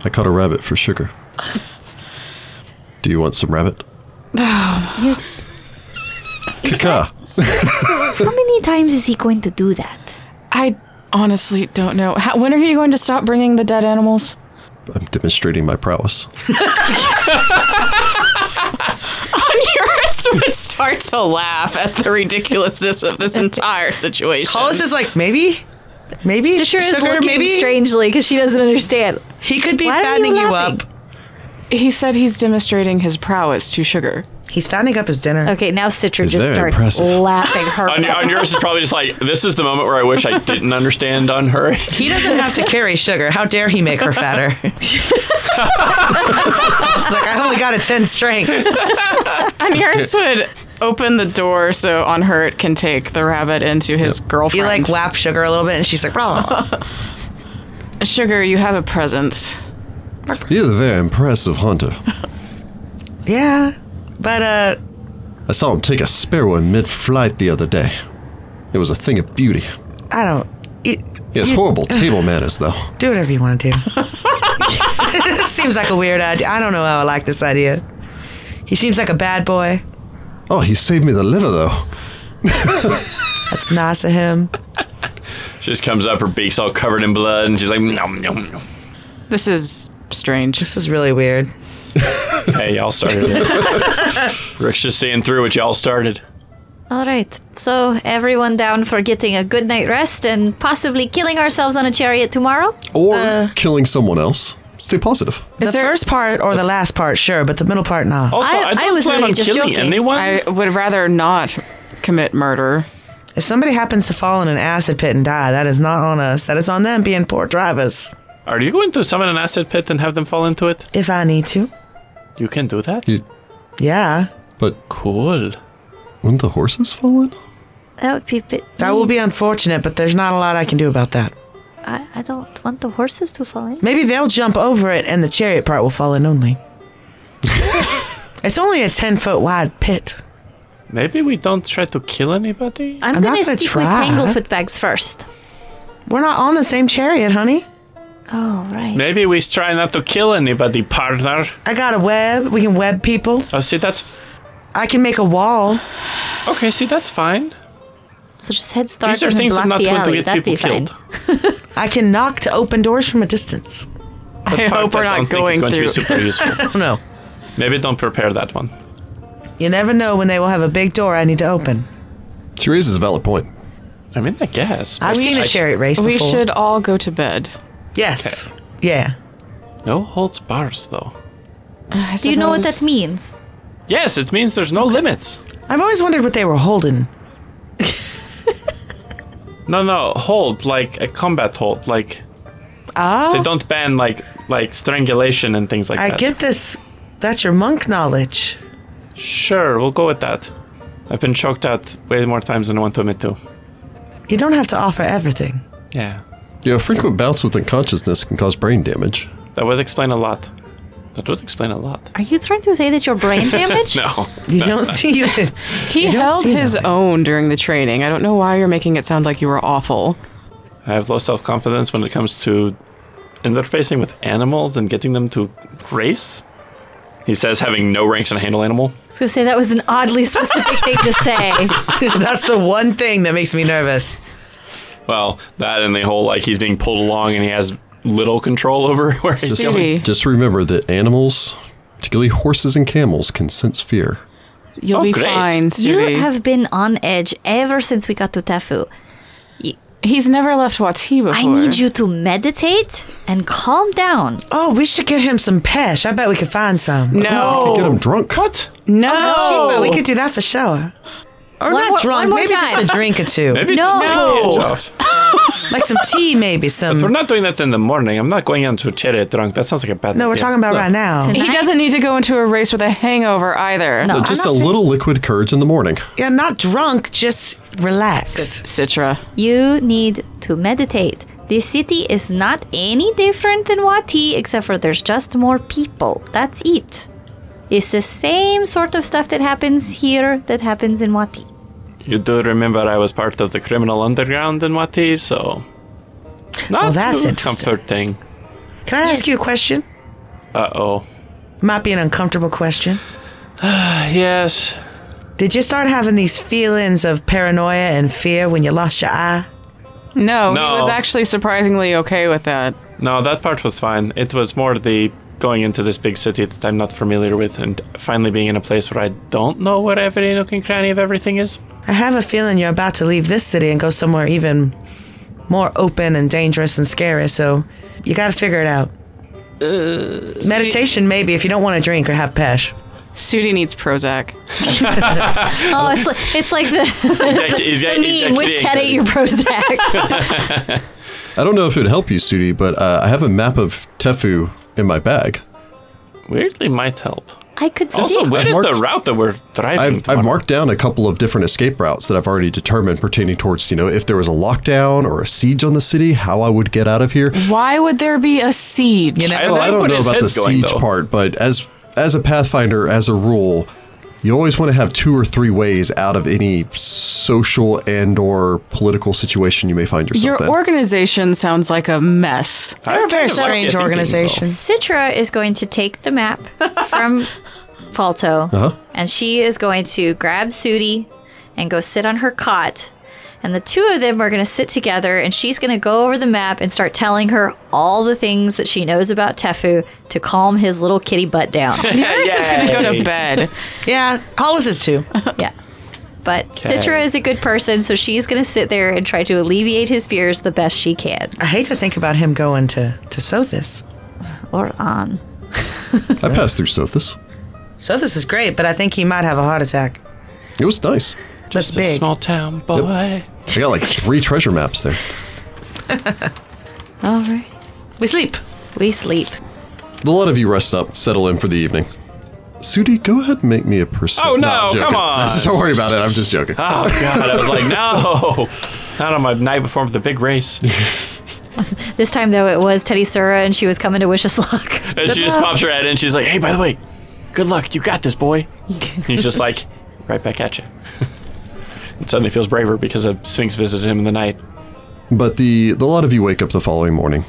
Speaker 1: I caught a rabbit for sugar. Do you want some rabbit? Kaka.
Speaker 5: how many times is he going to do that?
Speaker 3: I honestly don't know. How, when are you going to stop bringing the dead animals?
Speaker 1: I'm demonstrating my prowess.
Speaker 3: [laughs] Eurus would start to laugh at the ridiculousness of this entire situation.
Speaker 2: Hollis is like, maybe, maybe,
Speaker 5: Sure is
Speaker 2: Sugar,
Speaker 5: looking
Speaker 2: maybe
Speaker 5: strangely because she doesn't understand.
Speaker 2: he could be
Speaker 5: Why are you
Speaker 2: fattening you, up.
Speaker 5: laughing?
Speaker 3: He said he's demonstrating his prowess to Sugar.
Speaker 2: He's fattening up his dinner.
Speaker 5: Okay, now Citra
Speaker 1: It's
Speaker 5: just
Speaker 1: very
Speaker 5: starts
Speaker 1: impressive.
Speaker 5: laughing
Speaker 4: [laughs]
Speaker 5: her.
Speaker 4: On, your- on yours is probably just like this is the moment where I wish I didn't understand on her.
Speaker 2: He doesn't have to carry Sugar. How dare he make her
Speaker 5: [laughs]
Speaker 2: fatter? It's like, I only got a 10 strength.
Speaker 3: Aniris would open the door so on her it can take the rabbit into his
Speaker 2: You
Speaker 3: girlfriend.
Speaker 2: like whap Sugar a little bit, and she's like,
Speaker 5: [laughs]
Speaker 2: "Rah."
Speaker 3: Sugar, you have a present.
Speaker 1: He's a very impressive hunter.
Speaker 2: yeah. But, uh,
Speaker 1: I saw him take a sparrow in mid flight the other day. It was a thing of beauty.
Speaker 2: I don't. You,
Speaker 1: He has
Speaker 2: you
Speaker 1: horrible table manners, though.
Speaker 2: Do whatever you [laughs] want to do. seems like a weird idea. I don't know how I like this idea. He seems like a bad boy.
Speaker 1: Oh, he saved me the liver, though.
Speaker 2: That's nice of him.
Speaker 4: She just comes up, her beak's all covered in blood, and she's like, nom, nom, nom.
Speaker 3: This is strange.
Speaker 2: This is really weird.
Speaker 4: "Hey, y'all started." it. [laughs] Rick's just seeing through what y'all started.
Speaker 5: All right. So everyone down for getting a good night rest and possibly killing ourselves on a chariot tomorrow?
Speaker 1: Or killing someone else. Stay positive.
Speaker 2: the first part or the last part, sure, but the middle part, nah.
Speaker 4: Also,
Speaker 5: I-
Speaker 4: I, don't
Speaker 5: I was
Speaker 4: plan
Speaker 5: really
Speaker 4: on
Speaker 5: just
Speaker 4: killing
Speaker 5: joking.
Speaker 4: anyone.
Speaker 3: I would rather not commit murder.
Speaker 2: If somebody happens to fall in an acid pit and die, that is not on us. That is on them being poor drivers.
Speaker 4: Are you going to summon an acid pit and have them fall into it?
Speaker 2: If I need to,
Speaker 4: You can do that.
Speaker 1: You,
Speaker 2: yeah,
Speaker 1: but
Speaker 4: Cool.
Speaker 1: wouldn't the horses fall in?
Speaker 5: That would be a bit.
Speaker 2: that will be unfortunate, but there's not a lot I can do about that.
Speaker 5: I, I don't want the horses to fall in.
Speaker 2: Maybe they'll jump over it, and the chariot part will fall in only. [laughs] it's only a ten foot wide pit.
Speaker 4: Maybe we don't try to kill anybody.
Speaker 5: I'm,
Speaker 2: I'm
Speaker 5: gonna
Speaker 2: not gonna
Speaker 5: stick
Speaker 2: try.
Speaker 5: with Tanglefoot bags first.
Speaker 2: We're not on the same chariot, honey.
Speaker 5: Oh, right.
Speaker 4: Maybe we try not to kill anybody, partner.
Speaker 2: I got a web. We can web people.
Speaker 4: Oh, see, that's
Speaker 2: I can make a wall.
Speaker 4: okay. See, that's fine.
Speaker 5: So just head start
Speaker 4: These are
Speaker 5: and
Speaker 4: things
Speaker 5: block
Speaker 4: I'm not
Speaker 5: the [laughs]
Speaker 4: going to
Speaker 5: alley.
Speaker 4: get
Speaker 5: That'd
Speaker 4: people
Speaker 5: be fine.
Speaker 4: killed.
Speaker 2: I can knock to open doors from a distance.
Speaker 3: I hope we're
Speaker 4: I
Speaker 3: not
Speaker 4: don't
Speaker 3: going
Speaker 4: think
Speaker 3: through.
Speaker 4: it's going to be super useful.
Speaker 2: don't know.
Speaker 4: Maybe don't prepare that one.
Speaker 2: You never know when they will have a big door I need to open.
Speaker 1: She raises a valid point.
Speaker 4: I mean, I guess.
Speaker 2: I've
Speaker 4: but
Speaker 2: seen
Speaker 4: I-
Speaker 2: a chariot race
Speaker 3: we
Speaker 2: before.
Speaker 3: should all go to bed.
Speaker 2: Yes. Yeah.
Speaker 4: No holds bars, though.
Speaker 3: I
Speaker 5: Do you know what
Speaker 3: suppose.
Speaker 5: that means?
Speaker 4: Yes, it means there's no limits.
Speaker 2: I've always wondered what they were holding.
Speaker 4: No, no, hold like a combat hold. Like they
Speaker 2: Oh,
Speaker 4: don't ban like like strangulation and things like
Speaker 2: I
Speaker 4: that.
Speaker 2: get this. That's your monk knowledge.
Speaker 4: Sure, we'll go with that. I've been choked out way more times than I want to admit to.
Speaker 2: You don't have to offer everything.
Speaker 4: Yeah,
Speaker 1: You know, frequent bouts with unconsciousness can cause brain damage.
Speaker 4: that would explain a lot. That would explain a lot.
Speaker 5: Are you trying to say that
Speaker 4: [laughs]
Speaker 5: your brain damaged?
Speaker 4: No.
Speaker 2: You don't see [laughs] it.
Speaker 3: He
Speaker 2: don't
Speaker 3: held
Speaker 2: see
Speaker 3: his
Speaker 2: them.
Speaker 3: own during the training. I don't know why you're making it sound like you were awful.
Speaker 4: I have low self confidence when it comes to interfacing with animals and getting them to race. He says, having no ranks and handle animal.
Speaker 5: I was going to say that was an oddly specific thing to
Speaker 4: [laughs]
Speaker 5: say.
Speaker 2: That's the one thing that makes me nervous.
Speaker 4: Well, that and the whole like he's being pulled along and he has little control over [laughs] where he's
Speaker 3: Just-
Speaker 4: going.
Speaker 3: Maybe.
Speaker 1: Just remember that animals, particularly horses and camels, can sense fear.
Speaker 3: You'll
Speaker 4: Oh,
Speaker 3: be
Speaker 4: great.
Speaker 3: fine, Siri.
Speaker 5: You have been on edge ever since we got to Tefu.
Speaker 3: He's never left Wati before.
Speaker 5: I need you to meditate and calm down.
Speaker 2: Oh, we should get him some pesh. I bet we could find some.
Speaker 1: You Get them
Speaker 3: No.
Speaker 1: drunk.
Speaker 4: What?
Speaker 2: But we
Speaker 3: No.
Speaker 2: could do that for sure. Or
Speaker 5: One
Speaker 2: not
Speaker 5: more-
Speaker 2: drunk,
Speaker 5: one more
Speaker 2: maybe just a
Speaker 5: time.
Speaker 2: drink or two.
Speaker 4: Maybe
Speaker 5: No.
Speaker 4: just take the edge off.
Speaker 2: like some tea, maybe some.
Speaker 4: We're not doing that in the morning. I'm not going out to a chariot drunk. That sounds like a bad
Speaker 2: no, we're
Speaker 4: idea.
Speaker 2: talking about right now.
Speaker 5: Tonight?
Speaker 3: He doesn't need to go into a race with a hangover either.
Speaker 5: No.
Speaker 1: No,
Speaker 5: I'm
Speaker 1: just a
Speaker 5: not saying-
Speaker 1: little liquid courage in the morning.
Speaker 2: Yeah, not drunk, just relaxed.
Speaker 3: Citra.
Speaker 5: You need to meditate. This city is not any different than Wati, except for there's just more people. That's it. It's the same sort of stuff that happens here that happens in Wati.
Speaker 4: You do remember I was part of the criminal underground in Wati, so not
Speaker 2: Well, that's
Speaker 4: too
Speaker 2: interesting.
Speaker 4: comforting.
Speaker 2: Can I ask you a question?
Speaker 4: Uh oh.
Speaker 2: Might be an uncomfortable question.
Speaker 4: Yes.
Speaker 2: Did you start having these feelings of paranoia and fear when you lost your eye?
Speaker 3: No,
Speaker 4: No.
Speaker 3: he was actually surprisingly okay with that.
Speaker 4: No, that part was fine. It was more the going into this big city that I'm not familiar with and finally being in a place where I don't know where every nook and cranny of
Speaker 2: [laughs]
Speaker 4: everything is.
Speaker 2: I have a feeling you're about to leave this city and go somewhere even more open and dangerous and scary, so you gotta figure it out.
Speaker 4: Uh,
Speaker 2: Meditation, maybe, if you don't want to drink or have pesh.
Speaker 3: Sudi needs Prozac.
Speaker 5: Oh, it's like, it's like the,
Speaker 4: Exactly,
Speaker 5: the meme, which cat ate your Prozac?
Speaker 1: I don't know if it would help you, Sudi, but uh, I have a map of Tefu in my bag.
Speaker 4: Weirdly might help.
Speaker 5: I could see.
Speaker 4: Also, where
Speaker 1: I've
Speaker 4: is the
Speaker 1: marked-
Speaker 4: route that we're driving?
Speaker 1: I've, I've
Speaker 4: tomorrow?
Speaker 1: marked down a couple of different escape routes that I've already determined pertaining towards, you know, if there was a lockdown or a siege on the city, how I would get out of here.
Speaker 3: Why would there be a siege?
Speaker 4: I,
Speaker 1: Well, I
Speaker 4: like
Speaker 1: don't
Speaker 4: where
Speaker 1: know
Speaker 4: his
Speaker 1: about the
Speaker 4: head's going,
Speaker 1: siege
Speaker 4: though.
Speaker 1: part, but as as a pathfinder, as a rule, you always want to have two or three ways out of any social and or political situation you may find yourself
Speaker 3: Your
Speaker 1: in.
Speaker 3: organization sounds like a mess.
Speaker 4: I
Speaker 2: They're a very
Speaker 4: kinda like your
Speaker 2: strange
Speaker 4: thinking, though.
Speaker 2: organization.
Speaker 5: Citra is going to take the map from Falto,
Speaker 1: Uh-huh.
Speaker 5: and she is going to grab Sudi and go sit on her cot. And the two of them are going to sit together, and she's going to go over the map and start telling her all the things that she knows about Tefu to calm his little kitty butt [laughs] down.
Speaker 4: Uh,
Speaker 3: Harris is going to go to bed.
Speaker 2: Yeah, Hollis is too.
Speaker 5: yeah. But Citra is a good person, so she's going to sit there and try to alleviate his fears the best she can.
Speaker 2: I hate to think about him going to, to Sothis.
Speaker 5: Or um, on.
Speaker 1: I passed through Sothis.
Speaker 2: Sothis is great, but I think he might have a heart attack.
Speaker 1: It was nice.
Speaker 2: Just
Speaker 4: It's a
Speaker 2: big.
Speaker 4: small town boy.
Speaker 1: I got like three treasure maps there.
Speaker 5: All right.
Speaker 2: We sleep.
Speaker 5: We sleep.
Speaker 1: The lot of you rest up, settle in for the evening. Sudi, go ahead and make me a percent.
Speaker 4: Oh, no,
Speaker 1: [laughs]
Speaker 4: come on.
Speaker 1: Don't worry about it. I'm just joking.
Speaker 4: Oh god, I was like, no, not on my night before the
Speaker 1: [laughs]
Speaker 4: big race.
Speaker 5: This time, though, it was Teddy Sura, and she was coming to wish us luck.
Speaker 4: And she
Speaker 5: Uh,
Speaker 4: just pops her head in and she's like, hey, by the way, good luck, you got this, boy. He's just like, right back at you. [laughs] and suddenly feels braver because a sphinx visited him in the night.
Speaker 1: But the the lot of you wake up the following morning.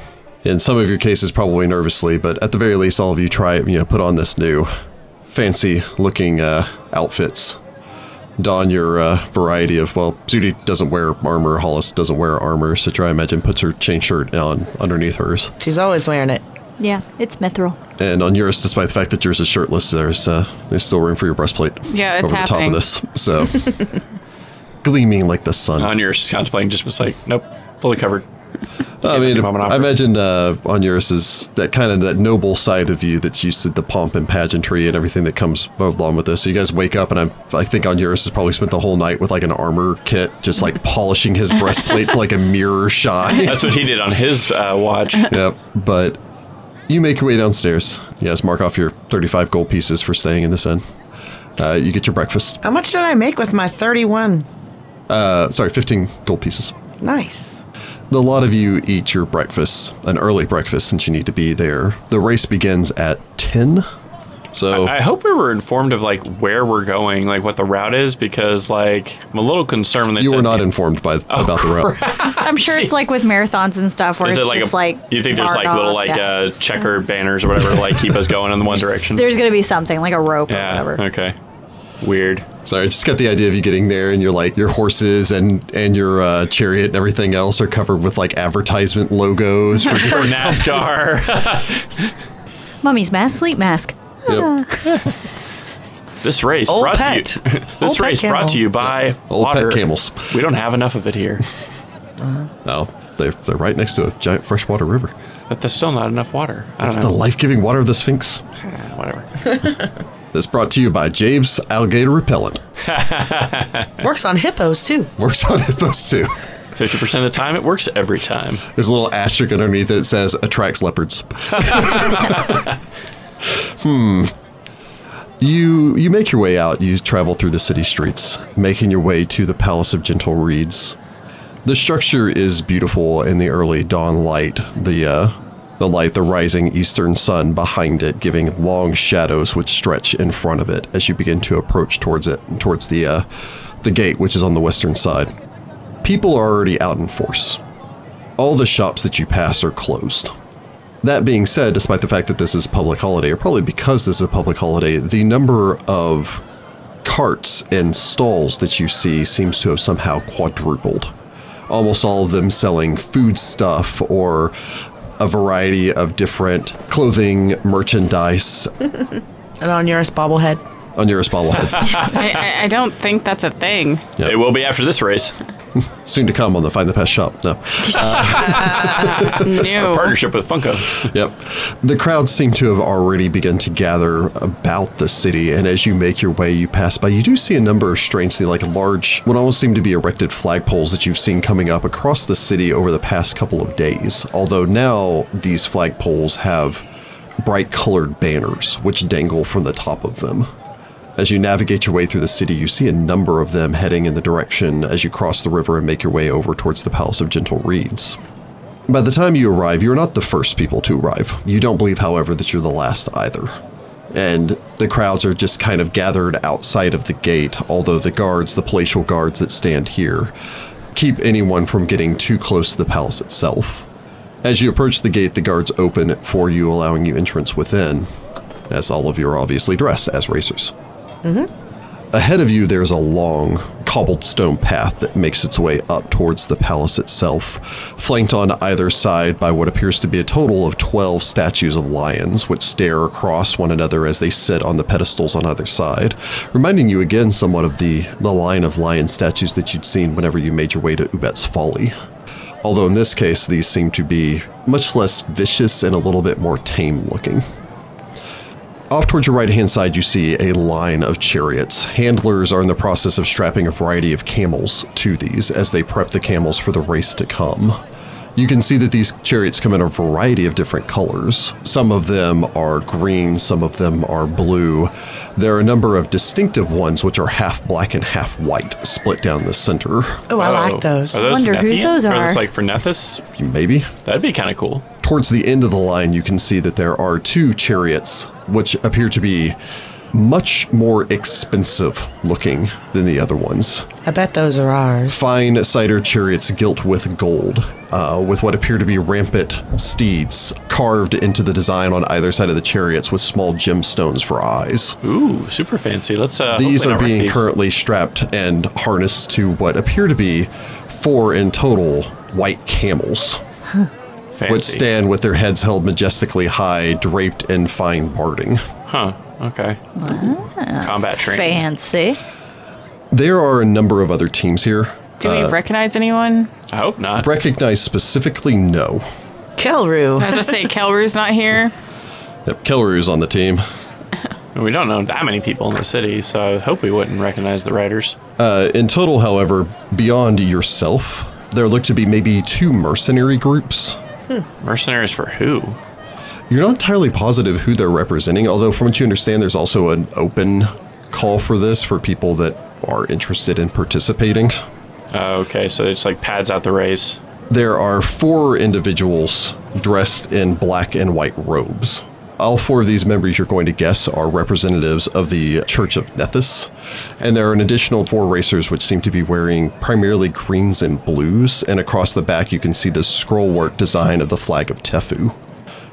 Speaker 1: In some of your cases, probably nervously, but at the very least, all of you try you know put on this new, fancy looking uh, outfits. Don your uh, variety of well, Judy doesn't wear armor, Hollis doesn't wear armor, Citra I imagine puts her chain shirt on underneath hers.
Speaker 2: She's always wearing it.
Speaker 5: Yeah, it's mithril.
Speaker 1: And on yours, despite the fact that yours is shirtless, there's uh, there's still room for your breastplate.
Speaker 3: Yeah, it's
Speaker 1: over
Speaker 3: happening.
Speaker 1: the top of this, so
Speaker 3: [laughs]
Speaker 1: gleaming like the sun.
Speaker 4: On your contemplating, just was like, nope, fully covered.
Speaker 1: I mean,
Speaker 4: Give him an offer.
Speaker 1: I imagine uh, on yours is that kind of that noble side of you that's used to the pomp and pageantry and everything that comes along with this. So you guys wake up, and I'm, I think on yours has probably spent the whole night with like an armor kit, just like polishing his breastplate to like a mirror [laughs]
Speaker 4: [laughs]
Speaker 1: shine.
Speaker 4: That's what he did on his uh,
Speaker 1: [laughs]
Speaker 4: watch.
Speaker 1: yep. But you make your way downstairs. Yes, mark off your 35 gold pieces for staying in this inn. Uh, you get your breakfast.
Speaker 2: How much did I make with my 31?
Speaker 1: Uh, sorry, 15 gold pieces.
Speaker 2: Nice.
Speaker 1: The lot of you eat your breakfast, an early breakfast, since you need to be there. The race begins at 10. So,
Speaker 4: I hope we were informed of like where we're going, like what the route is, because like I'm a little concerned when they
Speaker 1: you
Speaker 4: said Oh,
Speaker 1: were not informed by, about the route.
Speaker 5: I'm sure it's like with marathons and stuff where
Speaker 4: Is
Speaker 5: it's
Speaker 4: it like,
Speaker 5: just
Speaker 4: a,
Speaker 5: like
Speaker 4: you think there's
Speaker 5: marked
Speaker 4: like little
Speaker 5: off,
Speaker 4: like
Speaker 5: yeah.
Speaker 4: uh, checker banners or whatever like keep us going in the one direction?
Speaker 5: There's gonna be something like a rope or
Speaker 4: yeah.
Speaker 5: whatever.
Speaker 4: Okay. Weird.
Speaker 1: Sorry, I just got the idea of you getting there and you're like, your horses and, and your uh, chariot and everything else are covered with like advertisement logos
Speaker 4: [laughs]
Speaker 1: for
Speaker 4: For NASCAR,
Speaker 5: Mummy's mask, sleep mask.
Speaker 1: yep.
Speaker 4: this race
Speaker 2: Old
Speaker 4: brought
Speaker 2: pet.
Speaker 4: [laughs] to you. this
Speaker 2: Old pet
Speaker 4: race brought
Speaker 2: camel.
Speaker 4: to you by
Speaker 1: Old pet
Speaker 4: water.
Speaker 1: camels.
Speaker 4: We don't have enough of
Speaker 1: [laughs]
Speaker 4: it here.
Speaker 1: No, they're, they're right next to a giant freshwater river.
Speaker 4: But there's still not enough water. I
Speaker 1: That's
Speaker 4: don't
Speaker 1: the
Speaker 4: know.
Speaker 1: life giving water of the Sphinx.
Speaker 4: Yeah, Whatever.
Speaker 1: That's brought to you by Jabe's Alligator Repellent.
Speaker 2: Works on hippos too.
Speaker 1: Works on those two.
Speaker 4: Fifty percent of the time, it works every time.
Speaker 1: There's a little asterisk underneath it that says attracts leopards. hmm. You you make your way out. You travel through the city streets, making your way to the Palace of Gentle Reeds. The structure is beautiful in the early dawn light. The uh, the light, the rising eastern sun behind it, giving long shadows which stretch in front of it as you begin to approach towards it, towards the uh, the gate, which is on the western side. People are already out in force all the shops that you pass are closed. That being said, despite the fact that this is a public holiday, or probably because this is a public holiday, the number of carts and stalls that you see seems to have somehow quadrupled. Almost all of them selling food stuff or a variety of different clothing, merchandise
Speaker 2: And on yours, bobblehead.
Speaker 1: on your [laughs] bobbleheads.
Speaker 3: I, I, I don't think that's a
Speaker 4: [laughs]
Speaker 3: thing.
Speaker 1: Yep.
Speaker 4: It will be after this race.
Speaker 1: Soon to come on the Find the Pet shop. No.
Speaker 5: Oh.
Speaker 3: No.
Speaker 4: Partnership with Funko.
Speaker 1: Yep. The crowds seem to have already begun to gather about the city, and as you make your way, you pass by. You do see a number of strangely, like large, what almost seem to be erected flagpoles that you've seen coming up across the city over the past couple of days. Although now these flagpoles have bright colored banners which dangle from the top of them. As you navigate your way through the city, you see a number of them heading in the direction as you cross the river and make your way over towards the Palace of Gentle Reeds. By the time you arrive, you're not the first people to arrive. You don't believe, however, that you're the last either. And the crowds are just kind of gathered outside of the gate, although the guards, the palatial guards that stand here, keep anyone from getting too close to the palace itself. As you approach the gate, the guards open it for you, allowing you entrance within, as all of you are obviously dressed as racers. Ahead of you, there's a long cobbled stone path that makes its way up towards the palace itself, flanked on either side by what appears to be a total of 12 statues of lions, which stare across one another as they sit on the pedestals on either side, reminding you again somewhat of the, the line of lion statues that you'd seen whenever you made your way to Ubet's Folly. Although in this case, these seem to be much less vicious and a little bit more tame looking. Off towards your right hand side, you see a line of chariots. Handlers are in the process of strapping a variety of camels to these as they prep the camels for the race to come. You can see that these chariots come in a variety of different colors. Some of them are green, some of them are blue. There are a number of distinctive ones which are half black and half white, split down the center.
Speaker 2: Oh, I like those.
Speaker 4: Are those
Speaker 5: Wonder whose
Speaker 4: Nephian?
Speaker 5: those
Speaker 4: Are those
Speaker 5: are.
Speaker 4: like for Nethys?
Speaker 1: Maybe.
Speaker 4: That'd be kind of cool.
Speaker 1: towards the end of the line, you can see that there are two chariots, which appear to be much more expensive looking than the other ones.
Speaker 2: I bet those are ours.
Speaker 1: Fine cider chariots gilt with gold, uh, with what appear to be rampant steeds carved into the design on either side of the chariots with small gemstones for eyes.
Speaker 4: Ooh, super fancy. Let's. Uh,
Speaker 1: These are
Speaker 4: hopefully not wreck
Speaker 1: being
Speaker 4: these.
Speaker 1: currently strapped and harnessed to what appear to be four in total white camels. would
Speaker 4: Fancy.
Speaker 1: stand with their heads held majestically high, draped in fine warding.
Speaker 4: Huh. Okay. Combat training.
Speaker 5: Fancy.
Speaker 1: There are a number of other teams here.
Speaker 7: Do
Speaker 4: uh,
Speaker 7: we recognize anyone?
Speaker 4: I hope not.
Speaker 1: Recognize specifically, no.
Speaker 3: I
Speaker 2: Kelru.
Speaker 3: was gonna say Kelru's not
Speaker 4: [laughs]
Speaker 3: here.
Speaker 1: Yep, Kelleru's on the team.
Speaker 4: we don't know that many people in the city, so I hope we wouldn't recognize the writers.
Speaker 1: Uh, in total, however, beyond yourself, there look to be maybe two mercenary groups.
Speaker 4: Mercenaries for who?
Speaker 1: You're not entirely positive who they're representing, although, from what you understand, there's also an open call for this for people that are interested in participating.
Speaker 4: Oh, okay, so it's like pads out the race.
Speaker 1: There are four individuals dressed in black and white robes. All four of these members you're going to guess are representatives of the Church of Nethys. And there are an additional four racers which seem to be wearing primarily greens and blues. And across the back, you can see the scrollwork design of the flag of Tefu.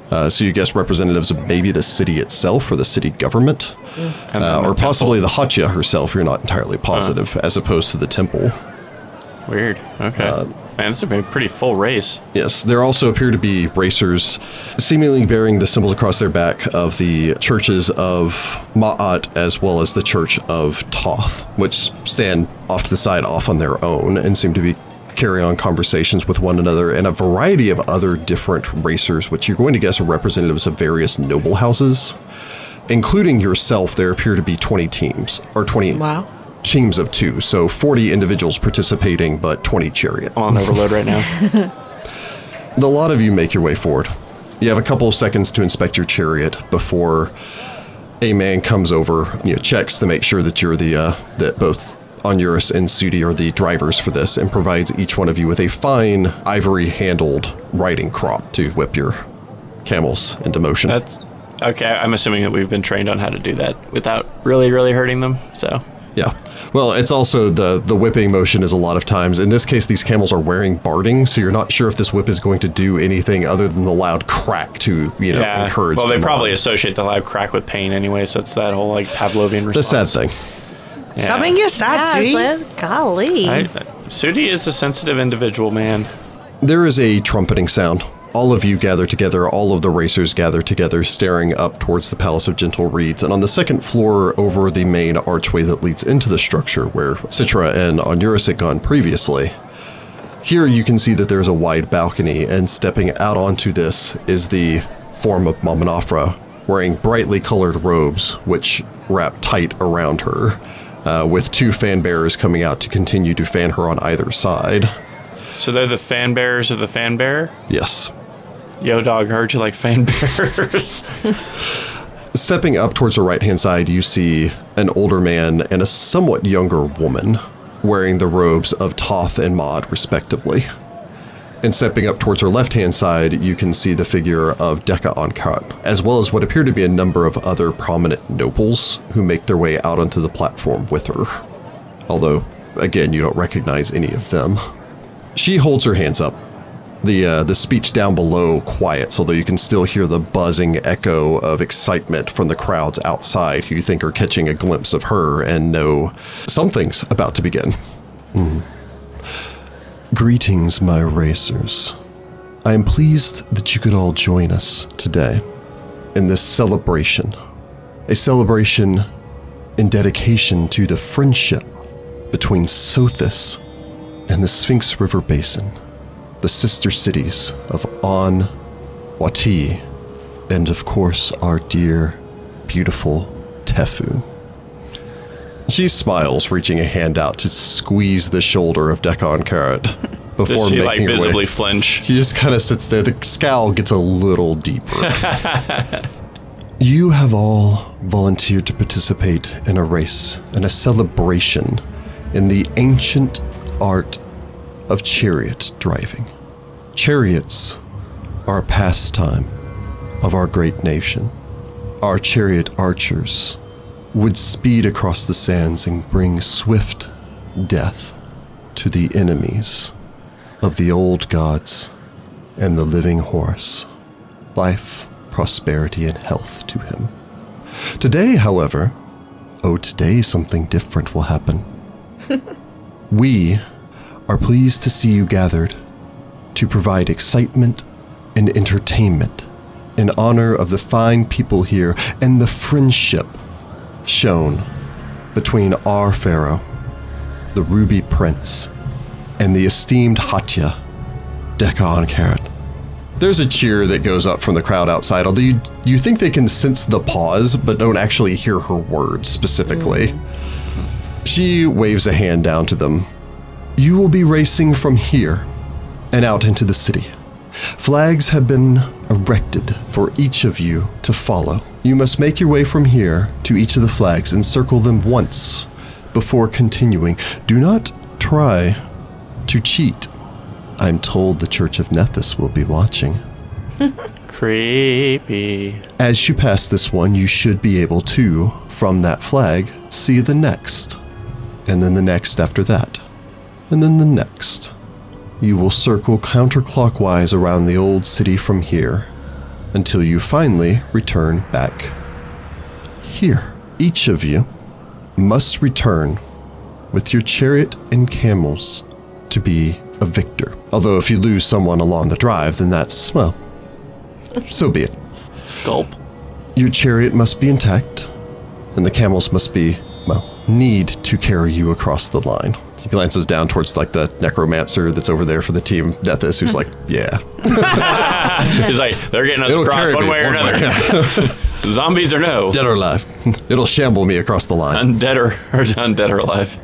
Speaker 1: Uh, so you guess representatives of maybe the city itself or the city government,
Speaker 4: And
Speaker 1: uh,
Speaker 4: then
Speaker 1: or
Speaker 4: the Uh.
Speaker 1: possibly the Hacha herself. You're not entirely positive, as opposed to the temple.
Speaker 4: temple. Weird. Okay.
Speaker 1: Uh,
Speaker 4: Man, this has been a pretty full race.
Speaker 1: Yes, there also appear to be racers seemingly bearing the symbols across their back of the churches of Ma'at as well as the church of Toth, which stand off to the side off on their own and seem to be carrying on conversations with one another and a variety of other different racers, which you're going to guess are representatives of various noble houses. Including yourself, there appear to be 20 teams, or 20
Speaker 2: Wow.
Speaker 1: teams of two, so 40 individuals participating, but 20 chariot.
Speaker 4: I'm on overload
Speaker 1: [laughs]
Speaker 4: right now.
Speaker 1: The lot of you make your way forward. You have a couple of seconds to inspect your chariot before a man comes over, you know, checks to make sure that you're the uh, that both Onuris and Sudi are the drivers for this, and provides each one of you with a fine ivory-handled riding crop to whip your camels into motion.
Speaker 4: That's okay. I'm assuming that we've been trained on how to do that without really, really hurting them. So
Speaker 1: Yeah. Well, it's also the the whipping motion is a lot of times. In this case, these camels are wearing barding, so you're not sure if this whip is going to do anything other than the loud crack to you know
Speaker 4: yeah.
Speaker 1: encourage.
Speaker 4: well, they
Speaker 1: them
Speaker 4: probably
Speaker 1: on.
Speaker 4: associate the loud crack with pain anyway, so it's that whole like Pavlovian
Speaker 1: the
Speaker 4: response.
Speaker 1: sad thing.
Speaker 4: Yeah.
Speaker 2: Stop being your sad,
Speaker 5: Yes,
Speaker 2: sweetie.
Speaker 5: Liz, golly.
Speaker 4: I, Sudi is a sensitive individual, man.
Speaker 1: There is a trumpeting sound. All of you gather together, all of the racers gather together, staring up towards the Palace of Gentle Reeds. And on the second floor, over the main archway that leads into the structure where Citra and Onuris had gone previously, here you can see that there's a wide balcony, and stepping out onto this is the form of Mamanafra, wearing brightly colored robes which wrap tight around her, uh, with two fan bearers coming out to continue to fan her on either side.
Speaker 4: So they're the fan bearers of the fan bearer.
Speaker 1: Yes,
Speaker 4: Yo, dog, heard you like fan [laughs] bearers.
Speaker 1: Stepping up towards her right hand side, you see an older man and a somewhat younger woman wearing the robes of Toth and Maud, respectively. And stepping up towards her left hand side, you can see the figure of Deka Onkat, as well as what appear to be a number of other prominent nobles who make their way out onto the platform with her. Although, again, you don't recognize any of them. She holds her hands up, the uh, the speech down below quiets, although you can still hear the buzzing echo of excitement from the crowds outside, who you think are catching a glimpse of her and know something's about to begin. Hmm. Greetings, my racers. I am pleased that you could all join us today in this celebration, a celebration in dedication to the friendship between Sothis and the Sphinx River Basin the sister cities of An, Wati, and of course our dear, beautiful Tefu. She smiles, reaching a hand out to squeeze the shoulder of Deccan Carrot before
Speaker 4: Does she
Speaker 1: making
Speaker 4: like
Speaker 1: her way-
Speaker 4: visibly flinch?
Speaker 1: She just kind of sits there. The scowl gets a little deeper. you have all volunteered to participate in a race and a celebration in the ancient art of chariot driving. Chariots are a pastime of our great nation. Our chariot archers would speed across the sands and bring swift death to the enemies of the old gods and the living horse, life, prosperity, and health to him. Today, however, oh, today something different will happen. we are pleased to see you gathered to provide excitement and entertainment in honor of the fine people here and the friendship shown between our pharaoh, the ruby prince, and the esteemed Hatya, Deccan Carrot. There's a cheer that goes up from the crowd outside, although you, you think they can sense the pause, but don't actually hear her words specifically. She waves a hand down to them. You will be racing from here and out into the city. Flags have been erected for each of you to follow. You must make your way from here to each of the flags and circle them once before continuing. Do not try to cheat. I'm told the Church of Nethys will be watching.
Speaker 4: Creepy.
Speaker 1: As you pass this one, you should be able to, from that flag, see the next, and then the next after that, and then the next. You will circle counterclockwise around the old city from here until you finally return back here. Each of you must return with your chariot and camels to be a victor. Although, if you lose someone along the drive, then that's, well, so be it.
Speaker 4: Gulp.
Speaker 1: Your chariot must be intact, and the camels must be, well, need to carry you across the line. He glances down towards like the necromancer that's over there for the team, Nethys,
Speaker 4: Hmm.
Speaker 1: who's like, yeah.
Speaker 4: He's like, they're getting us
Speaker 1: It'll
Speaker 4: across
Speaker 1: carry
Speaker 4: one
Speaker 1: me
Speaker 4: way or
Speaker 1: one way. [laughs]
Speaker 4: another. Zombies or no.
Speaker 1: Dead or alive. [laughs] It'll shamble me across the line.
Speaker 4: Undead or, [laughs] or undead or alive.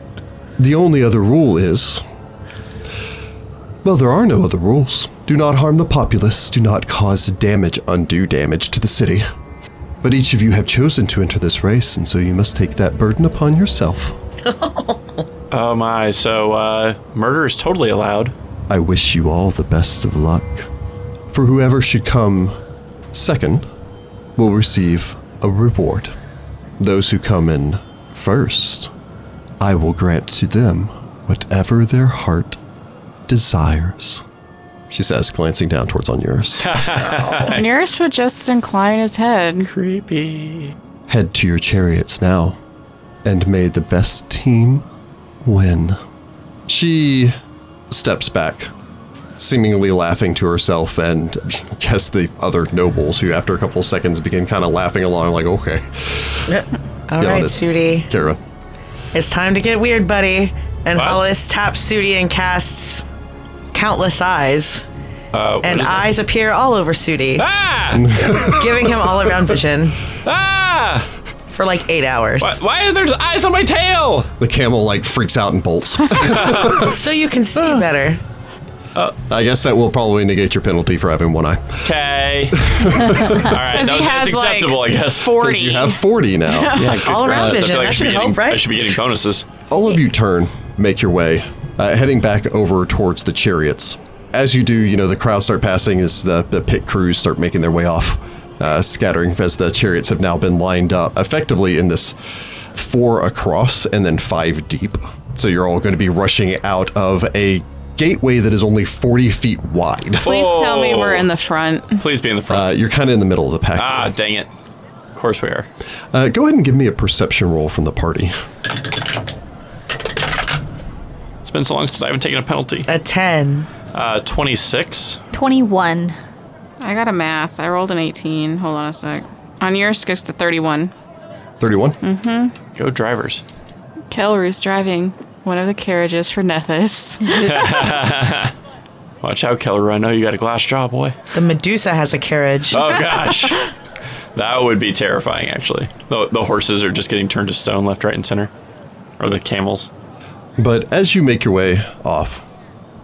Speaker 1: The only other rule is. Well, there are no other rules. Do not harm the populace. Do not cause damage, undue damage to the city. But each of you have chosen to enter this race, and so you must take that burden upon yourself.
Speaker 4: Oh my, so uh, murder is totally allowed.
Speaker 1: I wish you all the best of luck. For whoever should come second will receive a reward. Those who come in first, I will grant to them whatever their heart desires. She says, glancing down towards Onuris.
Speaker 7: Nearest would just incline his head.
Speaker 4: Creepy.
Speaker 1: Head to your chariots now, and may the best team win. She steps back, seemingly laughing to herself, and [laughs] guess the other nobles who, after a couple of seconds, begin kind of laughing along, like, okay,
Speaker 2: All
Speaker 1: Yeah, it
Speaker 2: right,
Speaker 1: is.
Speaker 2: Sudi.
Speaker 1: Kara.
Speaker 2: It's time to get weird, buddy. And
Speaker 4: What?
Speaker 2: Hollis taps Sudi and casts countless eyes.
Speaker 4: Uh, what
Speaker 2: And
Speaker 4: is that?
Speaker 2: eyes appear all over Sudi,
Speaker 4: Ah!
Speaker 2: giving him all around vision
Speaker 4: [laughs] ah!
Speaker 2: for like eight hours.
Speaker 4: Why, why are there eyes on my tail?
Speaker 1: The camel, like, freaks out and bolts.
Speaker 2: So you can see better.
Speaker 1: I guess that will probably negate your penalty for having one eye. [laughs]
Speaker 4: Okay. All right, that
Speaker 7: he
Speaker 4: was, that's
Speaker 7: has, like,
Speaker 4: acceptable, I guess.
Speaker 7: 40.
Speaker 1: You have 40 now.
Speaker 2: All around
Speaker 4: I feel
Speaker 2: vision.
Speaker 4: like I
Speaker 2: That
Speaker 4: should
Speaker 2: should
Speaker 4: be
Speaker 2: help,
Speaker 4: getting- I
Speaker 2: right?
Speaker 4: should be getting bonuses.
Speaker 1: All of you turn, make your way, uh, heading back over towards the chariots. As you do, you know, the crowds start passing as the, the pit crews start making their way off, uh, scattering as the chariots have now been lined up effectively in this four across and then five deep. So you're all going to be rushing out of a gateway that is only 40 feet wide.
Speaker 3: Please tell me we're
Speaker 4: Oh.
Speaker 3: in the front.
Speaker 4: Please be in the front.
Speaker 1: Uh, you're kind of in the middle of the pack.
Speaker 4: ah, dang it. Of course we are.
Speaker 1: Uh, go ahead and give me a perception roll from the party.
Speaker 4: It's been so long since I haven't taken a penalty.
Speaker 2: A 10.
Speaker 4: Uh, 26.
Speaker 5: 21.
Speaker 3: I got a math. I rolled an 18. Hold on a sec. On yours goes to 31.
Speaker 1: 31?
Speaker 4: Go drivers.
Speaker 3: Kelru's driving one of the carriages for Nethys. [laughs]
Speaker 4: Watch out, Keller. I know you got a glass jaw, boy.
Speaker 2: The Medusa has a carriage.
Speaker 4: Oh, gosh. that would be terrifying, actually. The, the horses are just getting turned to stone left, right, and center. Or the camels.
Speaker 1: But as you make your way off,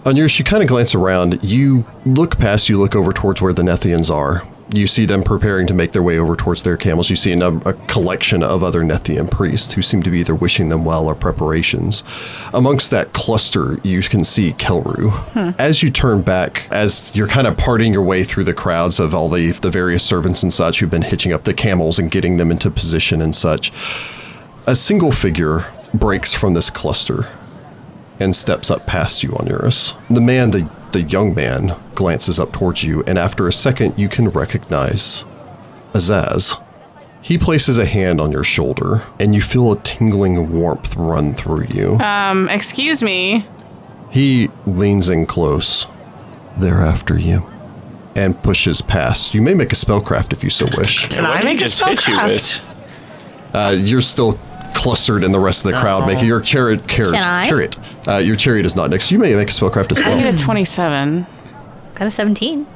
Speaker 1: on yours, you kind of glance around. You look past, you look over towards where the Nethians are. You see them preparing to make their way over towards their camels. You see a, num- a collection of other Nethian priests who seem to be either wishing them well or preparations. Amongst that cluster, you can see Kelru. As you turn back, as you're kind of parting your way through the crowds of all the, the various servants and such who've been hitching up the camels and getting them into position and such, a single figure breaks from this cluster and steps up past you, Onuris. The man, the, the young man, glances up towards you, and after a second, you can recognize Azaz. He places a hand on your shoulder, and you feel a tingling warmth run through you.
Speaker 5: Uh.
Speaker 3: Um, excuse me.
Speaker 1: He leans in close. They're after you. and pushes past. You may make a spellcraft if you so wish.
Speaker 2: Can I
Speaker 4: What did he
Speaker 2: make a
Speaker 4: just hit you
Speaker 2: spellcraft?
Speaker 1: Uh, you're still clustered in the rest of the crowd. Making your chariot, chariot,
Speaker 5: Can I?
Speaker 1: chariot. Uh, your chariot is not next. You may make a spellcraft as
Speaker 3: I
Speaker 1: well.
Speaker 3: get a 27.
Speaker 5: Got a 17.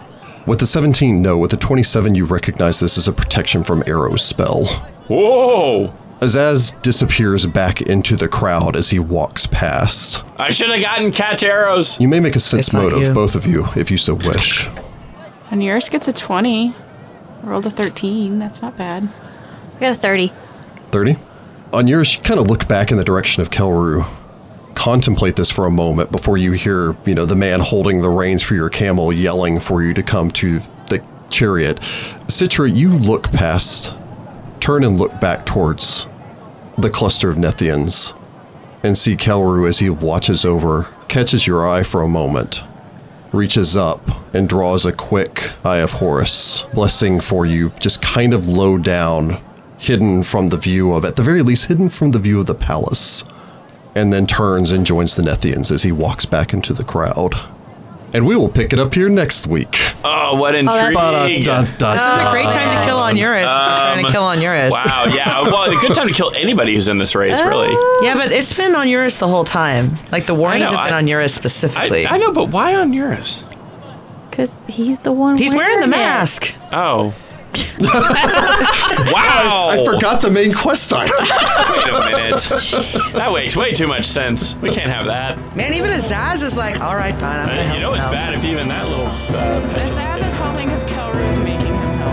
Speaker 1: With the 17, no. With the 27, you recognize this as a protection from arrows spell.
Speaker 4: Whoa!
Speaker 1: Azaz disappears back into the crowd as he walks past.
Speaker 4: I should have gotten catch arrows.
Speaker 1: You may make a sense
Speaker 2: It's not
Speaker 1: motive,
Speaker 2: you.
Speaker 1: both of you, if you so wish.
Speaker 3: And yours gets a 20. Rolled a 13. That's not bad.
Speaker 5: I got a 30.
Speaker 1: 30. On yours, you kind of look back in the direction of Kelru, contemplate this for a moment before you hear, you know, the man holding the reins for your camel yelling for you to come to the chariot. Citra, you look past, turn and look back towards the cluster of Nethians and see Kelru as he watches over, catches your eye for a moment, reaches up and draws a quick Eye of Horus blessing for you, just kind of low down, hidden from the view of, at the very least, hidden from the view of the palace, and then turns and joins the Nethians as he walks back into the crowd. And we will pick it up here next week.
Speaker 4: Oh, what intrigue!
Speaker 2: This is a great time to kill on Urus. if you're trying to kill on Urus.
Speaker 4: Um, Wow, yeah. Well, a good time to kill anybody who's in this race, really.
Speaker 2: Yeah, but it's been on Urus the whole time. Like the warnings
Speaker 4: know,
Speaker 2: have been
Speaker 4: I-
Speaker 2: on Urus
Speaker 4: I,
Speaker 2: specifically.
Speaker 4: I know, but why on Eurus?
Speaker 5: Because he's the one
Speaker 2: He's wearing the
Speaker 5: it.
Speaker 2: mask.
Speaker 4: Oh. wow!
Speaker 1: [laughs] I forgot the main quest item.
Speaker 4: Wait
Speaker 1: [laughs]
Speaker 4: a minute. That makes way too much sense. We can't have that.
Speaker 2: Man, even Azaz is like, all right, fine. I'm gonna
Speaker 4: Uh, You
Speaker 2: help
Speaker 4: know it's
Speaker 2: out."
Speaker 4: bad if even that little. Uh,
Speaker 7: This ass is helping because Kelru's making him help.